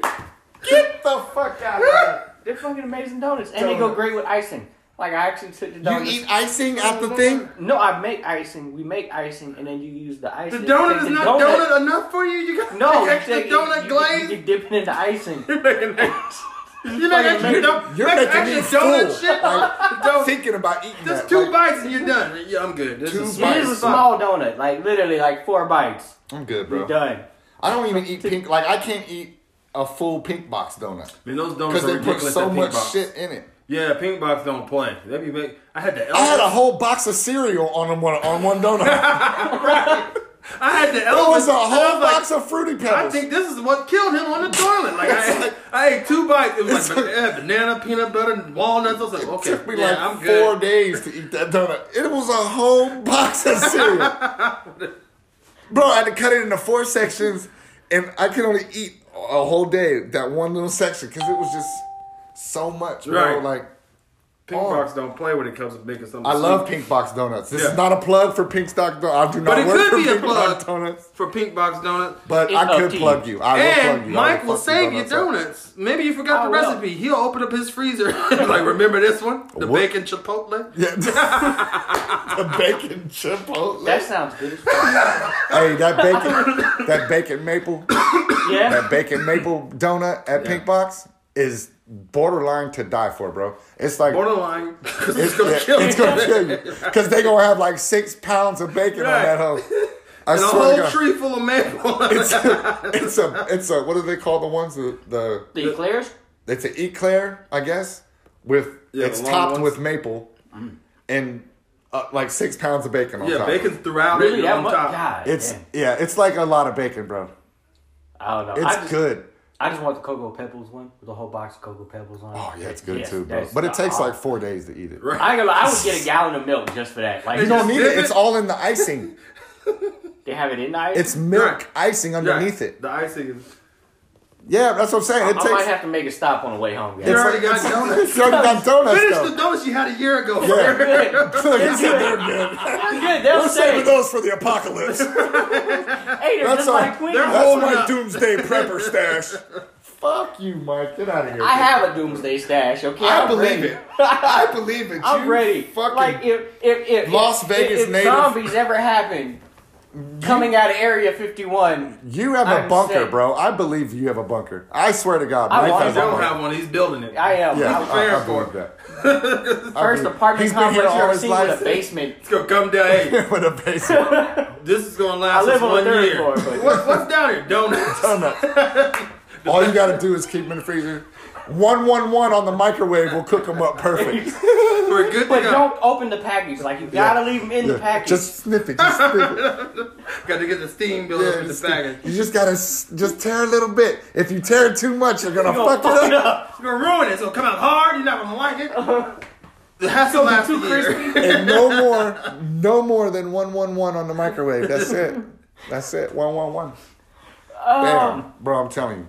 Speaker 2: Get the fuck out of
Speaker 1: they're fucking amazing donuts, and they go
Speaker 2: Donut.
Speaker 1: great with icing. Like I actually took the
Speaker 2: here. You
Speaker 1: donuts.
Speaker 2: eat icing at the thing?
Speaker 1: no, I make icing. We make icing, and then you use the
Speaker 3: The
Speaker 1: icing.
Speaker 3: donut
Speaker 1: Take
Speaker 3: is
Speaker 1: the
Speaker 3: not donut enough for you. You got
Speaker 1: No,
Speaker 3: no, extra
Speaker 1: take it-
Speaker 3: donut
Speaker 1: you-
Speaker 3: glaze.
Speaker 1: You, dip it in the icing.
Speaker 3: You're making extra. You're making extra
Speaker 1: You're-
Speaker 3: donut.
Speaker 2: You're
Speaker 3: that's
Speaker 2: making me
Speaker 3: extra donut
Speaker 2: full.
Speaker 3: shit.
Speaker 2: Like,
Speaker 3: Don't-
Speaker 2: thinking about eating
Speaker 3: Just
Speaker 2: that.
Speaker 3: two
Speaker 2: like,
Speaker 3: bites and you're done. Yeah, I'm good. This
Speaker 2: Two
Speaker 3: is
Speaker 1: It
Speaker 2: bites.
Speaker 1: is a small donut, like literally like four bites.
Speaker 2: I'm good, bro.
Speaker 1: Done.
Speaker 2: I don't even eat pink. Like I can't eat a full pink box donut
Speaker 3: Man, those donuts
Speaker 2: because
Speaker 3: are
Speaker 2: they put
Speaker 3: ridiculous.
Speaker 2: so
Speaker 3: that pink
Speaker 2: much
Speaker 3: box.
Speaker 2: shit in it.
Speaker 3: Yeah, pink box don't play. They be make, I had the.
Speaker 2: I had a
Speaker 3: elephant-
Speaker 2: whole box of cereal on them- on one donut.
Speaker 3: I had the.
Speaker 2: It was a whole
Speaker 3: box.
Speaker 2: box of fruity
Speaker 3: I
Speaker 2: pebbles.
Speaker 3: think this is what killed him on the toilet. Like I, ate- I ate two bites. It was like yeah, banana, peanut butter, and walnuts. I was like, okay,
Speaker 2: took me
Speaker 3: yeah,
Speaker 2: like
Speaker 3: I'm
Speaker 2: four
Speaker 3: good.
Speaker 2: days to eat that donut. It was a whole box of cereal. Bro, I had to cut it into four sections, and I could only eat a whole day that one little section because it was just so much, bro.
Speaker 3: Right.
Speaker 2: Like
Speaker 3: Pink
Speaker 2: Oh.
Speaker 3: box don't play when it comes to making something.
Speaker 2: I love
Speaker 3: sweet.
Speaker 2: Pink Box Donuts. This
Speaker 3: Yeah.
Speaker 2: is not a plug for Pink Stock Donuts. I do not
Speaker 3: But it
Speaker 2: work
Speaker 3: could
Speaker 2: for
Speaker 3: be a
Speaker 2: Pink Box
Speaker 3: plug.
Speaker 2: Donuts.
Speaker 3: for pink box donuts.
Speaker 2: But
Speaker 1: It's
Speaker 2: I
Speaker 1: up
Speaker 2: could
Speaker 1: to
Speaker 2: plug you. I will plug
Speaker 3: And
Speaker 2: you. I
Speaker 3: Mike will
Speaker 2: fuck your
Speaker 3: save your
Speaker 2: up.
Speaker 3: donuts. Maybe you forgot
Speaker 1: I
Speaker 3: the
Speaker 1: will.
Speaker 3: recipe. He'll open up his freezer. like, remember this one? The
Speaker 2: What?
Speaker 3: bacon chipotle.
Speaker 2: Yeah. the bacon chipotle.
Speaker 1: That sounds good.
Speaker 2: hey, that bacon, that bacon maple,
Speaker 1: Yeah.
Speaker 2: that bacon maple donut at Pink Box is borderline to die for, bro. It's like
Speaker 3: Borderline, 'cause it's
Speaker 2: it's,
Speaker 3: gonna
Speaker 2: yeah,
Speaker 3: kill
Speaker 2: it's
Speaker 3: you.
Speaker 2: gonna kill you because they gonna have like six pounds of bacon on
Speaker 3: Right.
Speaker 2: that hoe. I
Speaker 3: And a
Speaker 2: swear to
Speaker 3: whole
Speaker 2: God,
Speaker 3: tree full of maple.
Speaker 2: it's a it's a what do they call the ones the, the
Speaker 1: The eclairs.
Speaker 2: it's an eclair, I guess, with
Speaker 3: Yeah,
Speaker 2: it's
Speaker 3: the long
Speaker 2: topped
Speaker 3: ones.
Speaker 2: with maple and uh, like six pounds of bacon on
Speaker 3: yeah,
Speaker 2: top.
Speaker 3: bacon's throughout
Speaker 1: Really,
Speaker 3: it
Speaker 1: that
Speaker 3: on
Speaker 1: much?
Speaker 3: top.
Speaker 1: God,
Speaker 2: It's
Speaker 1: damn.
Speaker 2: yeah, it's like a lot of bacon, bro.
Speaker 1: I don't know.
Speaker 2: It's
Speaker 1: I just,
Speaker 2: good.
Speaker 1: I just want the cocoa pebbles one with a whole box of cocoa pebbles on it.
Speaker 2: Oh yeah, it's good
Speaker 1: Yes,
Speaker 2: too, bro.
Speaker 1: that's-
Speaker 2: But it takes
Speaker 1: uh,
Speaker 2: like four days to eat it.
Speaker 3: Right.
Speaker 1: I ain't gonna lie, I would get a gallon of milk just for that. Like
Speaker 2: You don't need
Speaker 3: Dip
Speaker 2: it.
Speaker 3: it.
Speaker 2: It's all in the icing.
Speaker 1: they have it in there.
Speaker 2: It's milk
Speaker 3: Right.
Speaker 2: icing
Speaker 3: Yeah,
Speaker 2: underneath it.
Speaker 3: The icing is.
Speaker 2: Yeah, that's what I'm saying. It
Speaker 1: I
Speaker 2: takes.
Speaker 1: might have to make a stop on the way home, guys.
Speaker 3: You're already got donuts.
Speaker 2: you already got donuts.
Speaker 3: Finish
Speaker 2: though.
Speaker 3: the donuts you had a year ago.
Speaker 2: Yeah.
Speaker 1: Good.
Speaker 2: Look, it's in there again.
Speaker 1: I'm good. They'll
Speaker 2: We're saving
Speaker 1: say,
Speaker 2: those for the apocalypse.
Speaker 1: hey, they're
Speaker 2: That's
Speaker 1: just
Speaker 2: all.
Speaker 1: like Queen.
Speaker 3: They're
Speaker 2: That's
Speaker 3: holding
Speaker 2: my
Speaker 3: up.
Speaker 2: doomsday prepper stash. Fuck you, Mike. Get out of here.
Speaker 1: I have a doomsday stash, okay?
Speaker 2: I
Speaker 1: I'm
Speaker 2: believe
Speaker 1: ready.
Speaker 2: it. I believe it.
Speaker 1: I'm
Speaker 2: You
Speaker 1: ready.
Speaker 2: Fucking
Speaker 1: like if if if
Speaker 2: Las
Speaker 1: if,
Speaker 2: Vegas
Speaker 1: if, if
Speaker 2: native-
Speaker 1: zombies ever happen, coming out of Area 51,
Speaker 2: You have
Speaker 1: I'm
Speaker 2: a bunker,
Speaker 1: sick.
Speaker 2: bro. I believe you have a bunker. I swear to God,
Speaker 1: I
Speaker 2: Mike
Speaker 1: want
Speaker 2: has
Speaker 3: If
Speaker 2: a
Speaker 1: one.
Speaker 3: you don't
Speaker 2: bunker.
Speaker 3: have one, he's building it.
Speaker 1: I am.
Speaker 2: Yeah,
Speaker 1: I,
Speaker 2: I, I,
Speaker 3: prepared
Speaker 2: I
Speaker 3: for
Speaker 2: believe
Speaker 3: it.
Speaker 2: that. I
Speaker 1: first
Speaker 2: believe-
Speaker 1: apartment
Speaker 2: He's been
Speaker 1: complex
Speaker 2: here
Speaker 1: you
Speaker 2: all
Speaker 1: ever
Speaker 2: his
Speaker 1: seen with a
Speaker 2: life.
Speaker 1: basement.
Speaker 3: It's gonna come down. Hey,
Speaker 2: With a basement
Speaker 3: this is gonna
Speaker 1: I
Speaker 3: last us
Speaker 1: live on
Speaker 3: one
Speaker 1: the third
Speaker 3: year.
Speaker 1: floor, but
Speaker 3: What, what's down here? Donuts.
Speaker 2: donut. All you gotta do is keep them in the freezer. One one one on the microwave will cook them up perfect.
Speaker 3: We're good
Speaker 1: but
Speaker 3: to go.
Speaker 1: don't open the package. Like you gotta leave them in the package.
Speaker 2: Just sniff it. Just sniff it.
Speaker 3: Got to get the steam built up
Speaker 2: Yeah,
Speaker 3: in the
Speaker 2: just
Speaker 3: package.
Speaker 2: You just gotta s- just tear a little bit. If you tear it too much, you're gonna
Speaker 1: You're gonna
Speaker 2: fuck it up.
Speaker 1: up.
Speaker 3: It's gonna ruin it. It's gonna come out hard. You're not gonna like
Speaker 2: Uh-huh.
Speaker 3: it. It has to last a
Speaker 1: too
Speaker 3: year.
Speaker 2: and no more, no more than one one one on the microwave. That's it. That's it. One one one. Damn, bro, I'm telling you.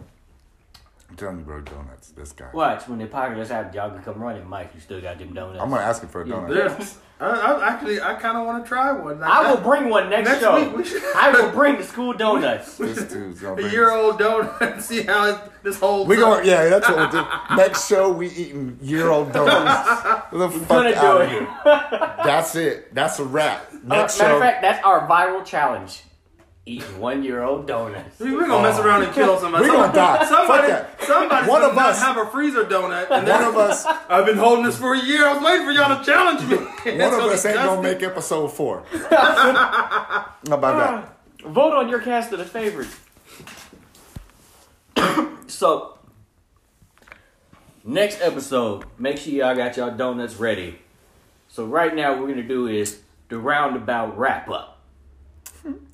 Speaker 2: I'm telling you, bro, donuts. This guy.
Speaker 1: Watch when the apocalypse happens, y'all can come running, Mike. You still got them donuts.
Speaker 2: I'm gonna ask him for a donut.
Speaker 3: Yeah. I, I actually, I kind of want to try one.
Speaker 1: I will bring one next,
Speaker 3: Next
Speaker 1: show.
Speaker 3: week, we should-
Speaker 1: I will bring the school donuts.
Speaker 2: This dude's gonna
Speaker 3: a
Speaker 2: bring-
Speaker 3: year old donut and see how it, this whole
Speaker 2: We going yeah, that's what we'll do. Next show, we eating year old donuts. Get the
Speaker 1: gonna
Speaker 2: fuck
Speaker 1: do
Speaker 2: out
Speaker 1: it.
Speaker 2: of here. That's it. That's a wrap.
Speaker 1: Uh,
Speaker 2: Next
Speaker 1: matter
Speaker 2: show.
Speaker 1: of fact, that's our viral challenge. Eat one year old donuts.
Speaker 3: We, we're gonna mess around and kill somebody.
Speaker 2: Oh. We gonna
Speaker 3: Somebody-
Speaker 2: die.
Speaker 3: Somebody,
Speaker 2: Fuck that.
Speaker 3: somebody's
Speaker 2: One
Speaker 3: gonna
Speaker 2: of
Speaker 3: not
Speaker 2: us-
Speaker 3: have a freezer donut. And
Speaker 2: one
Speaker 3: that's-
Speaker 2: of us,
Speaker 3: I've been holding this for a year. I was waiting for y'all to challenge me.
Speaker 2: one of us ain't gonna make episode four. How about that?
Speaker 1: Vote on your cast of the favorite. so, next episode, make sure y'all got y'all donuts ready. So right now, what we're gonna do is the roundabout wrap up.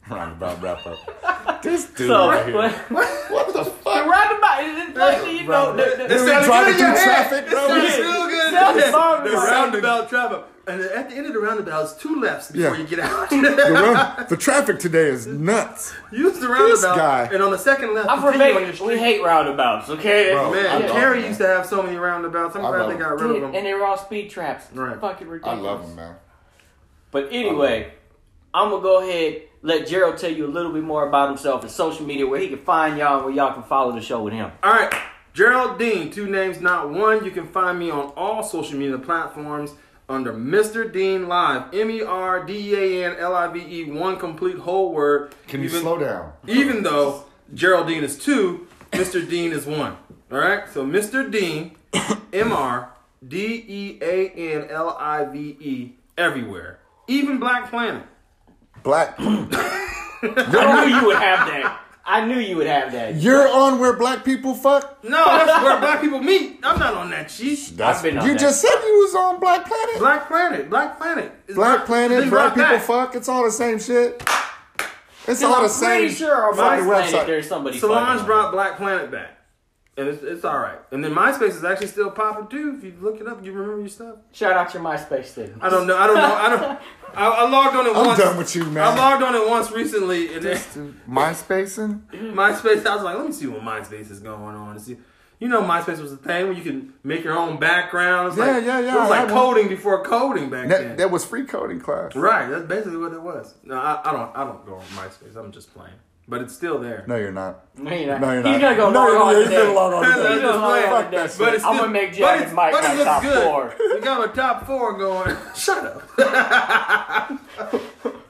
Speaker 2: Roundabout wrap up. This dude
Speaker 1: So,
Speaker 2: right here.
Speaker 1: but-
Speaker 2: What, what the fuck?
Speaker 1: roundabout, it- it's like, you know, the, the,
Speaker 2: This
Speaker 3: sounded
Speaker 2: driving
Speaker 3: good in your
Speaker 2: through
Speaker 3: head.
Speaker 2: traffic, bro.
Speaker 3: sounded
Speaker 2: Yeah.
Speaker 3: real good in
Speaker 1: Sounded
Speaker 3: your head.
Speaker 1: solid,
Speaker 3: The
Speaker 1: right?
Speaker 3: roundabout travel. And at the end of the roundabout, it's two lefts before
Speaker 2: Yeah.
Speaker 3: you get out.
Speaker 2: The, round- the traffic today is nuts.
Speaker 3: Use the roundabout.
Speaker 2: guy.
Speaker 3: And on the second left,
Speaker 1: I'm from
Speaker 3: continue on your
Speaker 1: Vegas.
Speaker 3: street.
Speaker 1: We hate roundabouts, okay?
Speaker 2: Bro, I
Speaker 3: Man,
Speaker 2: love
Speaker 3: Kerry
Speaker 2: it.
Speaker 3: used to have so many roundabouts. I'm
Speaker 2: I
Speaker 3: glad
Speaker 2: love
Speaker 3: they
Speaker 2: it.
Speaker 3: got rid of
Speaker 1: Dude,
Speaker 3: them.
Speaker 1: and they were all speed traps.
Speaker 3: Right.
Speaker 1: Fucking
Speaker 2: I
Speaker 1: ridiculous.
Speaker 2: love him, man.
Speaker 1: But anyway, I'm gonna go ahead let Gerald tell you a little bit more about himself and social media where he can find y'all and where y'all can follow the show with him.
Speaker 3: All right, Geraldine, two names, not one. You can find me on all social media platforms under Mr. Dean Live, M E R D A N L I V E, one complete whole word.
Speaker 2: Can you
Speaker 3: Even-
Speaker 2: slow down?
Speaker 3: Even though Geraldine is two, Mr. Dean is one. All right, so Mr. Dean, M R D E A N L I V E, everywhere. Even Black Planet.
Speaker 2: Black,
Speaker 1: I knew you would have that. I knew you would have that.
Speaker 2: you're on where black people fuck.
Speaker 3: No, that's where black people meet. I'm not on that sheet.
Speaker 2: That's,
Speaker 1: been on
Speaker 2: you
Speaker 1: that.
Speaker 2: just said you was on Black Planet. Black,
Speaker 3: Black Planet, Black Planet. It's not-
Speaker 2: Planet,
Speaker 3: they
Speaker 2: black
Speaker 3: brought
Speaker 2: people
Speaker 3: that.
Speaker 2: fuck. It's all the same shit. It's all
Speaker 1: I'm
Speaker 2: the same.
Speaker 1: pretty sure on my
Speaker 2: fucking
Speaker 1: planet
Speaker 2: website.
Speaker 1: there's somebody.
Speaker 3: Solange
Speaker 1: fucking-
Speaker 3: brought Black Planet back. And it's, it's all right. And then MySpace is actually still popping too. If you look it up, you remember your stuff.
Speaker 1: Shout out your MySpace thing.
Speaker 3: I don't know. I don't know. I don't. I, I logged on it
Speaker 2: I'm
Speaker 3: once.
Speaker 2: done with you, man.
Speaker 3: I logged on it once recently, and then
Speaker 2: MySpacing?
Speaker 3: MySpace. I was like, let me see what MySpace is going on. And see, you know, MySpace was a thing where you can make your own background. It's
Speaker 2: Yeah,
Speaker 3: like,
Speaker 2: yeah, yeah,
Speaker 3: It was
Speaker 2: I
Speaker 3: like
Speaker 2: had one.
Speaker 3: coding before coding back then.
Speaker 2: That, that was free coding class.
Speaker 3: right. That's basically what it was. No, I, I don't. I don't go on MySpace. I'm just playing. But it's still there.
Speaker 2: No, you're not.
Speaker 1: No, you're not.
Speaker 2: No, you're not.
Speaker 1: He's gonna go
Speaker 2: no,
Speaker 1: log
Speaker 2: you're-
Speaker 1: on
Speaker 2: you're
Speaker 1: today.
Speaker 2: gonna log on
Speaker 3: That's
Speaker 2: today.
Speaker 3: just
Speaker 1: playing.
Speaker 2: Fuck that
Speaker 1: But
Speaker 2: shit.
Speaker 1: I'm gonna make Jack and Mike
Speaker 3: but it
Speaker 1: my
Speaker 3: looks
Speaker 1: top
Speaker 3: good.
Speaker 1: four.
Speaker 3: We got a top four going. Shut up.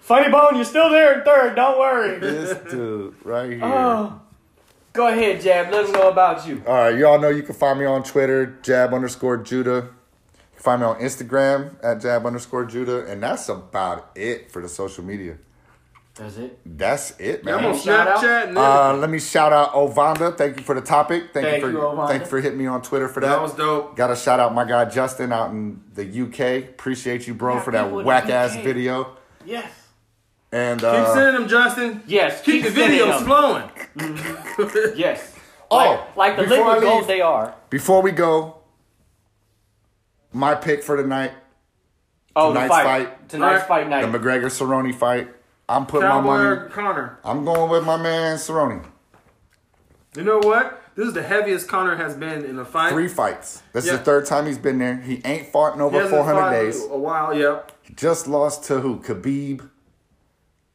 Speaker 1: Funny Bone, you're still there in third. Don't worry.
Speaker 2: this dude right here.
Speaker 1: Oh. Go ahead, Jab. Let them know about you.
Speaker 2: All right, y'all know you can find me on Twitter, jab underscore Judah. You can find me on Instagram at jab underscore Judah, and that's about it for the social media.
Speaker 1: That's it.
Speaker 2: That's it,
Speaker 3: I'm on
Speaker 2: man.
Speaker 1: Shout out.
Speaker 3: Snapchat. And
Speaker 2: Uh, let me shout out Ovanda. Thank you for the topic. Thank,
Speaker 1: Thank
Speaker 2: you
Speaker 1: you,
Speaker 2: for
Speaker 1: Ovanda.
Speaker 2: thank you for hitting me on Twitter for that.
Speaker 3: That was dope.
Speaker 2: Got to shout out my guy Justin out in the UK. Appreciate you, bro,
Speaker 1: Yeah,
Speaker 2: for that
Speaker 1: people in the
Speaker 2: whack ass
Speaker 1: UK.
Speaker 2: video.
Speaker 1: Yes.
Speaker 2: And
Speaker 3: Keep
Speaker 2: uh,
Speaker 3: sending them, Justin.
Speaker 1: Yes.
Speaker 3: Keep, the
Speaker 1: sending
Speaker 3: videos
Speaker 1: them.
Speaker 3: flowing.
Speaker 1: Yes.
Speaker 2: Oh,
Speaker 1: like, like the
Speaker 2: before I
Speaker 1: liquid gold
Speaker 2: leave-
Speaker 1: they are.
Speaker 2: before we go, my pick for tonight
Speaker 1: Oh,
Speaker 2: Tonight's
Speaker 1: the fight.
Speaker 2: fight.
Speaker 1: Tonight's
Speaker 3: Alright.
Speaker 1: fight
Speaker 2: the
Speaker 1: night.
Speaker 2: McGregor Cerrone fight. I'm putting my money.
Speaker 3: Cowboy Connor.
Speaker 2: I'm going with my man Cerrone.
Speaker 3: You know what? This is the heaviest Connor has been in a fight.
Speaker 2: Three fights. This is
Speaker 3: Yeah.
Speaker 2: the third time he's been there. He ain't fought in
Speaker 3: He
Speaker 2: over
Speaker 3: hasn't
Speaker 2: 400
Speaker 3: fought in
Speaker 2: days.
Speaker 3: A while, yeah.
Speaker 2: Just lost to who? Khabib.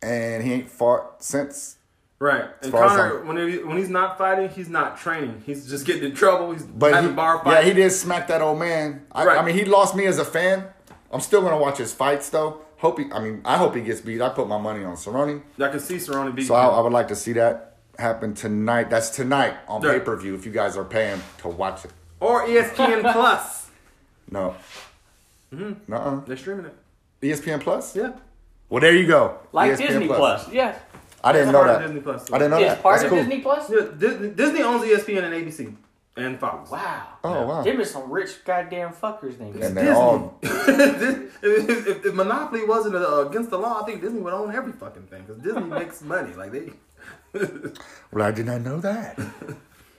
Speaker 2: And he ain't fought since.
Speaker 3: Right. And
Speaker 2: far as
Speaker 3: Connor,
Speaker 2: I'm-
Speaker 3: when, he, when he's not fighting, he's not training. He's just getting in trouble. He's
Speaker 2: But
Speaker 3: having
Speaker 2: he,
Speaker 3: bar
Speaker 2: yeah,
Speaker 3: fights.
Speaker 2: he did smack that old man. I,
Speaker 3: Right.
Speaker 2: I mean, he lost me as a fan. I'm still gonna watch his fights though. Hope he. I mean, I hope he gets beat. I put my money on Cerrone.
Speaker 3: I can see Cerrone beating
Speaker 2: So I, I
Speaker 3: him.
Speaker 2: would like to see that happen tonight. That's tonight on
Speaker 3: Yeah.
Speaker 2: pay per view. If you guys are paying to watch it,
Speaker 3: Or E ESPN Plus.
Speaker 2: no. Nuh-uh. E
Speaker 3: They're streaming it.
Speaker 2: ESPN Plus.
Speaker 3: Mm-hmm. Yeah.
Speaker 2: Well, there you go. E
Speaker 1: like
Speaker 2: ESPN
Speaker 1: Disney Plus. Yes.
Speaker 2: I didn't
Speaker 3: It's
Speaker 2: know
Speaker 3: part of
Speaker 2: that.
Speaker 3: Disney Plus.
Speaker 2: I didn't know
Speaker 1: Yes.
Speaker 2: that.
Speaker 1: Part
Speaker 2: That's
Speaker 1: of
Speaker 2: cool.
Speaker 1: Disney Plus.
Speaker 3: Yeah, Dis- Disney owns E ESPN and ABC and Fox.
Speaker 1: Wow.
Speaker 2: Oh wow.
Speaker 1: Them is some rich goddamn fuckers. Then.
Speaker 2: And
Speaker 1: guys.
Speaker 2: they're all
Speaker 3: if, if, if monopoly wasn't uh, against the law, I think Disney would own every fucking thing because Disney makes money. Like they,
Speaker 2: well, I did not know that.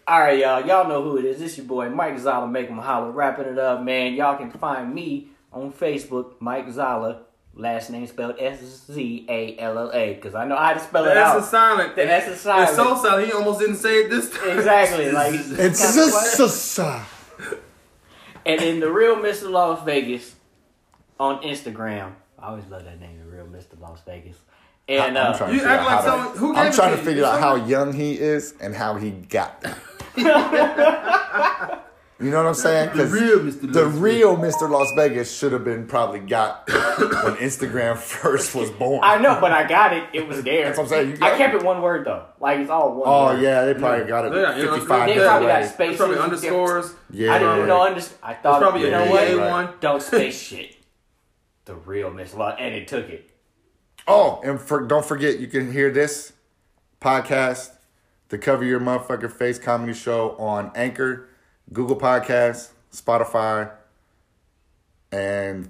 Speaker 1: All right, y'all. Y'all know who it is. It's your boy Mike Zala. Make 'em holler. Wrapping it up, man. Y'all can find me on Facebook, Mike Zala. Last name spelled S Z A L L A. Because I know how to spell it
Speaker 3: that's
Speaker 1: out.
Speaker 3: a silent.
Speaker 1: The S is
Speaker 3: It's so
Speaker 1: silent.
Speaker 3: silent. He almost didn't say it this time.
Speaker 1: Exactly. Like
Speaker 2: It's
Speaker 1: kinda quiet.
Speaker 2: just a- a-
Speaker 1: And in the real Mr. Las Vegas on Instagram. I always love that name, the real Mr. Las Vegas. And
Speaker 2: I'm
Speaker 1: uh,
Speaker 2: trying to
Speaker 3: You
Speaker 2: figure
Speaker 3: act
Speaker 2: out
Speaker 3: like
Speaker 2: how to-
Speaker 3: someone- who
Speaker 2: I'm
Speaker 3: gave it
Speaker 2: trying
Speaker 3: to
Speaker 2: to
Speaker 3: you?
Speaker 2: figure out how young he is and how he got there. you know what I'm saying? 'Cause
Speaker 3: The real Mr.
Speaker 2: The
Speaker 3: Las
Speaker 2: real Mr. Las Vegas should have been probably got when Instagram first was born.
Speaker 1: I know, but I got it. It was there.
Speaker 2: That's what I'm saying. You got
Speaker 1: I kept it one word though. Like it's all one.
Speaker 2: Oh
Speaker 1: word.
Speaker 2: yeah, they probably got it
Speaker 3: Yeah, you know,
Speaker 2: 55
Speaker 1: They
Speaker 3: Yeah,
Speaker 1: probably
Speaker 2: right.
Speaker 1: got spaces.
Speaker 3: It's probably
Speaker 1: and
Speaker 3: underscores.
Speaker 2: Yeah,
Speaker 1: different- I didn't
Speaker 2: right.
Speaker 1: even know. Under- I thought
Speaker 3: probably
Speaker 1: you
Speaker 3: a
Speaker 1: know
Speaker 2: yeah,
Speaker 1: what?
Speaker 3: DA
Speaker 2: right.
Speaker 3: one.
Speaker 1: Don't say shit. The real Miss Love, and it took it.
Speaker 2: Oh, and for, don't forget, you can hear this podcast, the Cover Your Motherfucker Face comedy show on Anchor, Google Podcasts, Spotify, and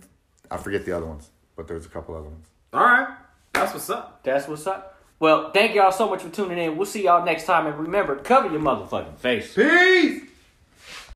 Speaker 2: I forget the other ones, but there's a couple other ones.
Speaker 3: All right, that's what's up.
Speaker 1: That's what's up. Well, thank y'all so much for tuning in. We'll see y'all next time. And remember, cover your motherfucking face.
Speaker 3: Peace!